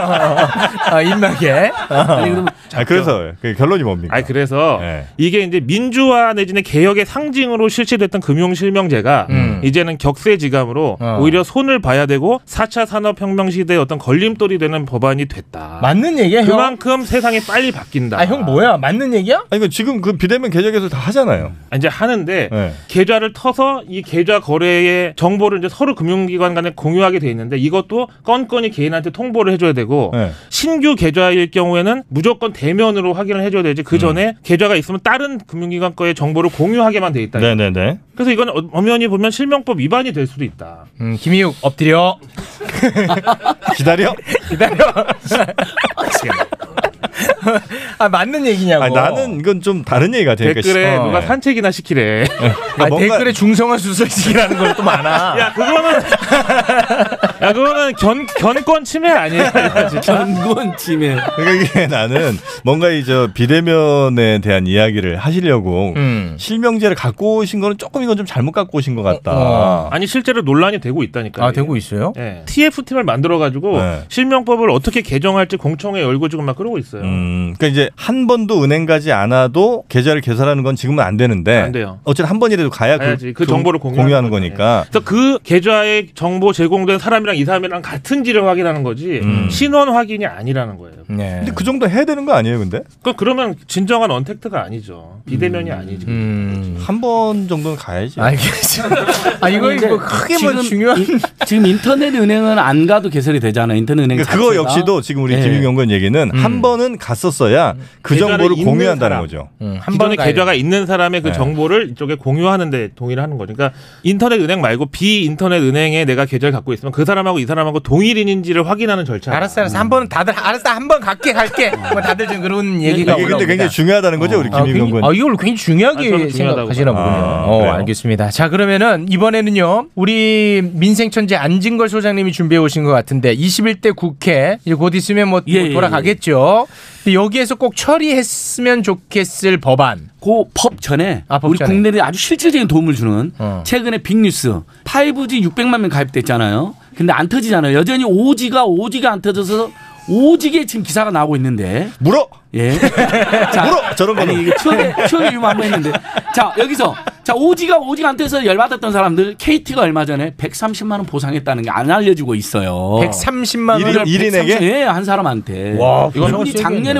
Speaker 4: 아, 입마개.
Speaker 19: 아, 그래서 결론이 뭡니까? 아, 그래서
Speaker 4: 예.
Speaker 19: 이게 이제 민주화 내지는 개혁의 상징으로 실시됐던 금융실명제가 이제는 격세지감으로
Speaker 4: 음. 어.
Speaker 19: 오히려 손을 봐야 되고 4차 산업혁명 시대의 어떤 걸림돌이 되는 법안이 됐다.
Speaker 4: 맞는 얘기야, 형?
Speaker 19: 그만큼 세상이 빨리 바뀐다.
Speaker 4: 아, 형 뭐야? 맞는 얘기야?
Speaker 19: 아니 그 지금 그 비대면 계좌에서 다 하잖아요. 네. 이제 하는데 계좌를 터서 이 계좌 거래의 정보를 이제 서로 금융기관 간에 공유하게 돼 있는데 이것도 건건이 개인한테 통보를 해줘야 되고 신규 계좌일 경우에는 무조건 대면으로 확인을 해줘야 되지 그 전에 계좌가 있으면 다른 금융기관 거에 정보를 공유하게만 돼 있다.
Speaker 3: 네네네.
Speaker 19: 그래서 이건 어- 엄연히 보면 실명법 위반이 될 수도 있다.
Speaker 4: 음, 김희욱 엎드려.
Speaker 19: <laughs> 기다려.
Speaker 4: <laughs>
Speaker 19: <laughs>
Speaker 4: 기다려. 아 맞는 얘기냐고.
Speaker 3: 아니, 나는 이건 좀 다른 얘기 같아요. 그러니까
Speaker 19: 댓글에
Speaker 3: 시- 어,
Speaker 19: 누가
Speaker 3: 예. 그러니까
Speaker 19: 산책이나 시키래.
Speaker 4: 아, 댓글에 중성화 수술식이라는 걸 또 많아.
Speaker 19: 야 그거는 야 그거는 견 견권 침해 아니에요?
Speaker 10: 견권 침해.
Speaker 3: <laughs> 그러니까 이게 나는 뭔가 이저 비대면에 대한 이야기를 하시려고
Speaker 19: 음.
Speaker 3: 실명제를 갖고 오신 거는 조금 이건 좀 잘못 갖고 오신 것 같다.
Speaker 4: 어,
Speaker 3: 어.
Speaker 19: 아니 실제로 논란이 되고 있다니까. 아 되고
Speaker 4: 있어요?
Speaker 19: 네. TF 팀을 만들어 가지고
Speaker 3: 네.
Speaker 19: 실명법을 어떻게 개정할지 공청회 열고 지금 막 그러고 있어요.
Speaker 3: 음, 그러니까 이제 한 번도 은행 가지 않아도 계좌를 개설하는 건 지금은 안 되는데
Speaker 19: 안 돼요.
Speaker 3: 어쨌든 한 번이라도 가야
Speaker 19: 가야지.
Speaker 3: 그,
Speaker 19: 그 정보를 공유하는
Speaker 3: 거니까.
Speaker 19: 그래서 그 계좌에 정보 제공된 사람이 사람이랑 이 사람이랑 같은지를 확인하는 거지
Speaker 3: 음.
Speaker 19: 신원 확인이 아니라는 거예요.
Speaker 3: 근데 그 정도 해야 되는 거 아니에요, 근데?
Speaker 19: 그 그러면 진정한 언택트가 아니죠. 비대면이
Speaker 4: 음.
Speaker 19: 아니죠. 그렇죠.
Speaker 3: 한 번 정도는 가야지.
Speaker 19: 알겠습니다.
Speaker 4: 아, 이거,
Speaker 19: 근데
Speaker 4: 이거 크게 뭐
Speaker 19: 지금
Speaker 4: 중요한.
Speaker 10: 인- 지금 인터넷 은행은 안 가도 개설이 되잖아요. 인터넷 은행
Speaker 3: 그러니까 그거
Speaker 10: 자체가.
Speaker 3: 역시도 지금 우리
Speaker 10: 예.
Speaker 3: 김유경 건 얘기는 한 번은 갔었어야
Speaker 19: 음.
Speaker 3: 그
Speaker 19: 계좌를
Speaker 3: 정보를
Speaker 19: 있는
Speaker 3: 공유한다는
Speaker 19: 사람. 음.
Speaker 3: 거죠.
Speaker 19: 한 번에
Speaker 3: 가야
Speaker 19: 계좌가
Speaker 3: 돼요.
Speaker 19: 있는 사람의 그
Speaker 3: 네.
Speaker 19: 정보를 이쪽에 공유하는데 동의를 하는 거죠. 그러니까 인터넷 은행 말고 비인터넷 은행에 내가 계좌를 갖고 있으면 그 사람하고 이 사람하고 동일인인지를 확인하는 절차.
Speaker 4: 알았어, 알았어. 한 번은 다들 알았어. 한 번 갈게, 갈게. 뭐 다들 좀 그런 얘기가
Speaker 3: 아, 이게 근데
Speaker 4: 올라옵니다.
Speaker 3: 굉장히 중요하다는 거죠, 우리
Speaker 4: 아,
Speaker 3: 김유경 아,
Speaker 4: 굉장히-
Speaker 3: 건.
Speaker 4: 아, 이걸 굉장히 중요하게 생각하시나 보군요. 어, 알겠습니다. 자, 그러면은 이번에는요. 우리 민생 천재 안진걸 소장님이 준비해 오신 것 같은데 21대 국회 이제 곧 있으면 뭐, 뭐
Speaker 10: 예,
Speaker 4: 돌아가겠죠. 근데 여기에서 꼭 처리했으면 좋겠을 법안.
Speaker 10: 그 법 전에 우리
Speaker 4: 전에. 어.
Speaker 10: 국내에 아주 실질적인 도움을 주는 최근에 빅뉴스 5G 600만 명 가입됐잖아요. 근데 안 터지잖아요. 여전히 5G가 5G가 안 터져서 오지게 지금 기사가 나오고 있는데
Speaker 3: 물어
Speaker 10: <laughs> 예 물어
Speaker 3: 저런
Speaker 10: 거는 이게 추억의 추억의 유머 한번 했는데 자 여기서 자 오지가 오지가 안 돼서 열받았던 사람들 KT가 얼마 전에 130만 원 보상했다는 게 안 알려지고 있어요
Speaker 4: 130만
Speaker 10: 일인-
Speaker 4: 원을
Speaker 10: 일인에게?
Speaker 4: 130
Speaker 10: 예한 사람한테
Speaker 4: 와,
Speaker 10: 이분이
Speaker 4: 그거
Speaker 10: 작년에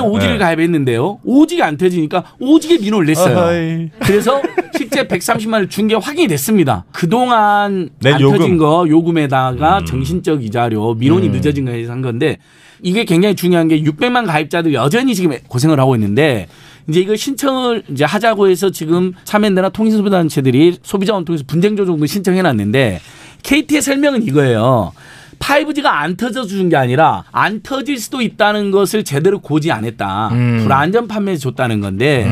Speaker 4: 세겠네.
Speaker 10: 오지를
Speaker 4: 네.
Speaker 10: 가입했는데요 오지가 안 터지니까 오지게 민원을 냈어요
Speaker 3: 아하이.
Speaker 10: 그래서 실제 130만 원을 준 게 확인이 됐습니다 그동안
Speaker 3: 낸
Speaker 10: 안
Speaker 3: 요금.
Speaker 10: 터진 거 요금에다가 정신적 이자료 민원이
Speaker 3: 음.
Speaker 10: 늦어진 거에 대해서 한 건데 이게 굉장히 중요한 게 600만 가입자들 여전히 지금 고생을 하고 있는데 이제 이거 신청을 이제 하자고 해서 지금 참여연대나 통신소비자단체들이 소비자원 통해서 분쟁조정도 신청해 놨는데 KT의 설명은 이거예요. 5G가 안 터져 주는 게 아니라 안 터질 수도 있다는 것을 제대로 고지 안 했다.
Speaker 4: 음.
Speaker 10: 불안전 판매해 줬다는 건데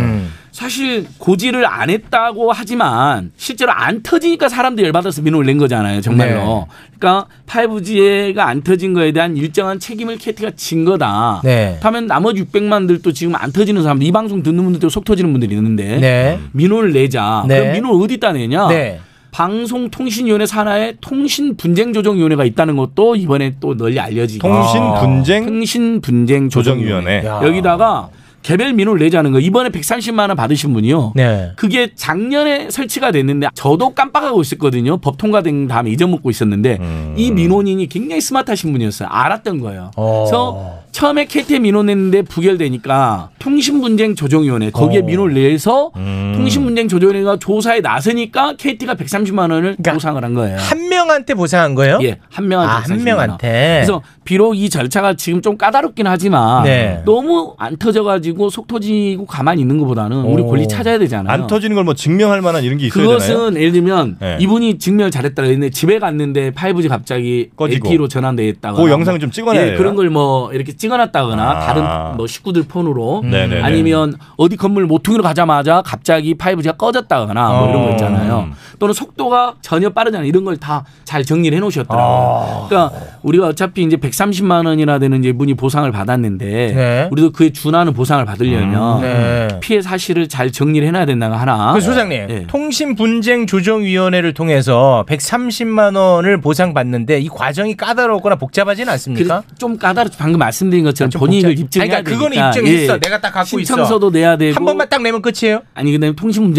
Speaker 10: 사실 고지를 안 했다고 하지만 실제로 안 터지니까 사람들이 열받아서 민원을 낸 거잖아요. 정말로.
Speaker 4: 네.
Speaker 10: 그러니까 5G가 안 터진 거에 대한 일정한 책임을 KT가 진 거다.
Speaker 4: 네.
Speaker 10: 하면 나머지 600만들도 지금 안 터지는 사람들 이 방송 듣는 분들도 속 터지는 분들이 있는데
Speaker 4: 네.
Speaker 10: 민원을 내자.
Speaker 4: 네.
Speaker 10: 그럼 민원 어디다 내냐?
Speaker 4: 네.
Speaker 10: 방송통신위원회 산하에 통신분쟁조정위원회가 있다는 것도 이번에 또 널리 알려지고
Speaker 3: 통신분쟁
Speaker 10: 통신분쟁조정위원회
Speaker 3: 조정위원회. 야.
Speaker 10: 여기다가 개별 민원을 내자는 거 이번에 130만 원 받으신 분이요.
Speaker 4: 네.
Speaker 10: 그게 작년에 설치가 됐는데 저도 깜빡하고 있었거든요. 법 통과된 다음에 잊어먹고 있었는데
Speaker 4: 음.
Speaker 10: 이 민원인이 굉장히 스마트하신 분이었어요. 알았던 거예요. 그래서 처음에 KT 민원 냈는데 부결되니까 통신분쟁조정위원회 거기에
Speaker 4: 어.
Speaker 10: 민원을 내서
Speaker 4: 음.
Speaker 10: 통신분쟁조정위원회가 조사에 나서니까 KT가 130만 원을 보상을 한 거예요.
Speaker 4: 그러니까 한 명한테 보상한 거예요?
Speaker 10: 예, 한 명한테.
Speaker 4: 아, 한 명한테.
Speaker 10: 그래서 비록 이 절차가 지금 좀 까다롭긴
Speaker 3: 아.
Speaker 10: 하지만
Speaker 4: 네.
Speaker 10: 너무 안 터져가지고 속 터지고 가만히 있는 것보다는 우리
Speaker 3: 오.
Speaker 10: 권리 찾아야 되잖아요.
Speaker 3: 안 터지는 걸 뭐 증명할 만한 이런 게 있어야
Speaker 10: 그것은
Speaker 3: 되나요?
Speaker 10: 예를 들면
Speaker 3: 네.
Speaker 10: 이분이 증명을 잘했다 그랬는데 집에 갔는데 5G 갑자기
Speaker 3: 꺼지고.
Speaker 10: LTE로 전환됐다거나
Speaker 3: 그 영상 좀 찍어놔야
Speaker 10: 예, 그런
Speaker 3: 돼요?
Speaker 10: 걸 뭐 이렇게 찍어놨다거나
Speaker 3: 아.
Speaker 10: 다른 뭐 식구들 폰으로
Speaker 4: 음.
Speaker 3: 네네네.
Speaker 10: 아니면 어디 건물 모퉁이로 가자마자 갑자기 5G가 꺼졌다거나 뭐 이런 거 있잖아요.
Speaker 4: 음.
Speaker 10: 또는 속도가 전혀 빠르잖아요. 이런 걸 다 잘 정리를
Speaker 4: 아.
Speaker 10: 해놓으셨더라고요. 그러니까 우리가 어차피 이제 130만 원이나 되는 이제 분이 보상을 받았는데
Speaker 4: 네.
Speaker 10: 우리도 그에 준하는 보상을 받으려면
Speaker 4: 음, 네.
Speaker 10: 피해 사실을 잘 정리를 해놔야 된다가 하나.
Speaker 4: 그 소장님,
Speaker 10: 예.
Speaker 4: 통신분쟁조정위원회를 통해서 130만 원을 보상받는데 이 과정이 까다롭거나 복잡하지는 않습니까? 아,
Speaker 10: 좀 까다롭죠. 방금 말씀드린 것처럼 본인을 입증해야
Speaker 4: 그러니까 그거는
Speaker 10: 되니까.
Speaker 4: 입증했어.
Speaker 10: 예.
Speaker 4: 내가 딱 갖고 있어.
Speaker 10: 신청서도 내야 되고
Speaker 4: 한 번만 딱 내면 끝이에요?
Speaker 10: 아니 그다음에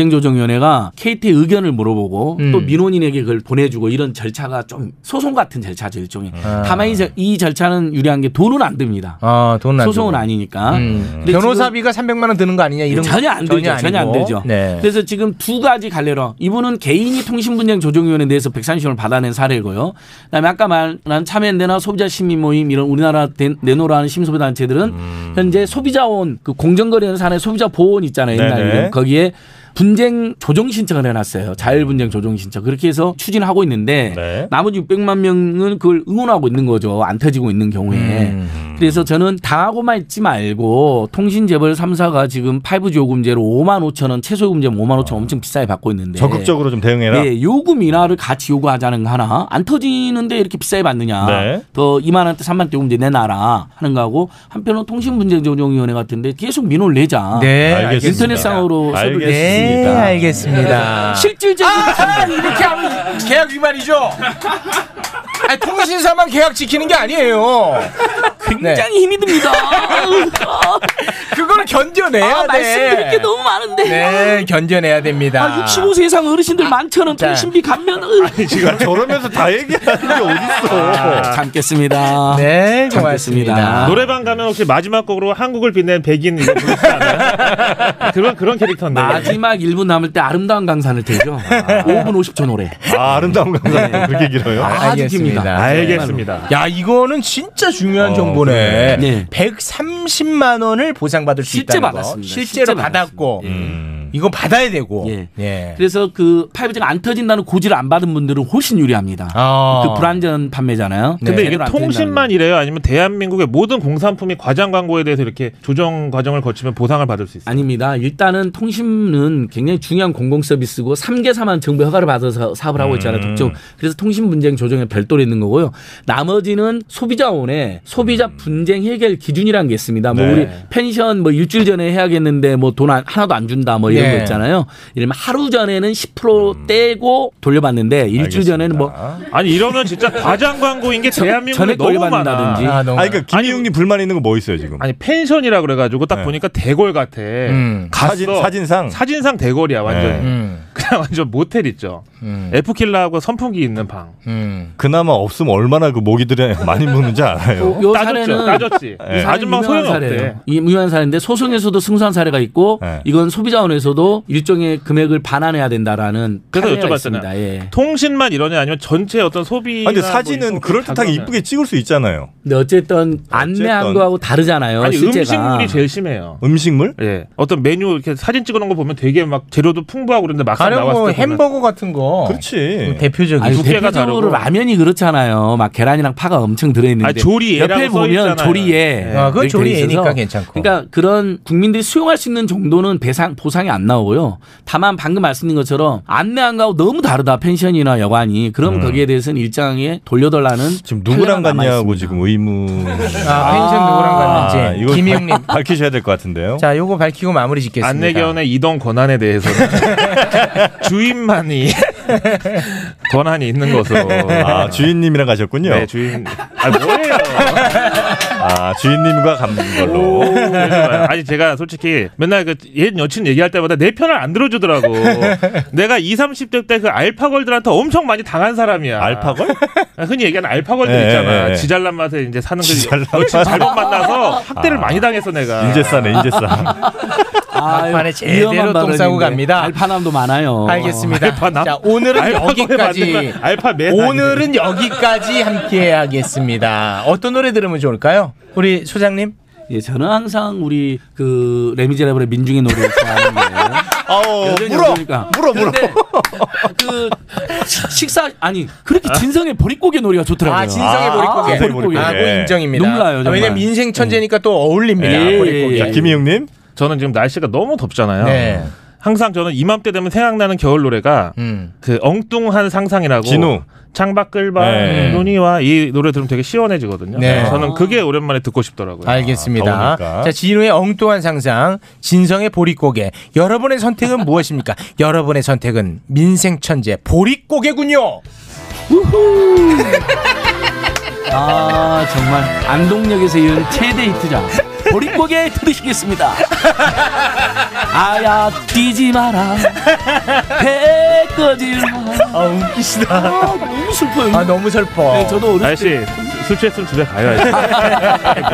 Speaker 10: 통신분쟁조정위원회가 KT 의견을 물어보고
Speaker 4: 음.
Speaker 10: 또 민원인에게 그걸 보내주고 이런 절차가 좀 소송 같은 절차죠 일종의.
Speaker 4: 아.
Speaker 10: 다만 이, 절- 이 절차는 유리한 게 돈은 안 듭니다.
Speaker 4: 아, 돈은 안
Speaker 10: 소송은
Speaker 4: 들고.
Speaker 10: 아니니까.
Speaker 4: 음.
Speaker 10: 근데
Speaker 4: 변호사비가 300만 원 드는 거 아니냐 이런 거
Speaker 10: 네, 전혀 안 되죠. 전혀 안
Speaker 4: 아니고.
Speaker 10: 되죠.
Speaker 4: 네.
Speaker 10: 그래서 지금 두 가지 갈래로 이분은 개인이 통신분쟁 조정위원회에 대해서 130원을 받아낸 사례고요. 그다음에 아까 말한 참여연대나 소비자 시민 모임 이런 우리나라 대- 내노라는 시민소비 단체들은
Speaker 4: 음.
Speaker 10: 현재 소비자원 그 공정거래는 산의 소비자 보호원 있잖아요. 옛날에
Speaker 4: 네네.
Speaker 10: 거기에 분쟁 조정 신청을 해놨어요. 자율 분쟁 조정 신청. 그렇게 해서 추진하고 있는데
Speaker 4: 네.
Speaker 10: 나머지 600만 명은 그걸 응원하고 있는 거죠. 안 터지고 있는
Speaker 4: 음.
Speaker 10: 경우에. 그래서 저는 당하고만 있지 말고 통신재벌 삼사가 지금 5G 요금제로 5만 5천 원 최소 요금제 5만 5천 원 엄청 비싸게 받고 있는데
Speaker 3: 적극적으로 좀 대응해라.
Speaker 10: 예, 요금 인하를 같이 요구하자는 거 하나. 안 터지는데 이렇게 비싸게 받느냐.
Speaker 3: 네.
Speaker 10: 더 2만 원대 3만 원대 요금제 내놔라 하는 거하고 한편으로 통신분쟁조정위원회 같은데 계속 민원을 내자.
Speaker 4: 네, 알겠습니다.
Speaker 10: 인터넷상으로 서류를
Speaker 4: 네,
Speaker 10: 냈습니다.
Speaker 4: 알겠습니다.
Speaker 10: 실질적인
Speaker 4: 아, 이렇게 하면 계약 위반이죠. 아니, 통신사만 계약 지키는 게 아니에요. 네.
Speaker 10: 굉장히 힘이 듭니다.
Speaker 4: <laughs> 그걸 견뎌내야
Speaker 10: 아,
Speaker 4: 돼.
Speaker 10: 말씀드릴 게 너무 많은데.
Speaker 4: 네, 견뎌내야 됩니다.
Speaker 10: 아, 65세 이상 어르신들 많잖아. 통신비 감면. 아니,
Speaker 3: 지금 저러면서 다 얘기하는 게
Speaker 10: 아, 참겠습니다.
Speaker 4: 네,
Speaker 10: 고맙습니다.
Speaker 19: 노래방 가면 혹시 마지막 곡으로 한국을 빛낸 백인 이거 부르지 않아요? 그런 그런 캐릭터인데.
Speaker 10: 마지막 1분 남을 때 아름다운 강산을 들죠. 네. 5분 50초 노래.
Speaker 3: 아, 아름다운 강산 그렇게 길어요?
Speaker 10: 아주
Speaker 4: 알겠습니다.
Speaker 15: 네,
Speaker 10: 깁니다.
Speaker 19: 알겠습니다.
Speaker 4: 야, 이거는 진짜 중요한
Speaker 19: 어,
Speaker 4: 정보네.
Speaker 19: 그래.
Speaker 10: 네.
Speaker 4: 130만 원을 보상받을 수
Speaker 10: 실제
Speaker 4: 있다는
Speaker 10: 받았습니다. 예.
Speaker 4: 거. 실제로
Speaker 10: 실제
Speaker 4: 받았고. 이건 받아야 되고. 예.
Speaker 10: 그래서 그 파이브지가 안 터진다는 고지를 안 받은 분들은 훨씬 유리합니다.
Speaker 4: 아.
Speaker 10: 그 불안전 판매잖아요.
Speaker 19: 근데 이게
Speaker 10: 네. 제대로 안 터진다는
Speaker 19: 통신만 이래요? 아니면 대한민국의 모든 공산품이 과장 광고에 대해서 이렇게 조정 과정을 거치면 보상을 받을 수 있어요?
Speaker 10: 아닙니다. 일단은 통신은 굉장히 중요한 공공 서비스고 3개사만 정부 허가를 받아서 사업을 하고 있잖아요.
Speaker 5: 음.
Speaker 10: 독점. 그래서 통신 분쟁 조정에 별도로 있는 거고요. 나머지는 소비자원의 소비자 분쟁 해결 기준이라는 게 있습니다. 뭐
Speaker 5: 네.
Speaker 10: 우리 펜션 뭐 일주일 전에 해야겠는데 뭐 돈 하나도 안 준다 뭐 이런
Speaker 5: 예.
Speaker 10: 거 있잖아요. 이러면 하루 전에는 10% 떼고 돌려받는데 일주일 전에는 뭐
Speaker 19: 아니 이러면 진짜 과장 광고인
Speaker 10: <laughs>
Speaker 19: 게 대한민국에 너무 많아.
Speaker 3: 아니 그러니까 김희웅님 불만 있는 거 뭐 있어요 지금?
Speaker 19: 아니 펜션이라 그래가지고 딱 보니까 대골 같아.
Speaker 3: 네. 음.
Speaker 19: 갔어.
Speaker 3: 사진- 사진상?
Speaker 19: 사진상 대골이야 완전.
Speaker 3: 네.
Speaker 19: 히
Speaker 3: 음.
Speaker 19: <laughs> 그냥 완전 모텔 있죠.
Speaker 4: 음.
Speaker 19: 에프킬라하고 선풍기 있는 방.
Speaker 3: 그나마 없으면 얼마나 그 모기들이 <laughs> 많이 먹는지 알아요.
Speaker 10: 요
Speaker 19: 따졌죠,
Speaker 10: 사례는
Speaker 19: 따졌지. 이
Speaker 10: 이 사례는
Speaker 19: 아줌마가
Speaker 10: 유명한
Speaker 19: 소용이 없대.
Speaker 10: 사례예요. 네. 이 유명한 사례인데 소송에서도 승소한 사례가 있고
Speaker 19: 네.
Speaker 10: 이건 소비자원에서도 일정의 금액을 반환해야 된다라는
Speaker 19: 그래서
Speaker 10: 판례가
Speaker 19: 여쭤봤잖아요.
Speaker 10: 있습니다. 예.
Speaker 19: 통신만 이러냐 아니면 전체 어떤 뭐 소비.
Speaker 3: 아니, 근데 사진은 그럴듯하게 이쁘게 찍을 수 있잖아요.
Speaker 10: 근데 어쨌든 안내한 거하고 다르잖아요.
Speaker 19: 아니
Speaker 10: 실제가.
Speaker 19: 음식물이 제일 심해요.
Speaker 3: 음식물?
Speaker 19: 예. 어떤 메뉴 이렇게 사진 찍어놓은 거 보면 되게 막 재료도 풍부하고 그런데 막상
Speaker 4: 가령
Speaker 19: 나왔을
Speaker 4: 뭐
Speaker 19: 때 보면
Speaker 4: 햄버거 같은 거.
Speaker 3: 그렇지.
Speaker 4: 대표적인
Speaker 10: 아니,
Speaker 19: 두께가
Speaker 10: 대표적으로
Speaker 19: 네. 다르고.
Speaker 10: 라면이 그렇잖아요. 막 계란이랑 파가 엄청 들어있는데
Speaker 19: 아니, 조리예라고
Speaker 10: 옆에
Speaker 19: 써
Speaker 10: 보면
Speaker 19: 있잖아요. 네.
Speaker 10: 조리예.
Speaker 4: 아, 그건
Speaker 10: 이렇게 돼
Speaker 4: 조리예니까
Speaker 10: 있어서
Speaker 4: 괜찮고.
Speaker 10: 그러니까 그런 국민들이 수용할 수 있는 정도는 배상 보상이 안 나오고요. 다만 방금 말씀드린 것처럼 안내한 거하고 너무 다르다 펜션이나 여관이
Speaker 19: 음.
Speaker 10: 그럼 거기에 대해서는 일정에 돌려달라는 지금
Speaker 3: 누구랑 갔냐고 지금 의무.
Speaker 4: 아, 펜션 누구랑 갔는지.
Speaker 3: 이거 발-
Speaker 4: 김희웅님.
Speaker 3: 밝히셔야 될 것 같은데요.
Speaker 4: 자, 요거 밝히고 마무리 짓겠습니다.
Speaker 19: 아. 안내견의 이동 권한에 대해서 <laughs> 주인만이 <laughs> 권한이 있는 것으로.
Speaker 4: <laughs>
Speaker 3: 아 주인님이랑 가셨군요.
Speaker 19: 네, 주인. 아 뭐예요?
Speaker 3: 아 주인님과 간 걸로.
Speaker 19: 아니 제가 솔직히 맨날 그 옛 여친 얘기할 때마다 내 편을 안 들어주더라고. 내가 2, 30대 때 그 알파걸들한테 엄청 많이 당한 사람이야. 아,
Speaker 3: 알파걸?
Speaker 19: 흔히 얘기하는 알파걸들
Speaker 3: 예,
Speaker 19: 있잖아.
Speaker 3: 예, 예.
Speaker 19: 지잘난 맛에 이제 사는
Speaker 3: 지잘난
Speaker 19: 그 여친
Speaker 3: 맛.
Speaker 19: 잘못 만나서 학대를
Speaker 3: 아.
Speaker 19: 많이 당했어 내가.
Speaker 3: 인제 싸네, 인제
Speaker 4: <laughs>
Speaker 3: 싸.
Speaker 4: 막판에 네, 제대로 똥 싸고 갑니다.
Speaker 10: 알파남도 많아요.
Speaker 4: 알겠습니다. 자, 오늘은
Speaker 19: 알파고에
Speaker 4: 여기까지.
Speaker 19: 맞는 거- 알파 맨
Speaker 4: 오늘은 여기까지 함께 하겠습니다. 어떤 노래 들으면 좋을까요? 우리 소장님?
Speaker 10: 예, 저는 항상 우리 그 레미제라블의
Speaker 4: <laughs>
Speaker 10: 민중의 노래를 좋아하는데.
Speaker 4: 물어.
Speaker 10: 물어 물어. 그 식- 식사 아니 그렇게 진성의 보릿고개 노래가 좋더라고요.
Speaker 4: 아, 진성의 보릿고개. 아, 그거 인정입니다.
Speaker 10: 놀라요.
Speaker 4: 아, 왜냐면 인생 천재니까 또 어울립니다. 보릿고개. 자,
Speaker 19: 김희영님, 네. 저는 지금 날씨가 너무 덥잖아요.
Speaker 4: 네.
Speaker 19: 항상 저는 이맘때 되면 생각나는 겨울 노래가
Speaker 4: 음.
Speaker 19: 그 엉뚱한 상상이라고
Speaker 3: 진우.
Speaker 19: 창밖을 봐
Speaker 3: 네.
Speaker 19: 눈이 와 이 노래 들으면 되게 시원해지거든요.
Speaker 4: 네.
Speaker 19: 저는 그게 오랜만에 듣고 싶더라고요.
Speaker 4: 알겠습니다.
Speaker 19: 아, 더우니까.
Speaker 4: 자, 진우의 엉뚱한 상상, 진성의 보릿고개. 여러분의 선택은 무엇입니까? 여러분의 선택은 민생 천재 보릿고개군요.
Speaker 10: 아 정말 안동역에서 이은 최대 히트작 보릿고개 들으시겠습니다. 아야 뛰지 마라 배 꺼질 마아
Speaker 4: 웃기시다.
Speaker 10: 너무 슬퍼요.
Speaker 4: 아 너무 슬퍼.
Speaker 10: 네, 저도 어렸을
Speaker 19: 날씨
Speaker 10: 때
Speaker 19: 술 취했으면 집에 가요.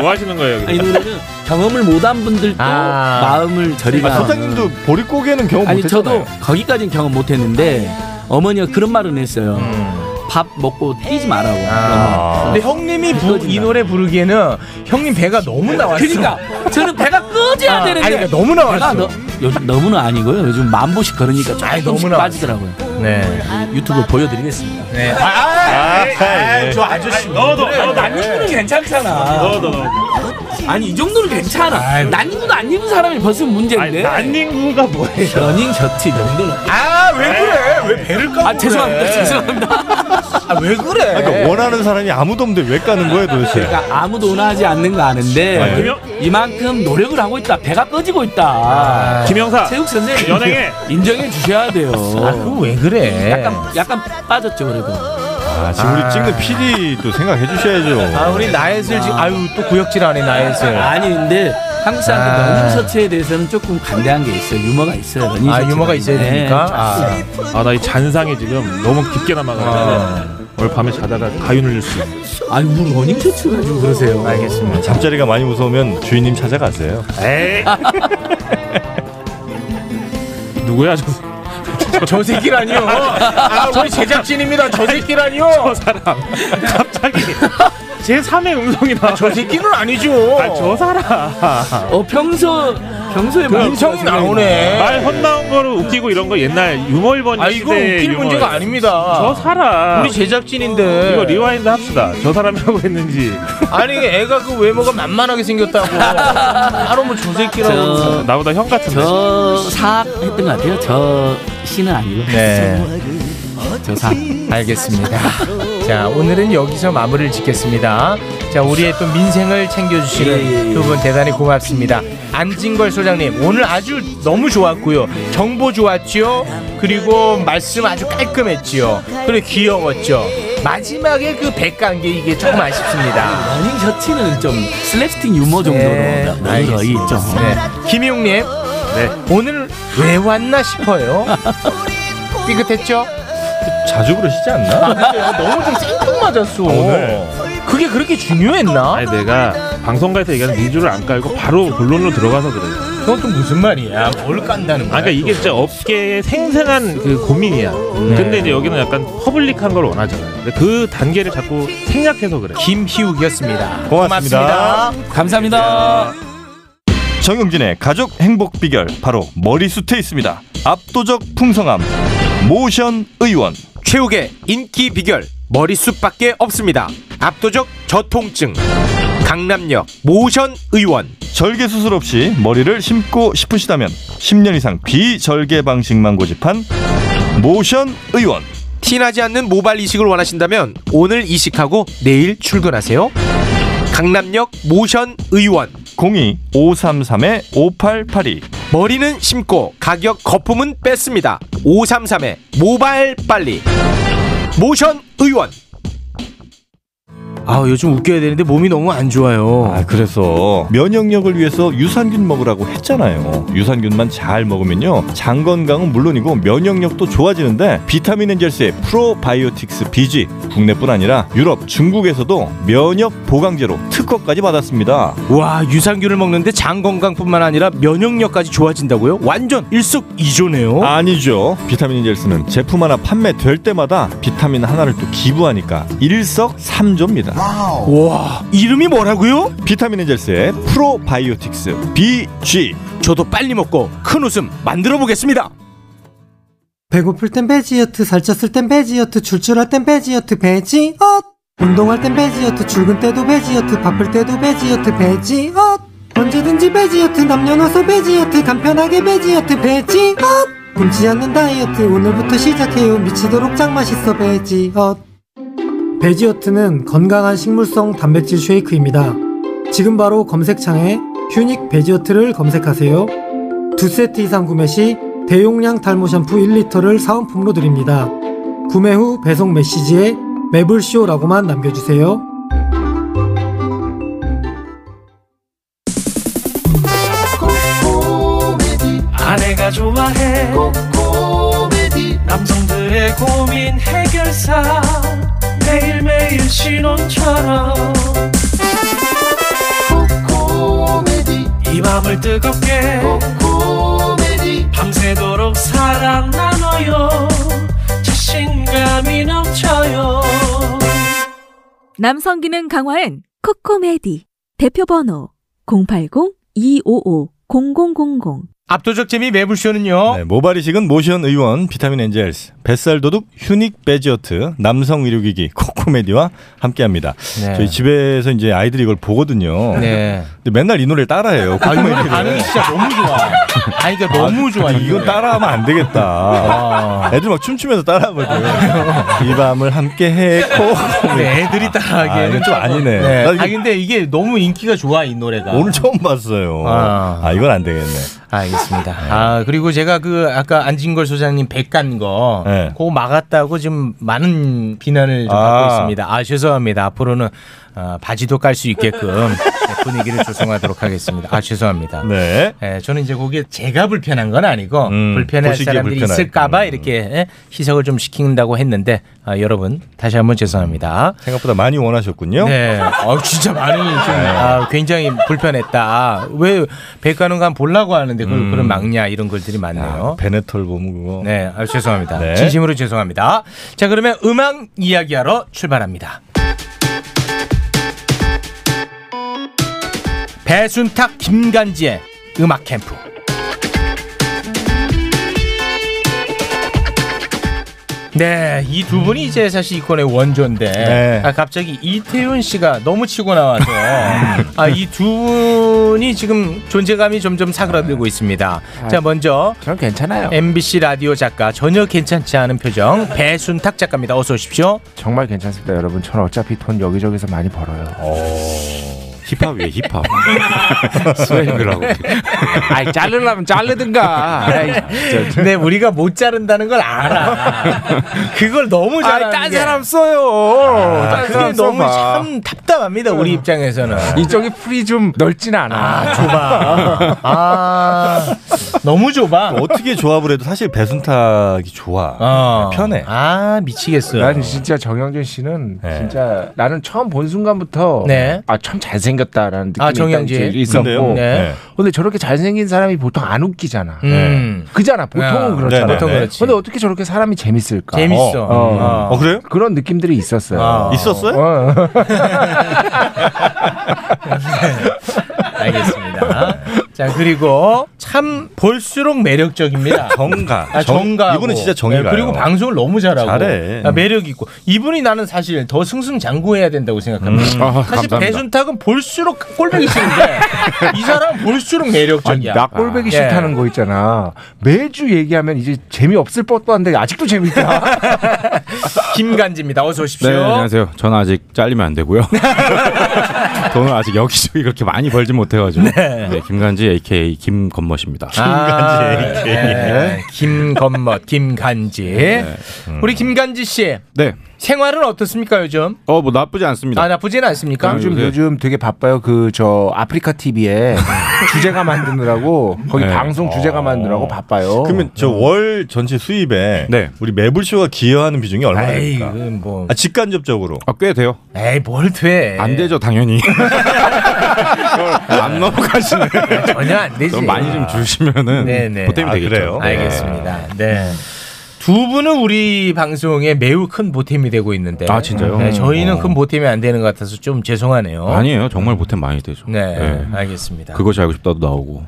Speaker 19: <laughs> 뭐 하시는 거예요? 여기서?
Speaker 10: 아, 이 노래는 경험을 못한 분들도
Speaker 4: 아.
Speaker 10: 마음을 저리가
Speaker 3: 아, 소장님도 보릿고개는 경험
Speaker 10: 아니
Speaker 3: 못했잖아요.
Speaker 10: 저도 거기까지는 경험 못했는데 어머니가 그런 말은 했어요.
Speaker 3: 음.
Speaker 10: 밥 먹고 뛰지 말라고.
Speaker 3: 아.
Speaker 4: 근데 형님이 부- 이 노래 부르기에는 형님 배가 너무 나왔어.
Speaker 10: 그러니까 저는 배가 꺼져야
Speaker 4: 아,
Speaker 10: 되는데
Speaker 4: 아니, 그러니까 너무 나왔어.
Speaker 10: 배가 너- 요즘 너무는 아니고요. 요즘 만 보씩 걸으니까
Speaker 4: 아니,
Speaker 10: 조금씩
Speaker 4: 너무 나왔어.
Speaker 10: 빠지더라고요.
Speaker 4: 네.
Speaker 10: 유튜브 보여드리겠습니다.
Speaker 4: 네. 아, 아, 아, 아, 저 아저씨.
Speaker 10: 너도 너도 안 입으면 괜찮잖아.
Speaker 19: 너도.
Speaker 10: 아니 이 정도는 괜찮아. 난 입고도 안 입은 사람이 벌써 문제인데.
Speaker 19: 난 입구가 뭐예요?
Speaker 10: 러닝 셔츠 이 정도는.
Speaker 4: 아왜 그래? 왜 배를 까고?
Speaker 10: 네. 아 죄송합니다.
Speaker 4: 그래?
Speaker 10: 죄송합니다.
Speaker 4: 아, 왜 그래?
Speaker 3: 아, 그러니까 원하는 사람이 아무도 없는데 왜 까는 거예요 도대체?
Speaker 10: 그러니까 아무도 원하지 않는 거 아는데
Speaker 3: 아,
Speaker 10: 이만큼 노력을 하고 있다. 배가 꺼지고 있다.
Speaker 4: 아,
Speaker 19: 김영사,
Speaker 10: 세욱
Speaker 4: 그
Speaker 10: 선생님 예.
Speaker 19: 연행해.
Speaker 10: 인정해 주셔야 돼요.
Speaker 4: 아, 그거 왜 그래?
Speaker 10: 약간 약간 빠졌죠 그래도.
Speaker 3: 아, 지금 우리 찍는 PD도 생각해 주셔야죠.
Speaker 4: 아 우리 나예슬 지금 아유 또 구역질하네 나예슬.
Speaker 10: 아니 근데 한국 사람들
Speaker 4: 아.
Speaker 10: 명품 서체에 대해서는 조금 관대한 게 있어요. 유머가 있어요.
Speaker 4: 아, 유머가 있어야 됩니까? 아.
Speaker 10: 나 이 잔상이 지금 너무 깊게 남아가지고
Speaker 19: 오늘 밤에 자다가 가윤을 흘릴 수 있는. <laughs>
Speaker 10: 아니 뭐 러닝 캐치 가지고 그러세요.
Speaker 3: 알겠습니다. 잠자리가 많이 무서우면 주인님 찾아가세요.
Speaker 19: 에이. 누구야 저
Speaker 4: 저 새끼라니요. 아, 우리 제작진입니다. 저 새끼라니요. 저
Speaker 19: 사람 갑자기 제 3의 음성이 나.
Speaker 4: 저 새끼는 아니죠.
Speaker 19: 아, 저 사람.
Speaker 10: 어 평소 평소에
Speaker 19: 그
Speaker 10: 인성이 나오네.
Speaker 19: 말 헛나온 거를 웃기고 이런 거 옛날 유머 일본
Speaker 4: 아 이거 웃긴 문제가 아닙니다.
Speaker 19: 저 사람.
Speaker 4: 우리 제작진인데.
Speaker 19: 이거 리와인드 합시다. 저 사람이라고 했는지.
Speaker 4: 아니 애가 그 외모가 만만하게 생겼다고.
Speaker 10: <laughs>
Speaker 4: 바로 뭐 저 새끼라고.
Speaker 10: 저-
Speaker 19: 나보다 형 같은데.
Speaker 10: 저 사악했던 것 같아요. 저 신은 뭐 아니고.
Speaker 4: 네.
Speaker 10: 저 사.
Speaker 4: 알겠습니다. 자 오늘은 여기서 마무리를 짓겠습니다. 자 우리의 또 민생을
Speaker 10: 예,
Speaker 4: 챙겨주시는 두 분 대단히 고맙습니다. 안진걸 소장님 오늘 아주 너무 좋았고요. 정보 좋았지요. 그리고 말씀 아주 깔끔했지요. 그리고 귀여웠죠. 마지막에 그 백간 게 이게 조금 아쉽습니다.
Speaker 10: 러닝 셔츠는 좀 슬랩스틱 유머 정도로
Speaker 4: 네,
Speaker 10: 너희
Speaker 4: 알겠습니다.
Speaker 10: 좀.
Speaker 4: 네. 김용님 오늘 왜 왔나 싶어요. 삐끗했죠? 아,
Speaker 3: 자주 그러시지 않나?
Speaker 4: 너무 좀 생뚱맞았어.
Speaker 19: 아, 오늘.
Speaker 4: 그게 그렇게 중요했나?
Speaker 19: 아니 내가 방송가에서 얘기하는 민주를 안 깔고 바로 본론으로 들어가서 그래요.
Speaker 4: 그건 또 무슨 말이야? 뭘 깐다는 거야?
Speaker 19: 아, 그러니까 이게 진짜 업계의 생생한 그 고민이야.
Speaker 4: 네.
Speaker 19: 근데 이제 여기는 약간 퍼블릭한 걸 원하잖아요. 근데 그 단계를 자꾸 생략해서 그래.
Speaker 4: 김희욱이었습니다.
Speaker 3: 고맙습니다.
Speaker 10: 감사합니다.
Speaker 3: 정용진의 가족 행복 비결 바로 머리숱에 있습니다. 압도적 풍성함 모션 의원
Speaker 4: 최욱의 인기 비결 머리숱밖에 없습니다. 압도적 저통증 강남역 모션 의원
Speaker 3: 절개 수술 없이 머리를 심고 싶으시다면 10년 이상 비절개 방식만 고집한 모션 의원
Speaker 4: 티나지 않는 모발 이식을 원하신다면 오늘 이식하고 내일 출근하세요. 강남역 모션 의원
Speaker 3: 02 533의 5882
Speaker 4: 머리는 심고 가격 거품은 뺐습니다. 533의 모발 빨리 모션 의원 아 요즘 웃겨야 되는데 몸이 너무 안 좋아요.
Speaker 3: 아 그래서 면역력을 위해서 유산균 먹으라고 했잖아요. 유산균만 잘 먹으면요 장 건강은 물론이고 면역력도 좋아지는데 비타민 엔젤스의 프로바이오틱스 BG 국내뿐 아니라 유럽, 중국에서도 면역 보강제로 특허까지 받았습니다.
Speaker 4: 와 유산균을 먹는데 장 건강뿐만 아니라 면역력까지 좋아진다고요? 완전 일석이조네요.
Speaker 3: 아니죠. 비타민 엔젤스는 제품 하나 판매될 때마다 비타민 하나를 또 기부하니까 일석삼조입니다.
Speaker 4: 와 이름이 뭐라고요?
Speaker 3: 비타민 엔젤스의 프로바이오틱스 BG.
Speaker 4: 저도 빨리 먹고 큰 웃음 만들어 보겠습니다.
Speaker 1: 배고플 땐 배지어트, 살쪘을 땐 배지어트, 출출할 땐 배지어트, 배지엇. 운동할 땐 배지어트, 출근 때도 배지어트, 바쁠 때도 배지어트, 배지엇. 언제든지 배지어트, 남녀노소 배지어트, 간편하게 배지어트, 배지엇. 굶지 않는 다이어트, 오늘부터 시작해요. 미치도록 짱 맛있어, 배지엇. 배지어트는 건강한 식물성 단백질 쉐이크입니다. 지금 바로 검색창에 휴닉 배지어트를 검색하세요. 두 세트 이상 구매 시 대용량 탈모 샴푸 1리터를 사은품으로 드립니다. 구매 후 배송 메시지에 매블쇼라고만 남겨주세요.
Speaker 2: 아내가 좋아해 코코메디 남성들의 고민 해결사 매일매일 신혼처럼 코코메디 이 맘을 뜨겁게 코코메디 밤새도록 사랑 나눠요 자신감이 넘쳐요
Speaker 7: 남성 기능 강화엔 코코메디 대표 번호 080-255-0000
Speaker 4: 압도적 재미 매불쇼는요.
Speaker 3: 네, 모발이식은 모션 의원 비타민 엔젤스 뱃살 도둑 휴닉 베지어트 남성 의료기기 코코메디와 함께합니다.
Speaker 4: 네.
Speaker 3: 저희 집에서 이제 아이들이 이걸 보거든요.
Speaker 4: 네.
Speaker 3: 근데 맨날 이 노래를 따라해요.
Speaker 4: 아, 이 노래
Speaker 3: 코코메디를.
Speaker 4: 반응 진짜 너무 좋아. 아니, 그러니까 너무 좋아. 이
Speaker 3: 이건
Speaker 4: 노래. 아.
Speaker 3: 따라하면 안 되겠다. 애들 막 춤추면서 따라하거든. 이 밤을 함께해 코코메디.
Speaker 4: 근데 네, 애들이
Speaker 3: 아,
Speaker 4: 따라하기에는
Speaker 3: 이건 좀 아니네.
Speaker 4: 네.
Speaker 3: 나
Speaker 4: 아
Speaker 3: 이거
Speaker 4: 근데 이게 너무 인기가 좋아 이 노래가.
Speaker 3: 오늘 처음 봤어요. 아, 이건 안 되겠네.
Speaker 4: 알겠습니다. 아 그리고 제가 그 아까 안진걸 소장님 백간 거, 그거 막았다고 지금 많은 비난을 좀 받고
Speaker 3: 네. 아.
Speaker 4: 있습니다. 아 죄송합니다. 앞으로는 어, 바지도 깔 수 있게끔 네, 분위기를 조성하도록 하겠습니다. 아 죄송합니다.
Speaker 3: 네.
Speaker 4: 저는 이제 거기에 제가 불편한 건 아니고
Speaker 3: 음,
Speaker 4: 불편할
Speaker 3: 보시기에
Speaker 4: 사람들이
Speaker 3: 불편할.
Speaker 4: 있을까봐 이렇게 예, 희석을 좀 시킨다고 했는데 아, 여러분 다시 한번 죄송합니다.
Speaker 3: 생각보다 많이 원하셨군요.
Speaker 4: 네. 아 진짜 많이 좀,
Speaker 3: 네.
Speaker 4: 아, 굉장히 불편했다. 아, 왜 백가는 간 보려고 하는데 그걸 그런 막냐 이런 글들이 많네요.
Speaker 3: 음. 베네톨 보면 그거.
Speaker 4: 네, 아, 죄송합니다.
Speaker 3: 네.
Speaker 4: 진심으로 죄송합니다. 자, 그러면 음악 이야기하러 출발합니다. 배순탁 김간지의 음악 캠프. 네, 이 두 분이 이제 사실 이권의 원조인데
Speaker 3: 네.
Speaker 4: 아, 갑자기 이태윤 씨가 너무 치고
Speaker 10: <laughs>
Speaker 4: 나와서 아, 이 두 분이 지금 존재감이 점점 사그라들고 있습니다. 자, 먼저
Speaker 10: 아, 저는 괜찮아요.
Speaker 4: MBC 라디오 작가 전혀 괜찮지 않은 표정 배순탁 작가입니다. 어서 오십시오.
Speaker 6: 정말 괜찮습니다, 여러분. 저는 어차피 돈 여기저기서 많이 벌어요.
Speaker 3: 힙합이에요,
Speaker 4: <laughs>
Speaker 3: 힙합.
Speaker 6: 스웨이브라고.
Speaker 10: 아이 자르려면 자르든가.
Speaker 4: 네, 우리가 못 자른다는 걸 알아. <laughs> 그걸 너무 잘하는
Speaker 10: 딴
Speaker 4: 게.
Speaker 10: 사람 써요.
Speaker 4: 아,
Speaker 10: 딴
Speaker 4: 그게
Speaker 10: 사람
Speaker 4: 너무
Speaker 10: 써봐.
Speaker 4: 참 답답합니다. 우리 입장에서는.
Speaker 6: 이쪽이 풀이 좀 넓진 않아.
Speaker 4: 아, 좁아. 아, 너무 좁아.
Speaker 3: 어떻게 조합을 해도 사실 배순탁이 좋아. 편해.
Speaker 4: 아, 미치겠어요.
Speaker 6: 난 진짜 정영준 씨는 진짜 나는 처음 본 순간부터
Speaker 4: 네.
Speaker 6: 아 참 잘생겼다라는 느낌이
Speaker 4: 아, 정영진.
Speaker 6: 일단 있었고
Speaker 4: 근데요? 네.
Speaker 6: 근데 저렇게 잘생긴 사람이 보통 안 웃기잖아.
Speaker 4: 음.
Speaker 6: 그잖아 보통은
Speaker 4: 아,
Speaker 6: 그렇잖아.
Speaker 4: 네, 네, 보통 그렇지.
Speaker 6: 근데 어떻게 저렇게 사람이 재밌을까?
Speaker 4: 재밌어. 음. 어,
Speaker 3: 그래요?
Speaker 6: 그런 느낌들이 있었어요.
Speaker 4: 아. <laughs> 있었어요?
Speaker 6: 어.
Speaker 4: 네. 알겠습니다. 자 그리고 참 볼수록 매력적입니다.
Speaker 3: 정가.
Speaker 4: 아,
Speaker 3: 정-
Speaker 4: 정가.
Speaker 3: 이분은 진짜 정이 가요.
Speaker 4: 그리고 방송을 너무 잘하고
Speaker 3: 잘해.
Speaker 4: 아, 매력 있고 이분이 나는 사실 더 승승장구해야 된다고 생각합니다.
Speaker 6: 음. 아,
Speaker 4: 사실
Speaker 6: 감사합니다.
Speaker 4: 배순탁은 볼수록 꼴보기 싫은데 이 사람 은 볼수록 매력적이야. 예.
Speaker 6: 아니, 나 꼴배기 싫다는 거 있잖아. 매주 얘기하면 이제 재미없을 법도 한데 아직도 재밌다.
Speaker 4: <laughs> 김간지입니다. 어서 오십시오.
Speaker 20: 네, 안녕하세요. 저는 아직 잘리면
Speaker 4: <laughs>
Speaker 20: 안 되고요. 돈을 아직 여기저기 그렇게 많이 벌지 못해가지고.
Speaker 4: 네.
Speaker 20: 김간지 AKA 김건멋입니다.
Speaker 4: 아,
Speaker 20: 예.
Speaker 4: 네. 김건멋, 김간지. 우리 김간지 씨.
Speaker 20: 네.
Speaker 4: 생활은 어떻습니까 요즘?
Speaker 20: 어, 뭐 나쁘지 않습니다. 네,
Speaker 4: 아 나쁘지는 않습니까?
Speaker 6: 요즘 요즘 되게 바빠요. 그 저 아프리카 TV에 주제가 만드느라고 거기
Speaker 3: 네.
Speaker 6: 방송 주제가
Speaker 4: 어.
Speaker 6: 만드느라고 바빠요.
Speaker 3: 그러면 저 월 전체 수입에
Speaker 4: 네.
Speaker 3: 우리 매불쇼가 기여하는 비중이 얼마나
Speaker 6: 에이,
Speaker 3: 됩니까?
Speaker 4: 그건 뭐.
Speaker 3: 아, 직간접적으로.
Speaker 20: 아, 꽤 돼요.
Speaker 4: 에이, 뭘 돼.
Speaker 20: 안 되죠, 당연히. 안 넘어가시네.
Speaker 4: <laughs> 전혀
Speaker 20: <laughs>
Speaker 4: 안 되지.
Speaker 20: 좀 많이 좀 주시면은
Speaker 4: 네네.
Speaker 20: 보탬이
Speaker 4: 아,
Speaker 20: 되겠죠.
Speaker 4: 그래요?
Speaker 20: 네.
Speaker 4: 알겠습니다. 네. 두 분은 우리 방송에 매우 큰 보탬이 되고 있는데.
Speaker 20: 아, 진짜요?
Speaker 4: 네, 저희는
Speaker 20: 어.
Speaker 4: 큰 보탬이 안 되는 것 같아서 좀 죄송하네요.
Speaker 20: 아니에요. 정말 보탬 많이 되죠.
Speaker 4: 어?
Speaker 20: 예.
Speaker 4: 네, 알겠습니다.
Speaker 20: 그것이 알고 싶다도
Speaker 4: <laughs>
Speaker 20: 나오고.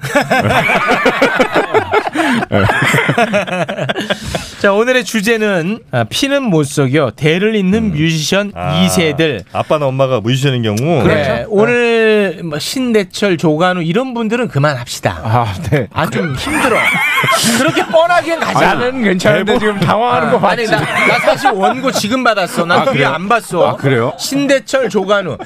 Speaker 4: 네. 자, 오늘의 주제는 아, 피는 못 속여 대를 잇는 뮤지션
Speaker 3: 아,
Speaker 4: 이세들
Speaker 3: 아빠나 엄마가 뮤지션인 경우.
Speaker 20: 어. 그렇죠.
Speaker 3: 그렇죠.
Speaker 4: 네, 오늘 뭐 신대철, 조관우 이런 분들은 그만합시다.
Speaker 6: 아, 네.
Speaker 4: 아, 좀 힘들어. 그렇게 뻔하게 가지
Speaker 6: 아니, 나는 괜찮은데 지금 당황하는 거
Speaker 4: 아니, 나, 나 사실 원고 지금 받았어. 난
Speaker 6: 아,
Speaker 4: 그게
Speaker 6: 그래요?
Speaker 4: 안 봤어.
Speaker 6: 아, 그래요? 음.
Speaker 4: 신대철, 조관우.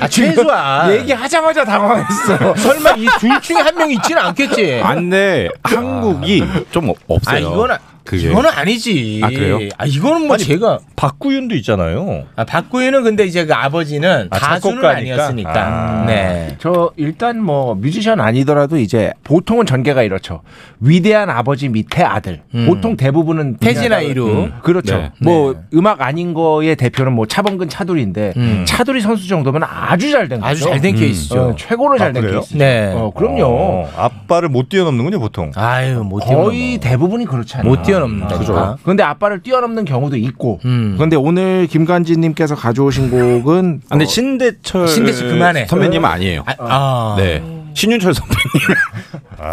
Speaker 4: 아,
Speaker 6: 지금
Speaker 4: 최소한.
Speaker 6: 얘기하자마자 당황했어.
Speaker 4: 설마 이 둘 중에 한 명이 있지는 않겠지?
Speaker 20: 안돼 한국이 좀 없어요.
Speaker 4: 아, 이건 아-
Speaker 20: 그게.
Speaker 4: 이건 아니지.
Speaker 20: 아, 그래요?
Speaker 4: 아, 이거는 뭐 제가
Speaker 3: 박구윤도 있잖아요.
Speaker 4: 아, 박구윤은 근데 이제 그 아버지는
Speaker 6: 아,
Speaker 4: 가수는
Speaker 6: <laughs> 작곡가니까?
Speaker 4: 아니었으니까. 네.
Speaker 6: 저 일단 뭐 뮤지션 아니더라도 이제 보통은 전개가 이렇죠. 위대한 아버지 밑에 아들.
Speaker 4: 음.
Speaker 6: 보통 대부분은
Speaker 4: 태진아
Speaker 6: 그냥-
Speaker 4: 이루.
Speaker 6: 그렇죠.
Speaker 4: 네.
Speaker 6: 뭐 음악 아닌 거의 대표는 뭐 차범근 차돌인데
Speaker 4: 음.
Speaker 6: 차돌이 선수 정도면 아주 잘 된 거죠.
Speaker 4: 아주
Speaker 3: 그렇죠?
Speaker 4: 잘된 케이스죠.
Speaker 6: 어, 최고로 잘 된
Speaker 3: 음. 아, 그래요?
Speaker 6: 케이스.
Speaker 4: 네.
Speaker 6: 어, 그럼요.
Speaker 3: 어, 아빠를 못 뛰어넘는군요, 보통.
Speaker 4: 아유, 못
Speaker 6: 거의 대부분이 그렇지 않아요.
Speaker 4: 못 뛰어넘는다니까.
Speaker 6: 그죠. 근데 아빠를 뛰어넘는 경우도 있고.
Speaker 20: 근데 오늘 김간지님께서 가져오신 곡은 아, 근데 신대철
Speaker 6: 어, 신대 씨 그만해.
Speaker 20: 선배님 은 아니에요.
Speaker 4: 아.
Speaker 20: 네 신윤철 선배님.
Speaker 4: <laughs>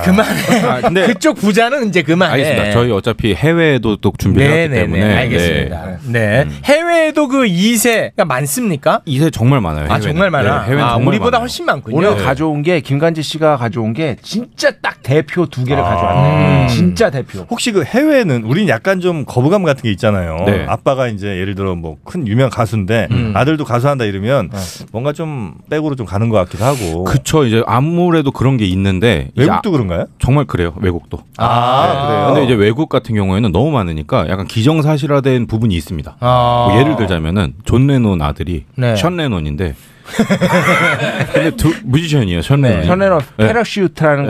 Speaker 4: 그만해.
Speaker 20: 아, 근데-
Speaker 4: 그쪽 부자는 이제 그만해.
Speaker 20: 알겠습니다. 저희 어차피 해외에도 또 준비했기
Speaker 4: 아, 네. 네네네,
Speaker 20: 때문에
Speaker 4: 알겠습니다. 네. 해외에도 그 2세가 많습니까?
Speaker 20: 2세 정말 많아요.
Speaker 4: 아,
Speaker 20: 해외는.
Speaker 4: 정말 많아.
Speaker 20: 네, 해외는
Speaker 4: 아,
Speaker 20: 정말
Speaker 4: 우리보다
Speaker 20: 많아요.
Speaker 4: 훨씬 많군요. 네.
Speaker 6: 오늘 네. 가져온 게 김간지 씨가 가져온 게 진짜 딱 대표 두 개를 가져왔네.
Speaker 3: 음.
Speaker 6: 진짜 대표.
Speaker 3: 혹시 그 해외는 우린 약간 좀 거부감 같은 게 있잖아요.
Speaker 6: 네.
Speaker 3: 아빠가 이제 예를 들어 뭐 큰 유명 가수인데
Speaker 20: 음.
Speaker 3: 아들도 가수한다 이러면 뭔가 좀 백으로 좀 가는 것 같기도 하고.
Speaker 20: 그쵸 이제 아무래도 그런 게 있는데 이제
Speaker 3: 외국도
Speaker 20: 아-
Speaker 3: 그런가요?
Speaker 20: 정말 그래요. 외국도.
Speaker 3: 아, 그래요?
Speaker 20: 근데 이제 외국 같은 경우에는 너무 많으니까 약간 기정사실화된 부분이 있습니다.
Speaker 4: 아.
Speaker 20: 뭐 예를 들자면은 존 레논 아들이
Speaker 6: 네.
Speaker 20: 션 레논인데 <laughs> 근데 두 뮤지션이에요. 네. 아, 션 레논.
Speaker 6: 네, 션레론 페러슈트라는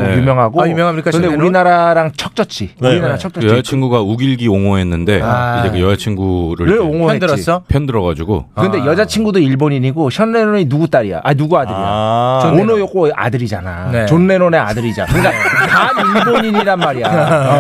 Speaker 6: 곡 아, 유명하고 근데 우리나라랑 척졌지. 우리나라
Speaker 20: 그
Speaker 6: 척졌지.
Speaker 20: 여자친구가 우길기 옹호했는데
Speaker 6: 아.
Speaker 20: 이제 그 여자친구를
Speaker 6: 를
Speaker 20: 이제
Speaker 6: 옹호했지. 편들었어?
Speaker 20: 편들어가지고
Speaker 6: 근데 여자친구도 일본인이고 션 레논이 누구 딸이야? 아 누구 아들이야?
Speaker 20: 존 레논.
Speaker 6: 오노 요코 아들이잖아.
Speaker 20: 네.
Speaker 6: 존 레논의 아들이자. 그러니까 반 일본인이란 말이야.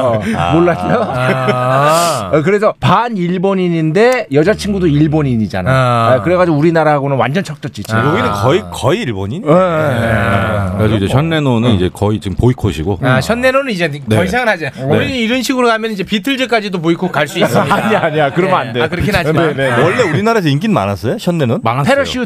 Speaker 6: 어,
Speaker 20: 아.
Speaker 6: 몰랐죠? 어, 그래서 반 일본인인데 여자친구도 일본인이잖아. 아, 그래가지고 우리나라하고는 완전 척졌지. 지금.
Speaker 20: 여기는 거의- 네.
Speaker 3: 거의 일본인.
Speaker 20: 그래서 이제 션 레논은 이제 거의 지금 보이콧이고
Speaker 4: 뭐. 어.
Speaker 20: 음.
Speaker 4: 아, 션내로는 이제 더
Speaker 20: 네.
Speaker 4: 이상은 하지. 않아요.
Speaker 20: 네.
Speaker 4: 우리는 이런 식으로 가면 이제 비틀즈까지도 보이콧 갈 수 있습니다.
Speaker 20: <laughs> 아니야, 아니야. 그러면 안 돼.
Speaker 4: 아, 그렇긴 하지만.
Speaker 20: 네, 네.
Speaker 4: 아.
Speaker 20: 원래 우리-
Speaker 3: 우리나라에서 인기는 많았어요? 션네는?
Speaker 20: 많았어요. 되게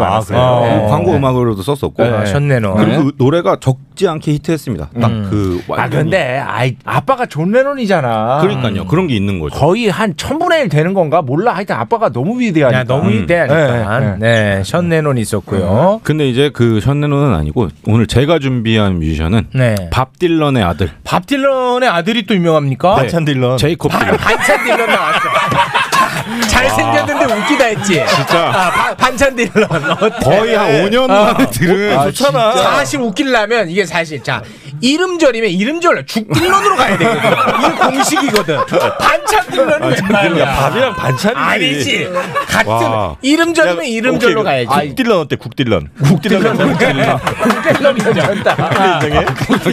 Speaker 20: 많았어요. 아, 그래요? 네. 광고 음악으로도 썼었고
Speaker 3: 아, 션네노.
Speaker 20: 그리고
Speaker 3: 네.
Speaker 20: 그 노래가 적지 않게 히트했습니다.
Speaker 6: 음.
Speaker 20: 딱그
Speaker 6: 아 근데 아이, 아빠가 존 레논이잖아.
Speaker 20: 그러니까요.
Speaker 4: 음.
Speaker 20: 그런 게 있는 거죠.
Speaker 6: 거의 한 천분의 일 되는 건가 몰라. 하여튼 아빠가 너무 위대하니까.
Speaker 20: 그러니까.
Speaker 6: 음.
Speaker 4: 야, 너무 위대하니까. 네, 션 레논이 있었고요.
Speaker 20: 음. 근데 이제 그션 레논은 아니고 오늘 제가 준비한 뮤지션은
Speaker 4: 네.
Speaker 20: 밥 딜런의 아들.
Speaker 4: 밥 딜런의 아들이 또 유명합니까?
Speaker 20: 반찬
Speaker 3: 딜런.
Speaker 20: 제이콥 딜런.
Speaker 4: 반찬 딜런
Speaker 20: <laughs>
Speaker 4: 나왔어.
Speaker 20: 아.
Speaker 4: 잘생겼는데 <laughs> 웃기다 했지.
Speaker 20: 진짜.
Speaker 4: 아, 바- 반찬 딜런. 어때?
Speaker 20: 거의 한 5년 만에 들은. 아,
Speaker 4: 네. 좋잖아.
Speaker 20: 진짜.
Speaker 4: 사실 웃기려면 이게 사실 자 이름절이면 이름절 죽 딜런으로
Speaker 20: <laughs>
Speaker 4: 가야 되거든. 이게 공식이거든.
Speaker 3: 네.
Speaker 20: 아,
Speaker 4: 반찬 딜런이
Speaker 3: 반찬
Speaker 4: 말이야.
Speaker 3: 딜런이야. 아, 그러니까 밥이랑 반찬이지.
Speaker 4: 아니지. 같은
Speaker 3: 와.
Speaker 4: 이름절이면
Speaker 3: 야,
Speaker 4: 이름절로
Speaker 3: 오케이.
Speaker 4: 가야지.
Speaker 3: 국딜런 어때? 국딜런. 국딜런 괜찮다.
Speaker 6: 국딜런 괜찮다.
Speaker 3: 인정해?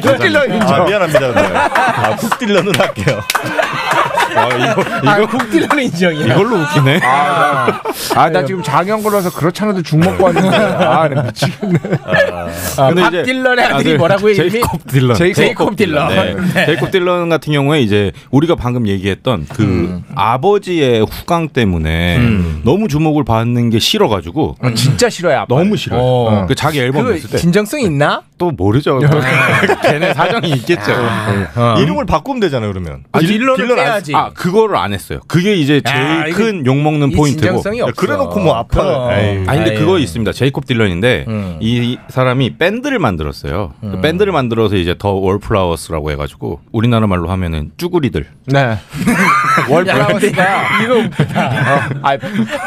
Speaker 6: 국딜런 인정.
Speaker 3: 아, 미안합니다. 네. 아, 국딜런으로 할게요. 아, 이거
Speaker 6: 아,
Speaker 4: 국딜런 인정이야.
Speaker 20: 이걸로 웃기네.
Speaker 6: 아, 나, 아, 나 지금 장염 걸려서 그렇잖아도 죽 먹고 왔는데. 아, 나 미치겠네.
Speaker 20: 아,
Speaker 6: 근데
Speaker 4: 밥 딜런의 아들이 뭐라고 해, 이름이?
Speaker 20: 제이콥 딜런.
Speaker 4: 제이콥 딜런.
Speaker 20: 네.
Speaker 4: 네.
Speaker 20: 제이콥 딜런 같은 경우에 이제 우리가 방금 얘기했던 그 아버지의 후광 때문에 너무 주목을 받는 게 싫어가지고.
Speaker 6: 진짜 싫어요. 아빠.
Speaker 20: 너무 싫어요.
Speaker 4: 어.
Speaker 20: 그 자기 앨범
Speaker 4: 그거
Speaker 20: 냈을 때.
Speaker 4: 진정성이 있나?
Speaker 20: 또 모르죠. 걔네 사정이 있겠죠. 음.
Speaker 3: 어. 이름을 바꾸면 되잖아요, 그러면.
Speaker 20: 네. 아,
Speaker 3: 딜런
Speaker 20: 딜런은
Speaker 3: 안-
Speaker 20: 빼야지. 아, 그거를 안 했어요. 그게 이제
Speaker 3: 야,
Speaker 20: 제일
Speaker 3: 이거
Speaker 20: 큰 욕먹는
Speaker 3: 이
Speaker 20: 포인트고. 네,
Speaker 3: 진정성이 야, 없어. 그래놓고 뭐 아파요.
Speaker 20: 그럼.
Speaker 3: 에이.
Speaker 20: 아니, 근데
Speaker 3: 아유.
Speaker 20: 그거 있습니다. 제이콥 딜런인데,
Speaker 3: 음.
Speaker 20: 이 사람이 밴드를 만들었어요. 그 밴드를 만들어서 이제 더 월플라워스라고 해가지고, 우리나라 말로 하면은 쭈구리들. <laughs>
Speaker 6: 네.
Speaker 4: 월플라워스가 이거 웃기다.
Speaker 6: 아,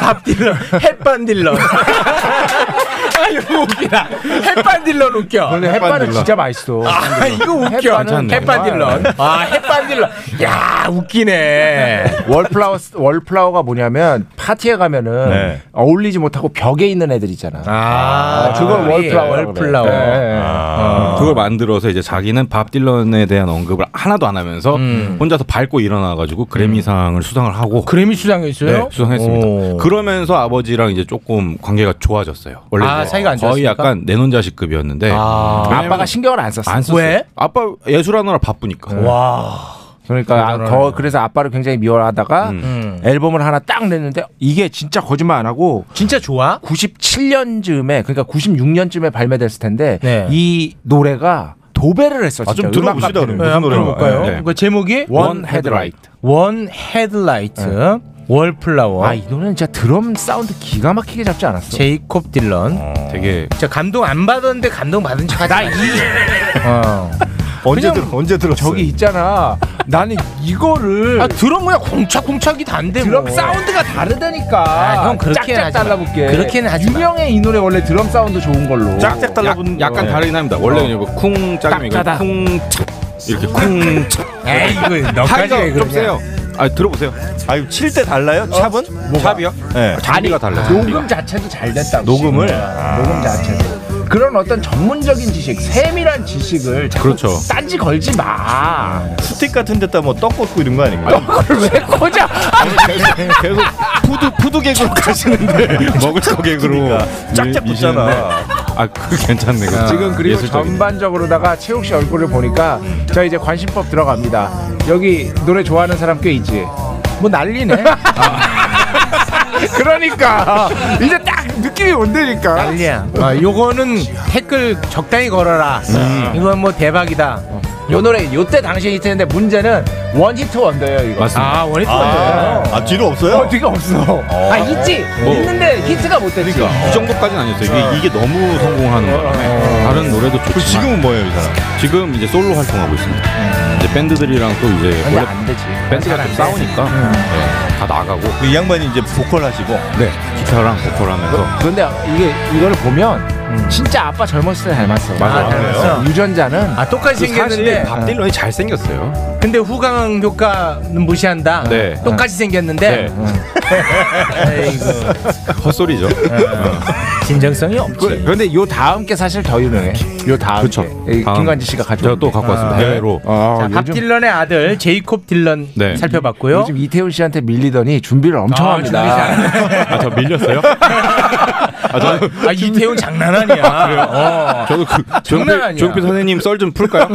Speaker 4: 밥 딜런, 햇반
Speaker 6: <laughs>
Speaker 4: 딜런. 아 이거 웃기다. 햇반 딜런 웃겨.
Speaker 6: 근데 햇반은 진짜 맛있어.
Speaker 4: 아 이거 웃겨.
Speaker 6: 햇반은
Speaker 4: 햇반 딜런. 아 햇반 딜런. 야 웃기네.
Speaker 6: 월플라워 월플라워가 뭐냐면 파티에 가면은
Speaker 4: 네.
Speaker 6: 어울리지 못하고 벽에 있는 애들 있잖아.
Speaker 4: 아,
Speaker 6: 그걸
Speaker 4: 우리
Speaker 6: 월플라워. 네.
Speaker 4: 월플라워.
Speaker 20: 아. 그걸 만들어서 이제 자기는 밥 딜런에 대한 언급을 하나도 안 하면서 혼자서 밟고 일어나가지고 그래미상을 수상을 하고
Speaker 4: 음. 그래미 수상했어요?
Speaker 20: 네, 수상했습니다.
Speaker 4: 오.
Speaker 20: 그러면서 아버지랑 이제 조금 관계가 좋았어요. 원래
Speaker 4: 아,
Speaker 20: 이제
Speaker 4: 사이가 안
Speaker 20: 거의
Speaker 4: 좋았습니까?
Speaker 20: 약간 내논자식급이었는데 왜냐면
Speaker 6: 아빠가 신경을 안 썼어. 네.
Speaker 20: 안 썼어요. 아빠 예술하느라 바쁘니까.
Speaker 4: 와.
Speaker 6: 그러니까 아, 더 그래서 아빠를 굉장히 미워하다가
Speaker 4: 음.
Speaker 20: 음.
Speaker 6: 앨범을 하나 딱 냈는데 이게 진짜 거짓말 안 하고
Speaker 4: 진짜 좋아?
Speaker 6: 97년쯤에 그러니까 96년쯤에 발매됐을 텐데
Speaker 4: 네.
Speaker 6: 이 노래가 도배를 했어.
Speaker 4: 아, 좀
Speaker 6: 진짜.
Speaker 4: 들어봅시다,
Speaker 6: 음악
Speaker 4: 그럼.
Speaker 6: 카페를.
Speaker 4: 무슨 노래인가? 네. 그 제목이
Speaker 6: 원 헤드라이트.
Speaker 4: 원 헤드라이트. 월플라워.
Speaker 6: 네. 아, 이 노래는 진짜 드럼 사운드 기가 막히게 잡지 않았어. 어.
Speaker 4: 제이콥 딜런.
Speaker 20: 되게
Speaker 4: 저 감동 안 받았는데 감동 받은 척하지 어. 마.
Speaker 6: <laughs>
Speaker 3: 언제 들 언제 들었어?
Speaker 6: 저기 있잖아. 나는 이거를
Speaker 4: 아, 드럼 그냥 공차공차기 단데
Speaker 6: 드럼
Speaker 4: 뭐.
Speaker 6: 사운드가 다르다니까.
Speaker 4: 아, 형 그렇게는
Speaker 6: 짝짝
Speaker 4: 하지 마.
Speaker 6: 달라붙게.
Speaker 4: 그렇게는 하지 마.
Speaker 6: 유명해 이 노래 원래 드럼 사운드 좋은 걸로.
Speaker 20: 짝 달라붙는 약간 다르긴 합니다.
Speaker 4: 어.
Speaker 20: 원래 는쿵 짝이면 이거
Speaker 6: 딱짜다.
Speaker 20: 쿵 착. 이렇게 쿵 착.
Speaker 4: 에이, 이거 너까지 왜
Speaker 20: 좀
Speaker 4: 그러냐.
Speaker 20: 세요. 아 들어보세요.
Speaker 3: 아유 칠 때 달라요? 찹은?
Speaker 20: 찹이요?
Speaker 3: 네.
Speaker 20: 장비가 달라요.
Speaker 6: 녹음 자체도 잘 됐다고.
Speaker 20: 녹음을?
Speaker 6: 아. 녹음 자체도. 그런 어떤 전문적인 지식, 세밀한 지식을 자꾸
Speaker 3: 그렇죠.
Speaker 6: 딴지 걸지 마.
Speaker 3: 스틱 같은 데다 뭐 떡 꽂고 이런 거 아닌가요?
Speaker 6: 떡을
Speaker 3: <laughs>
Speaker 6: 왜 꽂아?
Speaker 3: 계속, 계속 푸드 푸드 개그로 가시는데 먹을 거 개그로
Speaker 6: 그러니까
Speaker 3: 짝짝 붙잖아.
Speaker 20: 아그 괜찮네.
Speaker 4: 어.
Speaker 20: 그거.
Speaker 6: 지금 그리고
Speaker 20: 예술적이네.
Speaker 6: 전반적으로다가 최욱 씨 얼굴을 보니까 자 이제 관심법 들어갑니다. 여기 노래 좋아하는 사람 꽤 있지. 뭐
Speaker 20: <laughs>
Speaker 6: 난리네. 그러니까 이제 딱 느낌이 온다니까.
Speaker 4: 난리야. 아, 요거는 댓글
Speaker 20: 음.
Speaker 4: 적당히 걸어라. 이건 뭐 대박이다.
Speaker 6: 요 노래 요때 당시 히트했는데 문제는 원히트 원더예요 이거.
Speaker 3: 맞습니다.
Speaker 6: 아 원히트
Speaker 3: 아,
Speaker 6: 원더예요.
Speaker 3: 아, 뒤로 없어요?
Speaker 6: 어, 뒤가 없어.
Speaker 3: 어.
Speaker 6: 아 있지.
Speaker 20: 뭐. 그러니까.
Speaker 6: 있는데 히트가 못했지.
Speaker 20: 이 정도까지는 아니었어요. 이게, 이게 너무
Speaker 4: 네.
Speaker 20: 성공하는
Speaker 4: 어.
Speaker 20: 바람에 다른 노래도 좋지만 지금은 뭐예요, 이 사람? 지금 이제 솔로 활동하고 있습니다.
Speaker 4: 음.
Speaker 20: 이제 밴드들이랑 또 이제
Speaker 6: 근데 안 되지. 아,
Speaker 20: 밴드가 좀 싸우니까
Speaker 4: 음.
Speaker 20: 네, 다 나가고 이 양반이 이제 보컬 하시고 어. 네 기타랑 보컬 하면서
Speaker 6: 그런데 이게 이거를 보면
Speaker 4: 음.
Speaker 6: 진짜 아빠 젊었을 때 닮았어.
Speaker 20: 맞아요.
Speaker 6: 닮았어.
Speaker 20: 그래요?
Speaker 6: 유전자는 그 네.
Speaker 4: 아 똑같이 생겼는데
Speaker 20: 사실 밥 딜런이 잘 <laughs> 생겼어요.
Speaker 4: 근데 후광 효과는 무시한다.
Speaker 20: 네.
Speaker 6: 아,
Speaker 4: 똑같이 생겼는데
Speaker 20: <laughs> 헛소리죠.
Speaker 4: 네.
Speaker 20: 네.
Speaker 4: 진정성이 없지.
Speaker 6: 그, 런데요 다음 게 사실 더 유명해. 요 다음
Speaker 20: 그쵸.
Speaker 6: 게. 이
Speaker 20: 다음.
Speaker 6: 김관지 씨가 가져.
Speaker 20: 제가 또 갖고 왔습니다. 해외로.
Speaker 6: 아,
Speaker 4: 밥 딜런의 아들 제이콥 딜런
Speaker 6: 네.
Speaker 4: 살펴봤고요.
Speaker 6: 요즘 이태훈 씨한테 밀리더니 준비를 엄청
Speaker 4: 아, 준비
Speaker 6: 합니다.
Speaker 20: 아,
Speaker 4: <laughs>
Speaker 20: 저 밀렸어요?
Speaker 4: 아, 아, 이태훈 장난
Speaker 20: <laughs>
Speaker 4: 아니야. 어.
Speaker 20: 저도 그
Speaker 4: 장난 아니야.
Speaker 20: 조용필, 조용필 선생님 <laughs> 썰 좀 풀까요?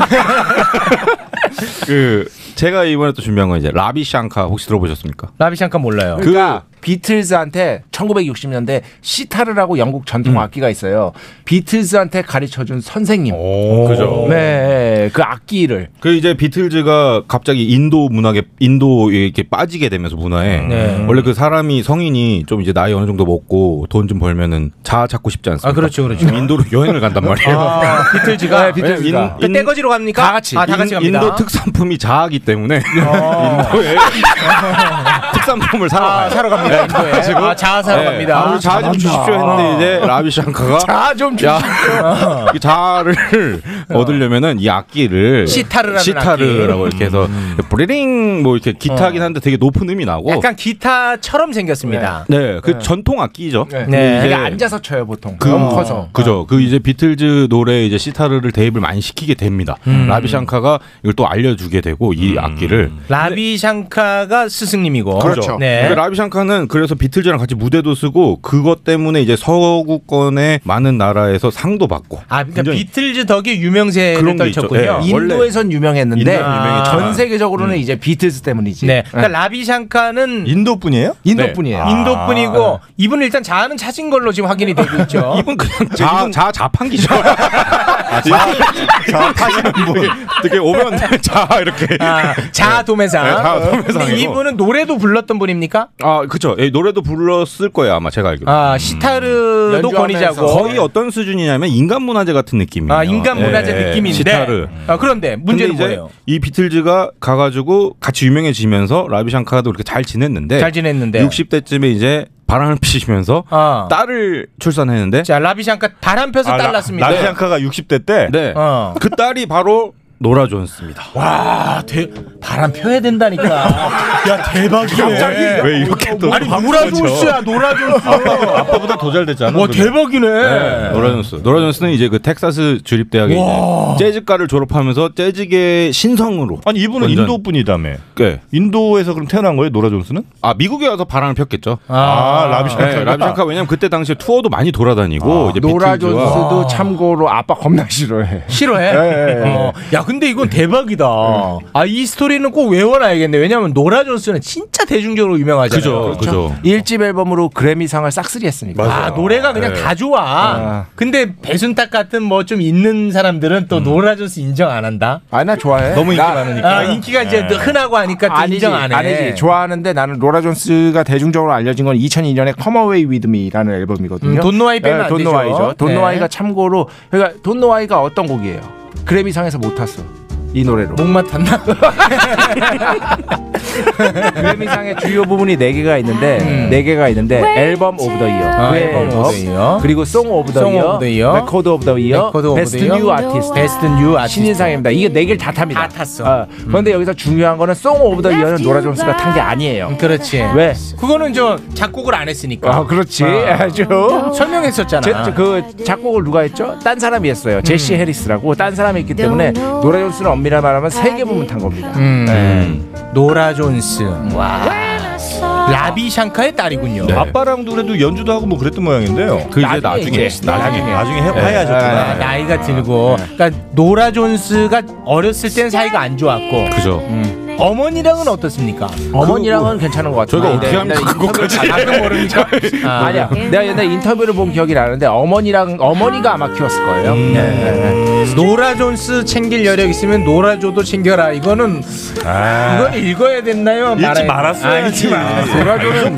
Speaker 20: 그 제가 이번에 또 준비한 건 이제 라비 샹카 혹시 들어보셨습니까?
Speaker 4: 라비샹카 몰라요.
Speaker 6: 그러니까 비틀즈한테 1960년대 시타르라고 영국 전통 악기가 있어요. 비틀즈한테 가르쳐준 선생님.
Speaker 20: 그죠.
Speaker 6: 네, 그 악기를.
Speaker 20: 그 이제 비틀즈가 갑자기 인도 문학에 인도 이렇게 빠지게 되면서 문화에
Speaker 4: 네.
Speaker 20: 원래 그 사람이 성인이 좀 이제 나이 어느 정도 먹고 돈 좀 벌면은 자아 찾고 싶지 않습니까?
Speaker 4: 아, 그렇죠, 그렇죠.
Speaker 20: 그럼 음, 인도로 여행을 간단 말이에요.
Speaker 4: 아, 비틀즈가
Speaker 20: 네, 비틀즈가.
Speaker 4: 그 떼거지로 갑니까?
Speaker 20: 다 같이.
Speaker 4: 아, 다 같이
Speaker 20: 인-
Speaker 4: 갑니다.
Speaker 20: 인도 특산품이 자아기 때문에 <laughs> 인도에 특산품을 아,
Speaker 4: 사러
Speaker 20: 사러 가요.
Speaker 4: 갑니다, 인도에.
Speaker 20: 그래가지고
Speaker 4: 아, 자아 사러 갑니다.
Speaker 20: 아, 우리 자아
Speaker 4: 아,
Speaker 20: 좀 주십시오
Speaker 4: 잘한다.
Speaker 20: 했는데 이제 라비 샹카가
Speaker 4: 자아 좀
Speaker 20: 야, 이 자아를 얻으려면은 이 악기를
Speaker 4: 시타르라는
Speaker 20: 시타르라고 이렇게 해서 브리링 뭐 이렇게 기타긴 한데 되게 높은 음이 나고
Speaker 4: 약간 기타처럼 생겼습니다.
Speaker 20: 네, 그 전통 악기죠.
Speaker 6: 네.
Speaker 20: 근데 이제
Speaker 6: 그게
Speaker 4: 그러니까
Speaker 6: 앉아서 쳐요 보통.
Speaker 20: 그,
Speaker 6: 너무 커서.
Speaker 20: 그죠. 그 이제 비틀즈 노래 이제 시타르를 대입을 많이 시키게 됩니다.
Speaker 4: 음.
Speaker 20: 라비샹카가 이걸 또 알려주게 되고 이 악기를.
Speaker 4: 라비샹카가 스승님이고.
Speaker 20: 네.
Speaker 4: 네.
Speaker 20: 라비샹카는 그래서 비틀즈랑 같이 무대도 쓰고 그것 때문에 이제 서구권의 많은 나라에서
Speaker 4: <laughs>
Speaker 20: 상도 받고.
Speaker 4: 아, 그러니까
Speaker 20: 굉장히-
Speaker 4: 비틀즈 덕에 유명세를
Speaker 20: 그런 게 있죠.
Speaker 4: 떨쳤군요.
Speaker 20: 예, 원래
Speaker 6: 인도에선 유명했는데
Speaker 20: 인도는 유명했지만.
Speaker 6: 전 세계적으로는 이제 비틀즈 때문이지.
Speaker 4: 네. 아. 그러니까 라비샹카는 네.
Speaker 20: 인도 예. 분이에요?
Speaker 6: 인도 분이에요.
Speaker 4: 인도 분이고 이분은 일단 자아는 찾은 걸로 지금 확인이 되고 있죠.
Speaker 20: <laughs> 이분 그냥 자, 자, 자판기죠. <laughs>
Speaker 4: 아,
Speaker 20: 자, 자, 타시는 분. 되게 오면 <laughs> 자, 이렇게.
Speaker 4: 아, 자 도매상.
Speaker 20: 네, 자 도매상이고.
Speaker 4: 근데 이분은 노래도 불렀던 분입니까?
Speaker 20: 아, 그쵸. 예, 노래도 불렀을 거예요, 아마 제가 알기로.
Speaker 4: 아, 시타르도 권위자고.
Speaker 20: 거의 어떤 수준이냐면 인간 문화재 같은 느낌이에요.
Speaker 4: 아, 인간 문화재
Speaker 20: 예,
Speaker 4: 느낌인데.
Speaker 20: 시타르.
Speaker 4: 아, 그런데 문제는
Speaker 20: 근데 이제
Speaker 4: 뭐예요?
Speaker 20: 이 비틀즈가 가가지고 같이 유명해지면서 라비샹카도 그렇게 잘 지냈는데
Speaker 4: 잘 지냈는데.
Speaker 20: 60대쯤에 이제 바람을 <laughs> 피시면서
Speaker 4: 아.
Speaker 20: 딸을 출산했는데 아,
Speaker 4: 자, 라비샹카 바람 펴서 딸 났습니다.
Speaker 20: 라비샹카가 60대 때 네.
Speaker 4: 어.
Speaker 20: 그 딸이 바로 노라 존스입니다.
Speaker 4: 와, 대, 바람 펴야 된다니까. <laughs> 야, 대박이네.
Speaker 20: 갑자기 왜 이렇게 또
Speaker 4: 아니, 노라 존스야, 노라 존스.
Speaker 20: 아빠보다 더 잘 됐잖아.
Speaker 4: 와, 대박이네.
Speaker 20: 노라 존스. 노라 존스는 이제 그 텍사스 주립 대학에
Speaker 3: 와.
Speaker 20: 재즈과를 졸업하면서 재즈계 신성으로.
Speaker 3: 아니 이분은
Speaker 20: 완전-
Speaker 3: 인도 분이다며.
Speaker 20: 네.
Speaker 3: 인도에서 그럼 태어난 거예요, 노라 존스는?
Speaker 20: 아 미국에 와서 바람을 폈겠죠.
Speaker 3: 아, 라비샹카.
Speaker 20: 네, 라비샹카 왜냐면 그때 당시에 투어도 많이 돌아다니고 이제
Speaker 6: 노라
Speaker 20: 비틀즈와-
Speaker 6: 존스도 참고로 아빠 겁나 싫어해.
Speaker 4: 싫어해?
Speaker 6: 예, 음. 예.
Speaker 4: 어. 야, 근데 이건 대박이다. 아, 이 스토리는 꼭 외워놔야겠네. 왜냐면 노라 존스는 진짜 대중적으로 유명하잖아요. 그렇죠?
Speaker 6: 일집 앨범으로 그래미상을 싹쓸이 했으니까.
Speaker 4: 아, 노래가 그냥
Speaker 6: 예.
Speaker 4: 다 좋아. 근데 배순탁 같은 뭐 좀 있는 사람들은 또 노라 존스 인정 안 한다.
Speaker 6: 음. 아, 나 좋아해.
Speaker 4: 너무 인기
Speaker 6: 나-
Speaker 4: 많으니까. 아, 인기가 이제 흔하고 하니까 그러니까 또
Speaker 6: 아니지,
Speaker 4: 인정 안 해.
Speaker 6: 아니지. 좋아하는데 나는 로라 존스가 대중적으로 알려진 건 2002년에 컴어웨이 위드 미라는 앨범이거든요.
Speaker 4: 음, 돈노아이 빼면 안 되죠.
Speaker 6: 돈노아이죠. 돈노아이가
Speaker 4: 네.
Speaker 6: 참고로 그러니까 돈노아이가 어떤 곡이에요? 그래미상에서 못 탔어. 이 노래로.
Speaker 4: 목마 탔나?
Speaker 6: <laughs> 그래미상의 주요 부분이 4개가 있는데 네 4개가 있는데 앨범 오브 더 이어.
Speaker 4: 음. 아, 앨범 오브 더 이어.
Speaker 6: 그 그리고 송 오브 더
Speaker 4: 송
Speaker 6: 이어.
Speaker 4: 오브 더 이어.
Speaker 6: 레코드 오브 더 이어.
Speaker 4: 레코드 오브
Speaker 6: 베스트
Speaker 4: 더 이어.
Speaker 6: 뉴 아티스트.
Speaker 4: 베스트 뉴 아티스트. 음.
Speaker 6: 신인상입니다. 이게 4개를 다 탑니다. 다 탔어. 그런데 여기서 중요한 거는 송 오브 더 이어는 노라 존스가 탄 게 아니에요.
Speaker 4: 음, 그렇지.
Speaker 6: 왜?
Speaker 4: 그거는 저 작곡을 안 했으니까. 어.
Speaker 6: 아, 그렇지. <laughs> 아주.
Speaker 4: 설명했었잖아. 음.
Speaker 6: 제- 저- 그 작곡을 누가 했죠? 딴 사람이 했어요. 제시 해리스라고 딴 사람이 했기 때문에 노라 존스는 엄밀한 말하면 세 개 부분 탄 겁니다.
Speaker 4: 음. 노라 존스. 와. 라비샹카의 딸이군요.
Speaker 3: 네. 아빠랑도 그래도 연주도 하고 뭐 그랬던 모양인데요.
Speaker 4: 그 이제 나중에, 나중에, 이제. 나중에.
Speaker 3: 나중에 나중에 해- 화해하셨구나.
Speaker 4: 아, 네. 나이가 들고 그러니까 노라 존스가 어렸을 땐 사이가 안 좋았고
Speaker 3: 음.
Speaker 20: 그죠.
Speaker 4: 어머니랑은 어떻습니까? 어머니랑은 괜찮은 것 같아요.
Speaker 6: 저희가 어떻게 하면 그거까지
Speaker 4: 가끔 모르니까.
Speaker 6: 아, 아니야. 내가 옛날 인터뷰를 본 기억이 나는데 어머니랑 어머니가 아마 키웠을 거예요.
Speaker 4: 음.
Speaker 6: 네.
Speaker 4: 노라 존스 챙길 여력 있으면 노라조도 챙겨라. 이거는
Speaker 19: 아.
Speaker 4: 이건 읽어야 됐나요?
Speaker 6: 읽지
Speaker 4: 말아야-
Speaker 6: 말았어야지.
Speaker 4: 아, 읽지 마.
Speaker 6: 노라조는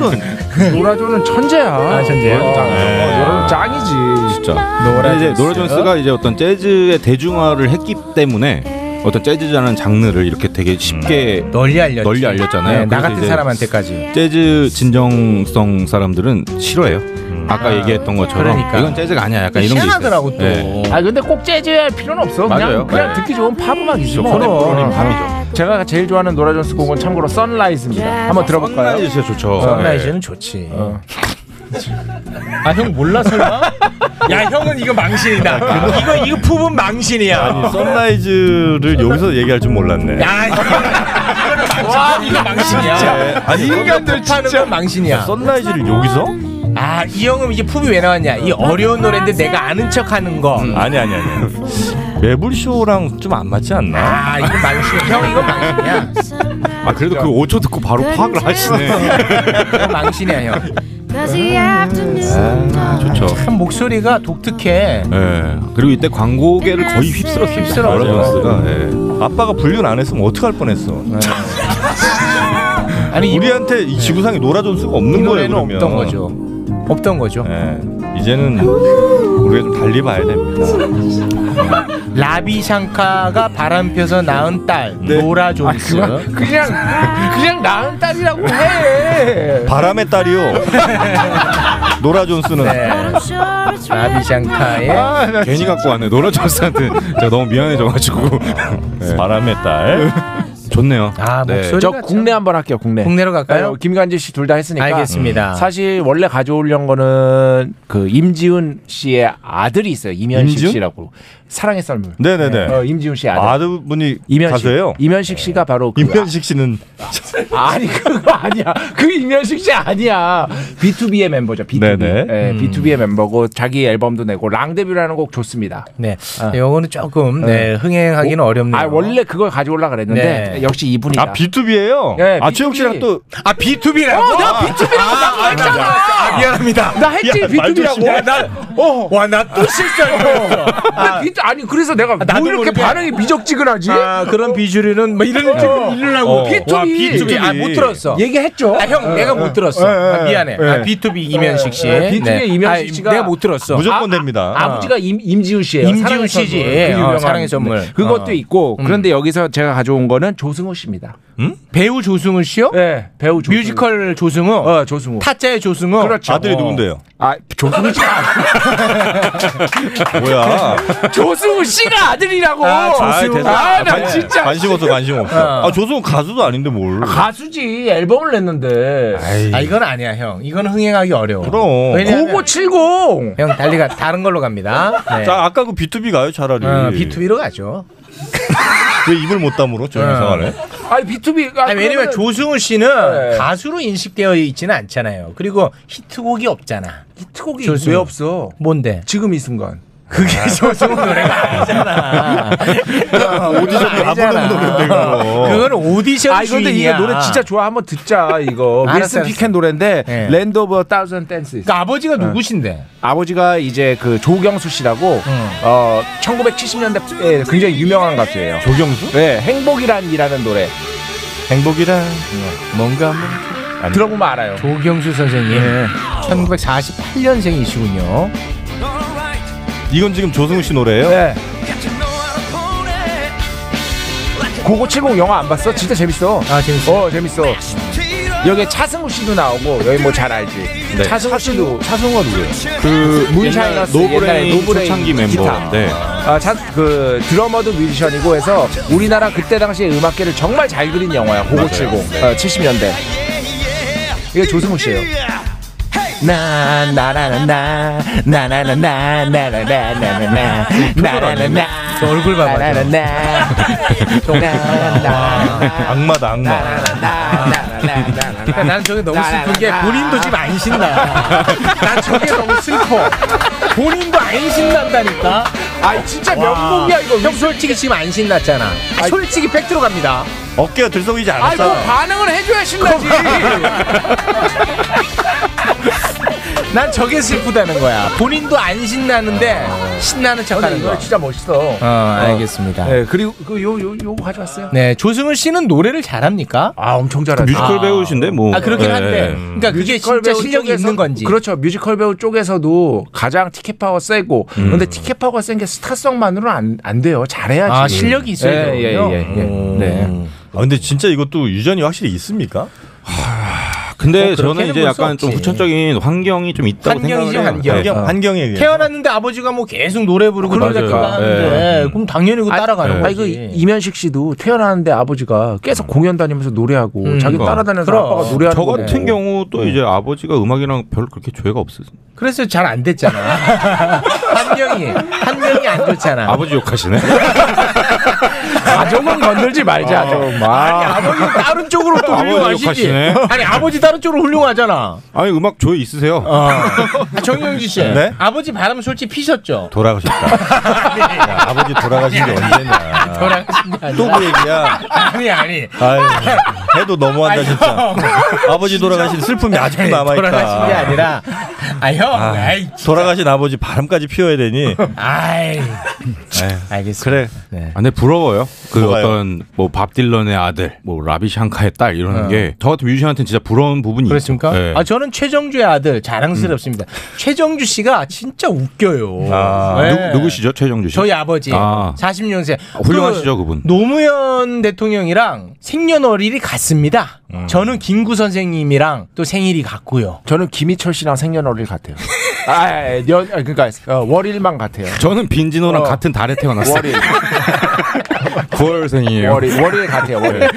Speaker 6: 노라조는 천재야.
Speaker 4: 아, 천재예요?
Speaker 6: 네. 노라조 짱이지.
Speaker 20: 진짜.
Speaker 6: 노라
Speaker 20: 근데 이제 노라
Speaker 6: 존스.
Speaker 20: 존스가 이제 어떤 재즈의 대중화를 했기 때문에 어떤 재즈라는 장르를 이렇게 되게 쉽게
Speaker 4: 널리 알렸
Speaker 20: 널리 알렸잖아요.
Speaker 4: 네, 나
Speaker 20: 그래서
Speaker 4: 같은
Speaker 20: 이제
Speaker 4: 사람한테까지.
Speaker 20: 재즈 진정성 사람들은 싫어해요. 아까
Speaker 6: 아,
Speaker 20: 얘기했던 것처럼
Speaker 6: 그러니까.
Speaker 20: 이건 재즈가 아니야. 약간 이런 게 있어요.
Speaker 6: 희한하더라고 또.
Speaker 20: 네.
Speaker 6: 아 근데 꼭 재즈할 필요는 네, 없어.
Speaker 20: 맞아요.
Speaker 6: 그냥 그냥
Speaker 20: 네.
Speaker 6: 듣기 좋은 팝 음악이지.
Speaker 20: 그렇죠. 팝, 팝,
Speaker 6: 팝이죠. 제가 제일 좋아하는 노라 존스 곡은 참고로 선라이즈입니다. 한번 들어볼까요?
Speaker 20: 선라이즈 진짜 좋죠.
Speaker 6: 네.
Speaker 4: 선라이즈는 좋지. 아 형 몰라 설마? <laughs> 야 형은 이거 아, 망신이다. 이거 이거 푸분 망신이야.
Speaker 3: 아니 선라이즈를 여기서 얘기할 줄 몰랐네.
Speaker 4: 와 이거 망신이야.
Speaker 3: 아니,
Speaker 4: 인간들 파는 건 망신이야.
Speaker 3: 선라이즈를 여기서?
Speaker 4: 아 이 형은 이제 푸이 왜 나왔냐? 이 어려운 노래인데 내가 아는 척하는 거.
Speaker 3: 아니 아니 아니. 매불쇼랑 좀 안 맞지 않나?
Speaker 4: 아 이거 망신. 형 이거 망신이야.
Speaker 20: 아 그래도 그 5초 듣고 바로
Speaker 4: 네,
Speaker 20: 파악을 하시네.
Speaker 4: 이거 망신이야 형.
Speaker 20: 아, 좋죠.
Speaker 4: 참 목소리가 독특해.
Speaker 20: 예. 그리고 이때 광고계를 거의 휩쓸었습니다. 네.
Speaker 3: 휩쓸어.
Speaker 20: 노라존스가.
Speaker 3: 아빠가 불륜 안 했으면 어떡할 뻔했어.
Speaker 4: 네. 아니
Speaker 3: 우리한테 이 지구상에 노라존스가
Speaker 4: 이
Speaker 3: 없는 거예요.
Speaker 4: 노래는
Speaker 3: 그러면. 네.
Speaker 4: 없던 거죠. 없던 거죠.
Speaker 3: 이제는 우리가 좀 달리 봐야 됩니다.
Speaker 4: 라비 샹카가 바람 펴서 낳은 딸 노라 존스.
Speaker 6: 그냥 그냥 낳은 딸이라고 해.
Speaker 3: 바람의 딸이요. 노라 존스는
Speaker 6: 네.
Speaker 3: 아,
Speaker 4: 라비 샹카의
Speaker 20: 괜히 갖고 왔네. 노라존스한테 제가 너무 미안해져가지고.
Speaker 3: 네. 바람의 딸.
Speaker 20: <laughs> 좋네요.
Speaker 4: 아
Speaker 6: 저 국내 한번 할게요. 국내.
Speaker 4: 국내로 갈까요?
Speaker 6: 네, 김관진 씨 둘 다 했으니까.
Speaker 4: 알겠습니다.
Speaker 6: 음. 사실 원래 가져오려는 거는 그 임지훈 씨의 아들이 있어요. 임현식
Speaker 3: 임지훈?
Speaker 6: 씨라고. 사랑의 썰물.
Speaker 3: 네네네.
Speaker 6: 어, 임지훈 씨 아들.
Speaker 3: 아드분이
Speaker 6: 임현식.
Speaker 3: 가수예요?
Speaker 6: 임현식 씨가 바로 그
Speaker 3: 임현식 씨는
Speaker 6: <laughs> 아니 그거 아니야. 그 임현식 씨 아니야. B2B의 멤버죠. B2B.
Speaker 3: 네네.
Speaker 4: 음.
Speaker 6: 예, B2B의 멤버고 자기 앨범도 내고 랑데뷔라는 곡 좋습니다. 예.
Speaker 4: 네. 요거는 조금 네, 흥행하기는 어렵네요.
Speaker 6: 아 원래 그걸 가져올라 그랬는데
Speaker 4: 네.
Speaker 6: 역시 이분이다.
Speaker 4: 아, B2B라고?
Speaker 6: 예,
Speaker 4: 아,
Speaker 6: B2B.
Speaker 4: 최욱 씨랑 또- 아 B2B라고?
Speaker 6: 어, 내가 B2B라고 방금 했잖아.
Speaker 4: 아, 미안합니다.
Speaker 6: 나 했지
Speaker 4: 야,
Speaker 6: B2B라고.
Speaker 4: 야, 나 어. 와, 나 또 실수했어.
Speaker 6: 아, B2B 아니 그래서 내가 뭐
Speaker 4: 나도
Speaker 6: 이렇게
Speaker 4: 모르게.
Speaker 6: 반응이 미적지근하지?
Speaker 4: 아, 그런 비주류는 뭐 이런
Speaker 6: 어.
Speaker 4: 이러려고
Speaker 6: 어. 와, B2B.
Speaker 4: 아, 못 들었어.
Speaker 6: 얘기했죠.
Speaker 4: 아, 형
Speaker 6: 어,
Speaker 4: 내가
Speaker 6: 어,
Speaker 4: 못 들었어.
Speaker 6: 어, 어,
Speaker 4: 아, 미안해.
Speaker 6: 어,
Speaker 4: 아,
Speaker 6: 어.
Speaker 4: B2B 이면식 씨.
Speaker 6: 어, B2B 의
Speaker 4: 네.
Speaker 6: 이면식
Speaker 4: 아,
Speaker 6: 씨가
Speaker 4: 내가 못 들었어.
Speaker 6: 무조건 됩니다. 아버지가 임, 임지훈 씨예요.
Speaker 4: 임지훈
Speaker 6: 사랑의
Speaker 4: 씨지.
Speaker 6: 선물. 그
Speaker 4: 어,
Speaker 6: 유명한
Speaker 4: 사랑의 선물.
Speaker 6: 네. 그것도
Speaker 4: 어.
Speaker 6: 있고 그런데 여기서 제가 가져온 거는 조승우 씨입니다.
Speaker 4: 배우 음? 조승우 씨요?
Speaker 6: 네, 배우 조승우.
Speaker 4: 뮤지컬 조승우. 어,
Speaker 6: 조승우.
Speaker 4: 타짜의 조승우.
Speaker 6: 그렇죠. 아들이 누군데요? 아, 조승우 씨.
Speaker 3: 뭐야?
Speaker 6: 조승우 씨가
Speaker 2: 어,
Speaker 6: 아들이라고.
Speaker 3: 아이, 대단-
Speaker 6: 아, 나
Speaker 3: 관-
Speaker 6: 진짜.
Speaker 3: 관심 없어 관심 없어.
Speaker 6: 어.
Speaker 3: 아 조승우 가수도 아닌데 뭘?
Speaker 6: 가수지 앨범을 냈는데.
Speaker 4: 아 이건 아니야 형. <laughs> 이건 흥행하기 어려워.
Speaker 3: 그럼.
Speaker 4: 고고
Speaker 6: 70.
Speaker 4: 형 달리가 다른 걸로 갑니다. 네.
Speaker 3: <laughs> 자 아까 그 B2B 가요 차라리.
Speaker 4: 어, B2B로 가죠.
Speaker 3: <laughs> 왜 입을 못 다물어? 좀
Speaker 4: 어.
Speaker 3: 이상하네.
Speaker 6: 아니 B2B. 아,
Speaker 4: 아니, 왜냐면
Speaker 6: 그러면은- 예.
Speaker 4: 조승우 씨는 가수로 인식되어 있지는 않잖아요. 그리고 히트곡이 없잖아.
Speaker 6: 히트곡이
Speaker 4: 조승우.
Speaker 6: 왜 없어?
Speaker 4: 뭔데?
Speaker 6: 지금 이 순간. 아.
Speaker 4: 그게 조승우 노래가 아니잖아.
Speaker 6: 오디션
Speaker 2: 아,
Speaker 6: 다 부르는
Speaker 4: <laughs>
Speaker 6: 노래인데
Speaker 4: 그거. 그건 오디션
Speaker 6: 아 근데 이거
Speaker 4: 주인이야.
Speaker 6: 노래 진짜 좋아 한번 듣자 이거
Speaker 4: <laughs> 알았어,
Speaker 6: 윌슨
Speaker 4: 알았어.
Speaker 6: 피켄 노래인데
Speaker 4: 네.
Speaker 6: 랜드 오브 다우즌 댄스
Speaker 4: 그러니까 아버지가
Speaker 6: 네.
Speaker 4: 누구신데?
Speaker 6: 아버지가 이제 그 조경수 씨라고 어 1970년대에 굉장히 유명한 가수예요 조경수? 네 행복이란이라는 노래
Speaker 3: 행복이란
Speaker 4: 뭔가
Speaker 6: 들어보면 알아요
Speaker 4: 아, 조경수 선생님
Speaker 6: 예,
Speaker 4: 1948년생이시군요.
Speaker 3: 이건 지금 조승우 씨 노래예요?
Speaker 6: 네. 고고 70 영화 안 봤어? 진짜 재밌어 아 재밌어 어 재밌어 여기 차승우 씨도 나오고 여기 뭐 잘 알지
Speaker 20: 네.
Speaker 6: 차승우 씨도 차승우가 누구예요?
Speaker 20: 그
Speaker 6: 문샤이너스 옛날에
Speaker 20: 노브레인
Speaker 6: 노브레인
Speaker 20: 초창기 멤버.
Speaker 6: 기타.
Speaker 20: 네.
Speaker 6: 아, 자, 그 드러머도 뮤지션이고 해서 우리나라 그때 당시에 음악계를 정말 잘 그린 영화야. 고고 70, 어, 70년대. 이게 조승우 씨예요.
Speaker 4: 나 나나나나 나나나나
Speaker 6: 네,
Speaker 4: 나나나나나 나나나나 저 얼굴 봐봐 나나나나
Speaker 6: 네,
Speaker 3: 악마다 악마.
Speaker 6: 네,
Speaker 4: 그러니까 난 저게 너무 슬픈 게 본인도 지금 안
Speaker 6: <laughs>
Speaker 4: 신나 난 저게 너무 슬퍼 본인도 안 신난다니까
Speaker 6: 아 진짜 명곡이야 이거.
Speaker 4: 형 솔직히 지금 안 신났잖아. 아, 솔직히 백 들어갑니다.
Speaker 3: 어깨가 들썩이지
Speaker 6: 않았잖아. 그
Speaker 4: 아이고 반응을 해줘야 신나지. 난 저게 슬프다는 거야. 본인도 안 신나는데 신나는 척하는 거.
Speaker 6: 진짜 멋있어.
Speaker 4: 어, 알겠습니다.
Speaker 6: 네 그리고 그 요 요 요 가져왔어요.
Speaker 4: 네, 조승우 씨는 노래를 잘합니까?
Speaker 6: 아, 엄청
Speaker 3: 잘하죠. 그 뮤지컬 배우신데 뭐.
Speaker 4: 아, 그렇긴
Speaker 3: 네.
Speaker 4: 한데. 그러니까 그게
Speaker 6: 뮤지컬
Speaker 4: 진짜
Speaker 6: 배우
Speaker 4: 실력이
Speaker 6: 쪽에서-
Speaker 4: 있는 건지.
Speaker 6: 그렇죠. 뮤지컬 배우 쪽에서도 가장 티켓 파워 세고.
Speaker 3: 음.
Speaker 6: 근데 티켓 파워가 센 게 스타성만으로는 안, 안 돼요. 잘해야지.
Speaker 4: 아, 실력이 있어야
Speaker 6: 예,
Speaker 4: 되거든요.
Speaker 6: 예, 예, 예.
Speaker 3: 음.
Speaker 6: 네.
Speaker 3: 아, 근데 진짜 이것도 유전이 확실히 있습니까?
Speaker 20: 근데
Speaker 4: 뭐
Speaker 3: 어,
Speaker 20: 저는
Speaker 3: 그렇게는
Speaker 20: 이제
Speaker 3: 볼
Speaker 20: 약간
Speaker 3: 수
Speaker 20: 좀
Speaker 3: 없지.
Speaker 20: 후천적인 환경이
Speaker 4: <laughs>
Speaker 20: 좀 있다고
Speaker 4: 환경이죠,
Speaker 20: 생각을 해요.
Speaker 4: 환경.
Speaker 20: 네.
Speaker 4: 어. 태어났는데 아버지가 뭐 계속 노래 부르고
Speaker 6: 그러니까.
Speaker 4: 노래 작곡 하는데
Speaker 6: 예.
Speaker 4: 그럼 당연히 그 따라가는
Speaker 6: 아,
Speaker 4: 거지.
Speaker 6: 이거 이면식 씨도 태어나는데 아버지가 계속 공연 다니면서 노래하고
Speaker 4: 뭐
Speaker 6: 자기 따라다니면서 아빠가 노래하는
Speaker 20: 저
Speaker 6: 거
Speaker 20: 같은 경우도 이제 아버지가 음악이랑 별 그렇게 죄가 없으세요.
Speaker 4: 그래서 잘 안 됐잖아. <laughs> 한 명이 한 명이 안 좋잖아.
Speaker 20: <laughs> 아버지 욕하시네.
Speaker 6: 가족은 건들지 말자. 좀.
Speaker 4: 아니 아버지 다른 쪽으로 또
Speaker 20: 아버지
Speaker 4: 훌륭하시지.
Speaker 20: 욕하시네.
Speaker 4: 아니 <laughs> 아버지 다른 쪽으로 훌륭하잖아.
Speaker 20: 아니 음악 조회 있으세요?
Speaker 4: 아, 정영지 씨,
Speaker 20: 네?
Speaker 4: 아버지 바람 솔직히 피셨죠.
Speaker 3: 돌아가셨다. 야, 아버지 돌아가신 게 언제냐.
Speaker 4: 돌아가신 게
Speaker 3: 또 그 얘기야.
Speaker 4: 아니 <laughs> 아니.
Speaker 3: 아유, 해도 너무한다 진짜. 아버지 돌아가신 슬픔이 아직도 남아 있다.
Speaker 4: 돌아가신 게 아니라, 아 형,
Speaker 3: 아,
Speaker 4: 아이,
Speaker 3: 돌아가신 아버지 바람까지 피워야 되니.
Speaker 4: 아이. 알겠습니다.
Speaker 20: 네.
Speaker 4: 네.
Speaker 20: 그래. 아, 근데 부러워요. 그 어떤 뭐 밥 딜런의 아들, 뭐 라비 샹카의 딸 이러는
Speaker 4: 어.
Speaker 20: 게 저 같은 뮤지션한테 는 진짜 부러운 부분이
Speaker 4: 그렇습니까?
Speaker 20: 있죠. 예.
Speaker 4: 아 저는 최정주의 아들 자랑스럽습니다. 최정주 씨가 진짜 웃겨요.
Speaker 20: 음. 아,
Speaker 4: 네.
Speaker 20: 누, 누구시죠? 최정주 씨.
Speaker 4: 저희 아버지
Speaker 20: 아.
Speaker 4: 40년생
Speaker 20: 훌륭하시죠, 그분.
Speaker 4: 노무현 대통령이랑 생년월일이 같습니다.
Speaker 20: 음.
Speaker 4: 저는 김구 선생님이랑 또 생일이
Speaker 20: <laughs>
Speaker 4: 같고요.
Speaker 6: 저는 김희철 씨랑 생년월일 같아요. <laughs> 아, 아, 아, 연, 아, 그러니까 어, 월일만 같아요.
Speaker 20: 저는 빈진호랑 같은 달에 태어났어요. <laughs>
Speaker 6: 월일.
Speaker 20: 9월생이에요.
Speaker 6: <laughs>
Speaker 20: 네.
Speaker 6: 월일, 월일 같아요. 월일.
Speaker 4: 야,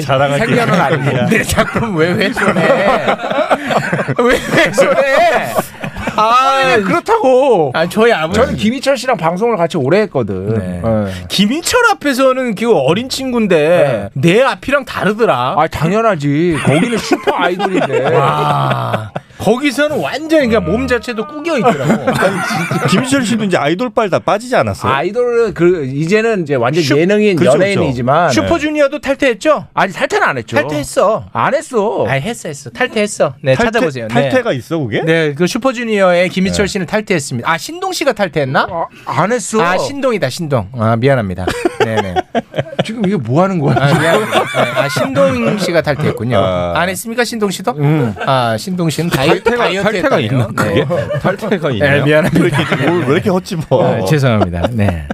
Speaker 6: <laughs> 자랑할 게
Speaker 4: 생년은
Speaker 6: 없네.
Speaker 4: 아니야. 내 작품 왜 훼손해? 왜 훼손해? 아,
Speaker 6: 그렇다고.
Speaker 4: 아, 저희 아버지.
Speaker 6: 저는 김희철 씨랑 방송을 같이 오래 했거든. 예.
Speaker 4: 김인철 앞에서는 그 어린 친구인데 내 앞이랑 다르더라.
Speaker 6: 아 당연하지. 거기는 슈퍼 아이돌인데.
Speaker 4: 와. 거기서는 완전 그냥 몸 자체도 꾸겨 <laughs> 있더라고.
Speaker 3: 김철 씨도 이제 아이돌빨 다 빠지지 않았어요?
Speaker 6: 아이돌은 그 이제는 이제 완전
Speaker 3: 슈-
Speaker 6: 예능인
Speaker 3: 그죠, 그죠.
Speaker 6: 연예인이지만
Speaker 4: 그렇죠,
Speaker 6: 네.
Speaker 4: 슈퍼주니어도 탈퇴했죠?
Speaker 6: 아니 탈퇴는 안 했죠.
Speaker 4: 탈퇴했어.
Speaker 6: 안 했어.
Speaker 4: 아, 했어 했어. 탈퇴했어. 네,
Speaker 6: 탈퇴-
Speaker 4: 찾아보세요.
Speaker 6: 탈퇴가
Speaker 3: 있어 그게?
Speaker 4: 네, 그 슈퍼주니어의 김희철 씨는 탈퇴했습니다. 아, 신동 씨가 탈퇴했나?
Speaker 6: 안 했어.
Speaker 4: 아, 신동이다, 신동. 아, 미안합니다. 네, 네.
Speaker 6: <laughs> 지금 이게 뭐 하는 거야?
Speaker 4: 아, 미안합니다. 네, 아, 신동 씨가 탈퇴했군요. 안 했습니까, 신동 씨도? 아, 신동 씨는 다이어트 다이어트
Speaker 20: 탈퇴가
Speaker 4: 했다네요.
Speaker 20: 있나 그게? 탈퇴가 있나요?
Speaker 4: 네, 미안합니다.
Speaker 3: 왜 이렇게, 뭘, 왜 이렇게 헛짚어?
Speaker 4: 아, 죄송합니다. 네. 어,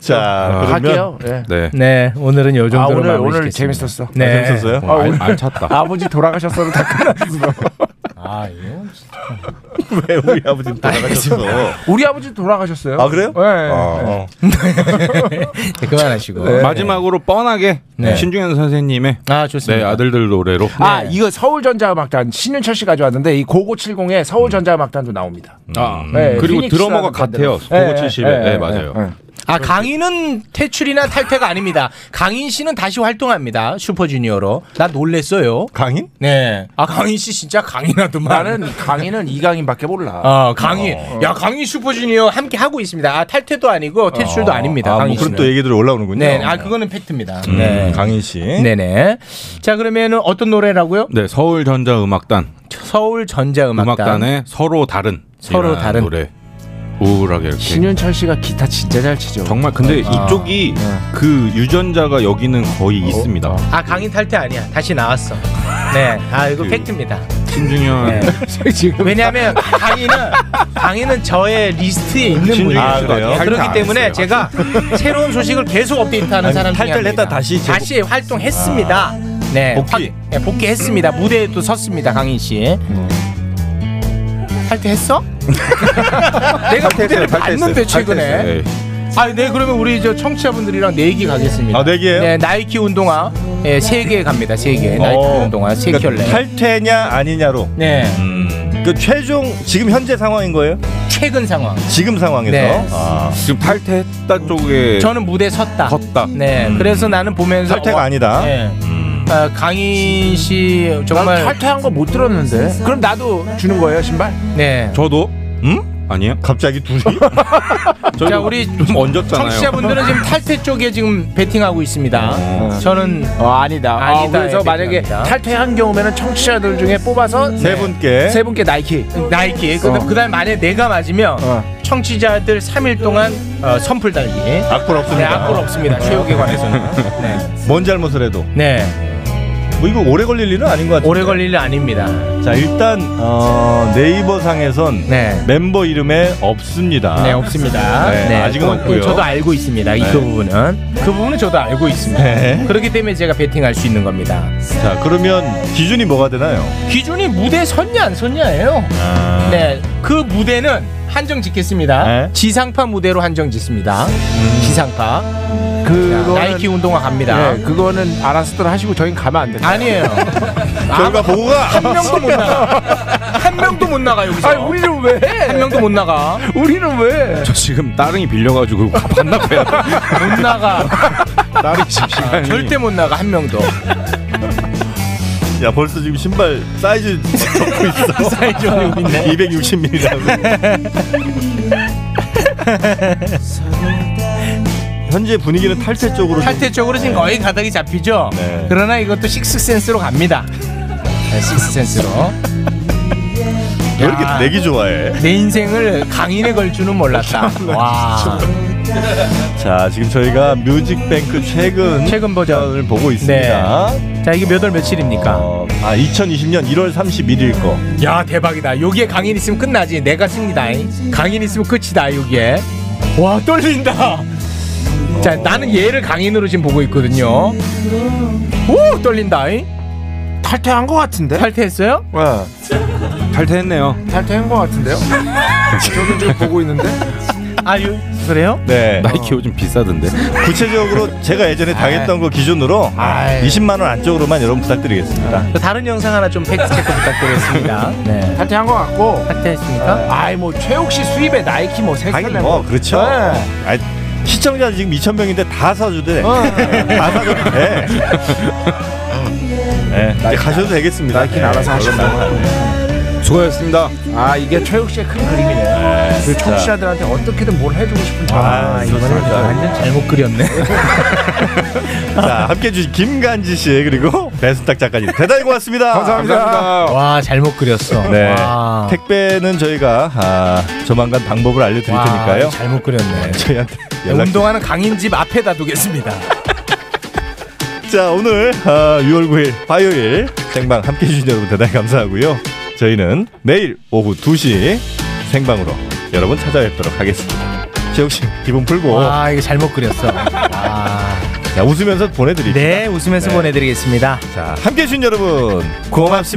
Speaker 3: 자, 아, 그러면
Speaker 6: 갈게요. 예.
Speaker 4: 네. 오늘은 요 정도로
Speaker 6: 아, 오늘-
Speaker 4: 마무리
Speaker 6: 오늘
Speaker 4: 짓겠습니다.
Speaker 6: 재밌었어.
Speaker 4: 네.
Speaker 3: 아, 재밌었어요?
Speaker 6: 아, 오늘
Speaker 3: 안 찼다.
Speaker 6: <laughs> 아버지 돌아가셨어도 다
Speaker 4: <laughs>
Speaker 6: 끝났어.
Speaker 4: 아, 이거 진짜.
Speaker 3: 왜 우리 아버지 돌아가셨어?
Speaker 6: <laughs> 우리 아버지 돌아가셨어요.
Speaker 3: 아 그래요?
Speaker 6: 네.
Speaker 4: 어.
Speaker 3: 아,
Speaker 4: 네, 그만하시고.
Speaker 6: 네.
Speaker 20: 마지막으로 뻔하게
Speaker 4: 네.
Speaker 20: 신중현 선생님의
Speaker 4: 아
Speaker 20: 네,
Speaker 4: 좋습니다.
Speaker 20: 아들들 노래로
Speaker 6: 아 이거 서울전자음악단 신윤철 씨 가져왔는데 이 고고칠공의 서울전자음악단도 나옵니다.
Speaker 20: 아,
Speaker 6: 네,
Speaker 20: 그리고
Speaker 6: 피닉스라는
Speaker 20: 드러머가 같아요.
Speaker 6: 밴드로. 예, 예,
Speaker 20: 970에.
Speaker 6: 예,
Speaker 20: 네,
Speaker 6: 예,
Speaker 20: 맞아요.
Speaker 6: 예, 예.
Speaker 4: 아 강인은 퇴출이나 탈퇴가 아닙니다. 강인 씨는 다시 활동합니다. 슈퍼주니어로. 나 놀랬어요.
Speaker 3: 강인?
Speaker 4: 네. 아 강인 씨 진짜 강인하더만.
Speaker 6: 나는 강인은 이강인밖에 몰라.
Speaker 4: 아 강인.
Speaker 3: 어.
Speaker 4: 야 강인 슈퍼주니어 함께 하고 있습니다. 아, 탈퇴도 아니고 퇴출도 아닙니다.
Speaker 3: 아, 뭐
Speaker 4: 강인
Speaker 3: 그런
Speaker 4: 씨는.
Speaker 3: 또 얘기들이 올라오는군요.
Speaker 4: 네. 아 그거는 팩트입니다.
Speaker 3: 음,
Speaker 4: 네.
Speaker 3: 강인 씨.
Speaker 4: 네네. 자 그러면은 어떤 노래라고요?
Speaker 20: 네, 서울 전자 음악단.
Speaker 4: 서울 전자음악단.
Speaker 20: 음악단의 서로 다른
Speaker 4: 서로
Speaker 20: 이라는
Speaker 4: 다른.
Speaker 20: 노래. 우울하게 이렇게.
Speaker 6: 신윤철 씨가 기타 진짜 잘 치죠.
Speaker 20: 정말 근데
Speaker 6: 아.
Speaker 20: 이쪽이 그 유전자가 여기는 거의 있습니다.
Speaker 4: 네. 아 강인 탈퇴 아니야. 다시 나왔어. 네. 아 이거 팩트입니다. 네.
Speaker 20: 신중현
Speaker 4: 왜냐하면 강의는 강의는 저의 리스트에 있는
Speaker 20: 진중이
Speaker 4: 분이에요.
Speaker 20: 아, 그래요? 탈퇴
Speaker 4: 그렇기
Speaker 20: 안
Speaker 4: 때문에
Speaker 20: 했어요.
Speaker 4: 제가 새로운 소식을 계속 업데이트하는
Speaker 3: 아니,
Speaker 4: 사람 중에
Speaker 3: 탈퇴를
Speaker 4: 합니다.
Speaker 3: 했다 다시 제복-
Speaker 4: 다시 활동했습니다.
Speaker 3: 아.
Speaker 4: 네
Speaker 3: 복귀.
Speaker 4: 확- 네, 복귀했습니다. 무대에 또 섰습니다. 강인 씨.
Speaker 3: 음. <laughs>
Speaker 4: 탈퇴했어? 내가 무대를 봤는데
Speaker 3: 예.
Speaker 4: 최근에. 아, 네 그러면 우리 저 청취자분들이랑 네 내기 가겠습니다.
Speaker 3: 아, 내기예요?
Speaker 4: 네 나이키 운동화 예, 세개 갑니다. 세 개. 나이키
Speaker 3: 어,
Speaker 4: 운동화 세
Speaker 3: 그러니까
Speaker 4: 켤레.
Speaker 3: 탈퇴냐 아니냐로.
Speaker 4: 네.
Speaker 3: 그 최종 지금 현재 상황인 거예요?
Speaker 4: 최근 상황.
Speaker 3: 지금 상황에서.
Speaker 4: 네.
Speaker 3: 아.
Speaker 20: 지금 탈퇴했다 쪽에
Speaker 4: 저는 무대 섰다.
Speaker 20: 컸다.
Speaker 4: 네, 그래서 나는 보면서
Speaker 3: 네. 음. 탈퇴가
Speaker 4: 어,
Speaker 3: 아니다.
Speaker 4: 네.
Speaker 20: 음.
Speaker 4: 아, 강인 씨 정말
Speaker 6: 탈퇴한 거 못 들었는데. 그럼 나도 주는 거예요 신발?
Speaker 4: 네.
Speaker 20: 저도
Speaker 3: 음?
Speaker 20: 아니요. 갑자기 <laughs> 둘이?
Speaker 4: 자, 우리
Speaker 20: 좀 얹었잖아요.
Speaker 4: 청취자분들은 지금 탈퇴 쪽에 지금 베팅하고 있습니다.
Speaker 3: 어.
Speaker 4: 저는 어, 아니다. 아니다.
Speaker 8: 아, 그래서
Speaker 4: 예,
Speaker 8: 만약에
Speaker 4: 베팅합니다.
Speaker 8: 탈퇴한 경우에는 청취자들 중에
Speaker 6: 네.
Speaker 8: 뽑아서
Speaker 4: 세 분께.
Speaker 8: 세 분께 나이키
Speaker 4: 나이키. 그,
Speaker 8: 어.
Speaker 4: 그다음 만에 내가 맞으면
Speaker 6: 어.
Speaker 4: 청취자들 3일 동안 어, 선풀 달기.
Speaker 3: 악플 없습니다.
Speaker 4: 네, 악플 없습니다. 체육에 관해서는. 네.
Speaker 3: 뭔 잘못을 해도.
Speaker 4: 네.
Speaker 3: 뭐 이거 오래 걸릴 일은 아닌 것 같아요.
Speaker 4: 오래 걸릴 일 아닙니다.
Speaker 3: 자 일단 어, 네이버 상에선 멤버 이름에 없습니다.
Speaker 4: 네, 없습니다.
Speaker 3: 네,
Speaker 4: 네,
Speaker 3: 아직은
Speaker 4: 어,
Speaker 3: 없고요.
Speaker 4: 저도 알고 있습니다. 이
Speaker 3: 네.
Speaker 4: 그 부분은 그 부분은 저도 알고 있습니다.
Speaker 3: 네.
Speaker 4: 그렇기 때문에 제가 베팅할 수 있는 <laughs> 겁니다.
Speaker 3: 자 그러면 기준이 뭐가 되나요?
Speaker 4: 기준이 무대 섰냐 안 섰냐예요.
Speaker 3: 아.
Speaker 4: 네, 그 무대는 한정 짓겠습니다.
Speaker 3: 네.
Speaker 4: 지상파 무대로 한정 짓습니다.
Speaker 3: 음.
Speaker 4: 지상파. 그 나이키 운동화 갑니다.
Speaker 8: 예, 그거는 알아서들 하시고 저희 가면 안 돼요.
Speaker 4: 아니에요.
Speaker 8: <laughs>
Speaker 4: 아,
Speaker 8: 결과 보고 가.
Speaker 4: 한 명도 못 나가.
Speaker 8: <laughs>
Speaker 4: 한 명도 못 나가 여기서.
Speaker 8: 아니,
Speaker 4: 우리는 왜? 한 명도 못 <laughs> 나가.
Speaker 8: 우리는 왜?
Speaker 20: 저 지금 따릉이 빌려가지고 반납해야 돼.
Speaker 4: 못 나가.
Speaker 3: <laughs>
Speaker 20: 따릉이 집 시간이.
Speaker 4: 절대 못 나가 한 명도.
Speaker 3: 야 벌써 지금 신발 사이즈 적고 있어.
Speaker 4: <laughs> 사이즈 올리고 있네.
Speaker 3: 260mm라고. 예. 현재 분위기는 탈퇴 쪽으로.
Speaker 4: 탈퇴 쪽으로 지금 거의 가닥이 잡히죠. 그러나 이것도 식스 센스로 갑니다. 네, 식스 센스로.
Speaker 3: 왜 이렇게 내기 좋아해?
Speaker 4: 내 인생을 강인에 걸 줄은 몰랐다. 와.
Speaker 3: <laughs> 자 지금 저희가 뮤직뱅크 최근
Speaker 4: 최근 버전을 네.
Speaker 3: 보고 있습니다.
Speaker 4: 자 이게 몇 월 며칠입니까?
Speaker 3: 아 2020년 1월 31일 거.
Speaker 4: 야 대박이다. 여기에 강인 있으면 끝나지. 내가 승리다. 강인 있으면 끝이다. 여기에. 와 떨린다. 자 나는 얘를 강인으로 지금 보고 있거든요. 오 떨린다.
Speaker 8: 탈퇴한 것 같은데? 네.
Speaker 4: 탈퇴했어요?
Speaker 8: 와.
Speaker 20: 탈퇴했네요.
Speaker 8: 탈퇴한 것 같은데요? 저는 지금 보고 있는데.
Speaker 4: 아유 그래요?
Speaker 3: 네.
Speaker 20: <laughs> 나이키 요즘 비싸던데.
Speaker 3: 구체적으로 제가 예전에
Speaker 4: 아.
Speaker 3: 당했던 거 기준으로 20만 원 안쪽으로만 여러분 부탁드리겠습니다.
Speaker 4: 다른 영상 하나 좀 팩트 체크 부탁드리겠습니다.
Speaker 8: <laughs>
Speaker 4: 네.
Speaker 8: 탈퇴한 것 같고.
Speaker 4: 탈퇴했습니까?
Speaker 8: 아이 뭐 최욱 씨 수입에 나이키 뭐 세개
Speaker 3: 하긴
Speaker 4: 어,
Speaker 3: 뭐 그렇죠.
Speaker 4: 네.
Speaker 3: 아니, 시청자 지금 2천 명인데 다 사주대.
Speaker 4: 어.
Speaker 3: 다 사줘도 돼. 네, 이제 가셔도 되겠습니다.
Speaker 8: 나이키 알아서 하시면
Speaker 20: 수고하셨습니다.
Speaker 8: 네. 아 이게 최욱 씨의 큰 그림이네.
Speaker 3: 네,
Speaker 8: 그
Speaker 3: 진짜.
Speaker 8: 청취자들한테 어떻게든 뭘 해주고 싶은 저.
Speaker 3: 아,
Speaker 8: 이거는
Speaker 3: 좋습니다.
Speaker 4: 완전 잘못 그렸네.
Speaker 3: <laughs> 자, 함께 해주신 김간지 씨 그리고 배순탁 작가님 대단히 고맙습니다.
Speaker 4: 감사합니다. 와 잘못 그렸어.
Speaker 3: 네.
Speaker 4: 와.
Speaker 3: 택배는 저희가 아, 조만간 방법을 알려드릴
Speaker 4: 와,
Speaker 3: 테니까요.
Speaker 4: 잘못 그렸네.
Speaker 3: 저희한테
Speaker 4: 네,
Speaker 3: 연락.
Speaker 4: 운동하는 강인 집 앞에다 두겠습니다.
Speaker 3: 자 오늘 아, 6월 9일 화요일 생방 함께해 주신 여러분 대단히 감사하고요. 저희는 내일 오후 2시 생방으로 여러분 찾아뵙도록 하겠습니다. 지혁 씨 기분 풀고
Speaker 4: 와 아, 이거 잘못 그렸어. 아. 와.
Speaker 3: 자, 웃으면서 네. 보내드릴게요.
Speaker 4: 네, 웃으면서 보내드리겠습니다.
Speaker 3: 자, 함께해 주신 여러분 고맙습니다.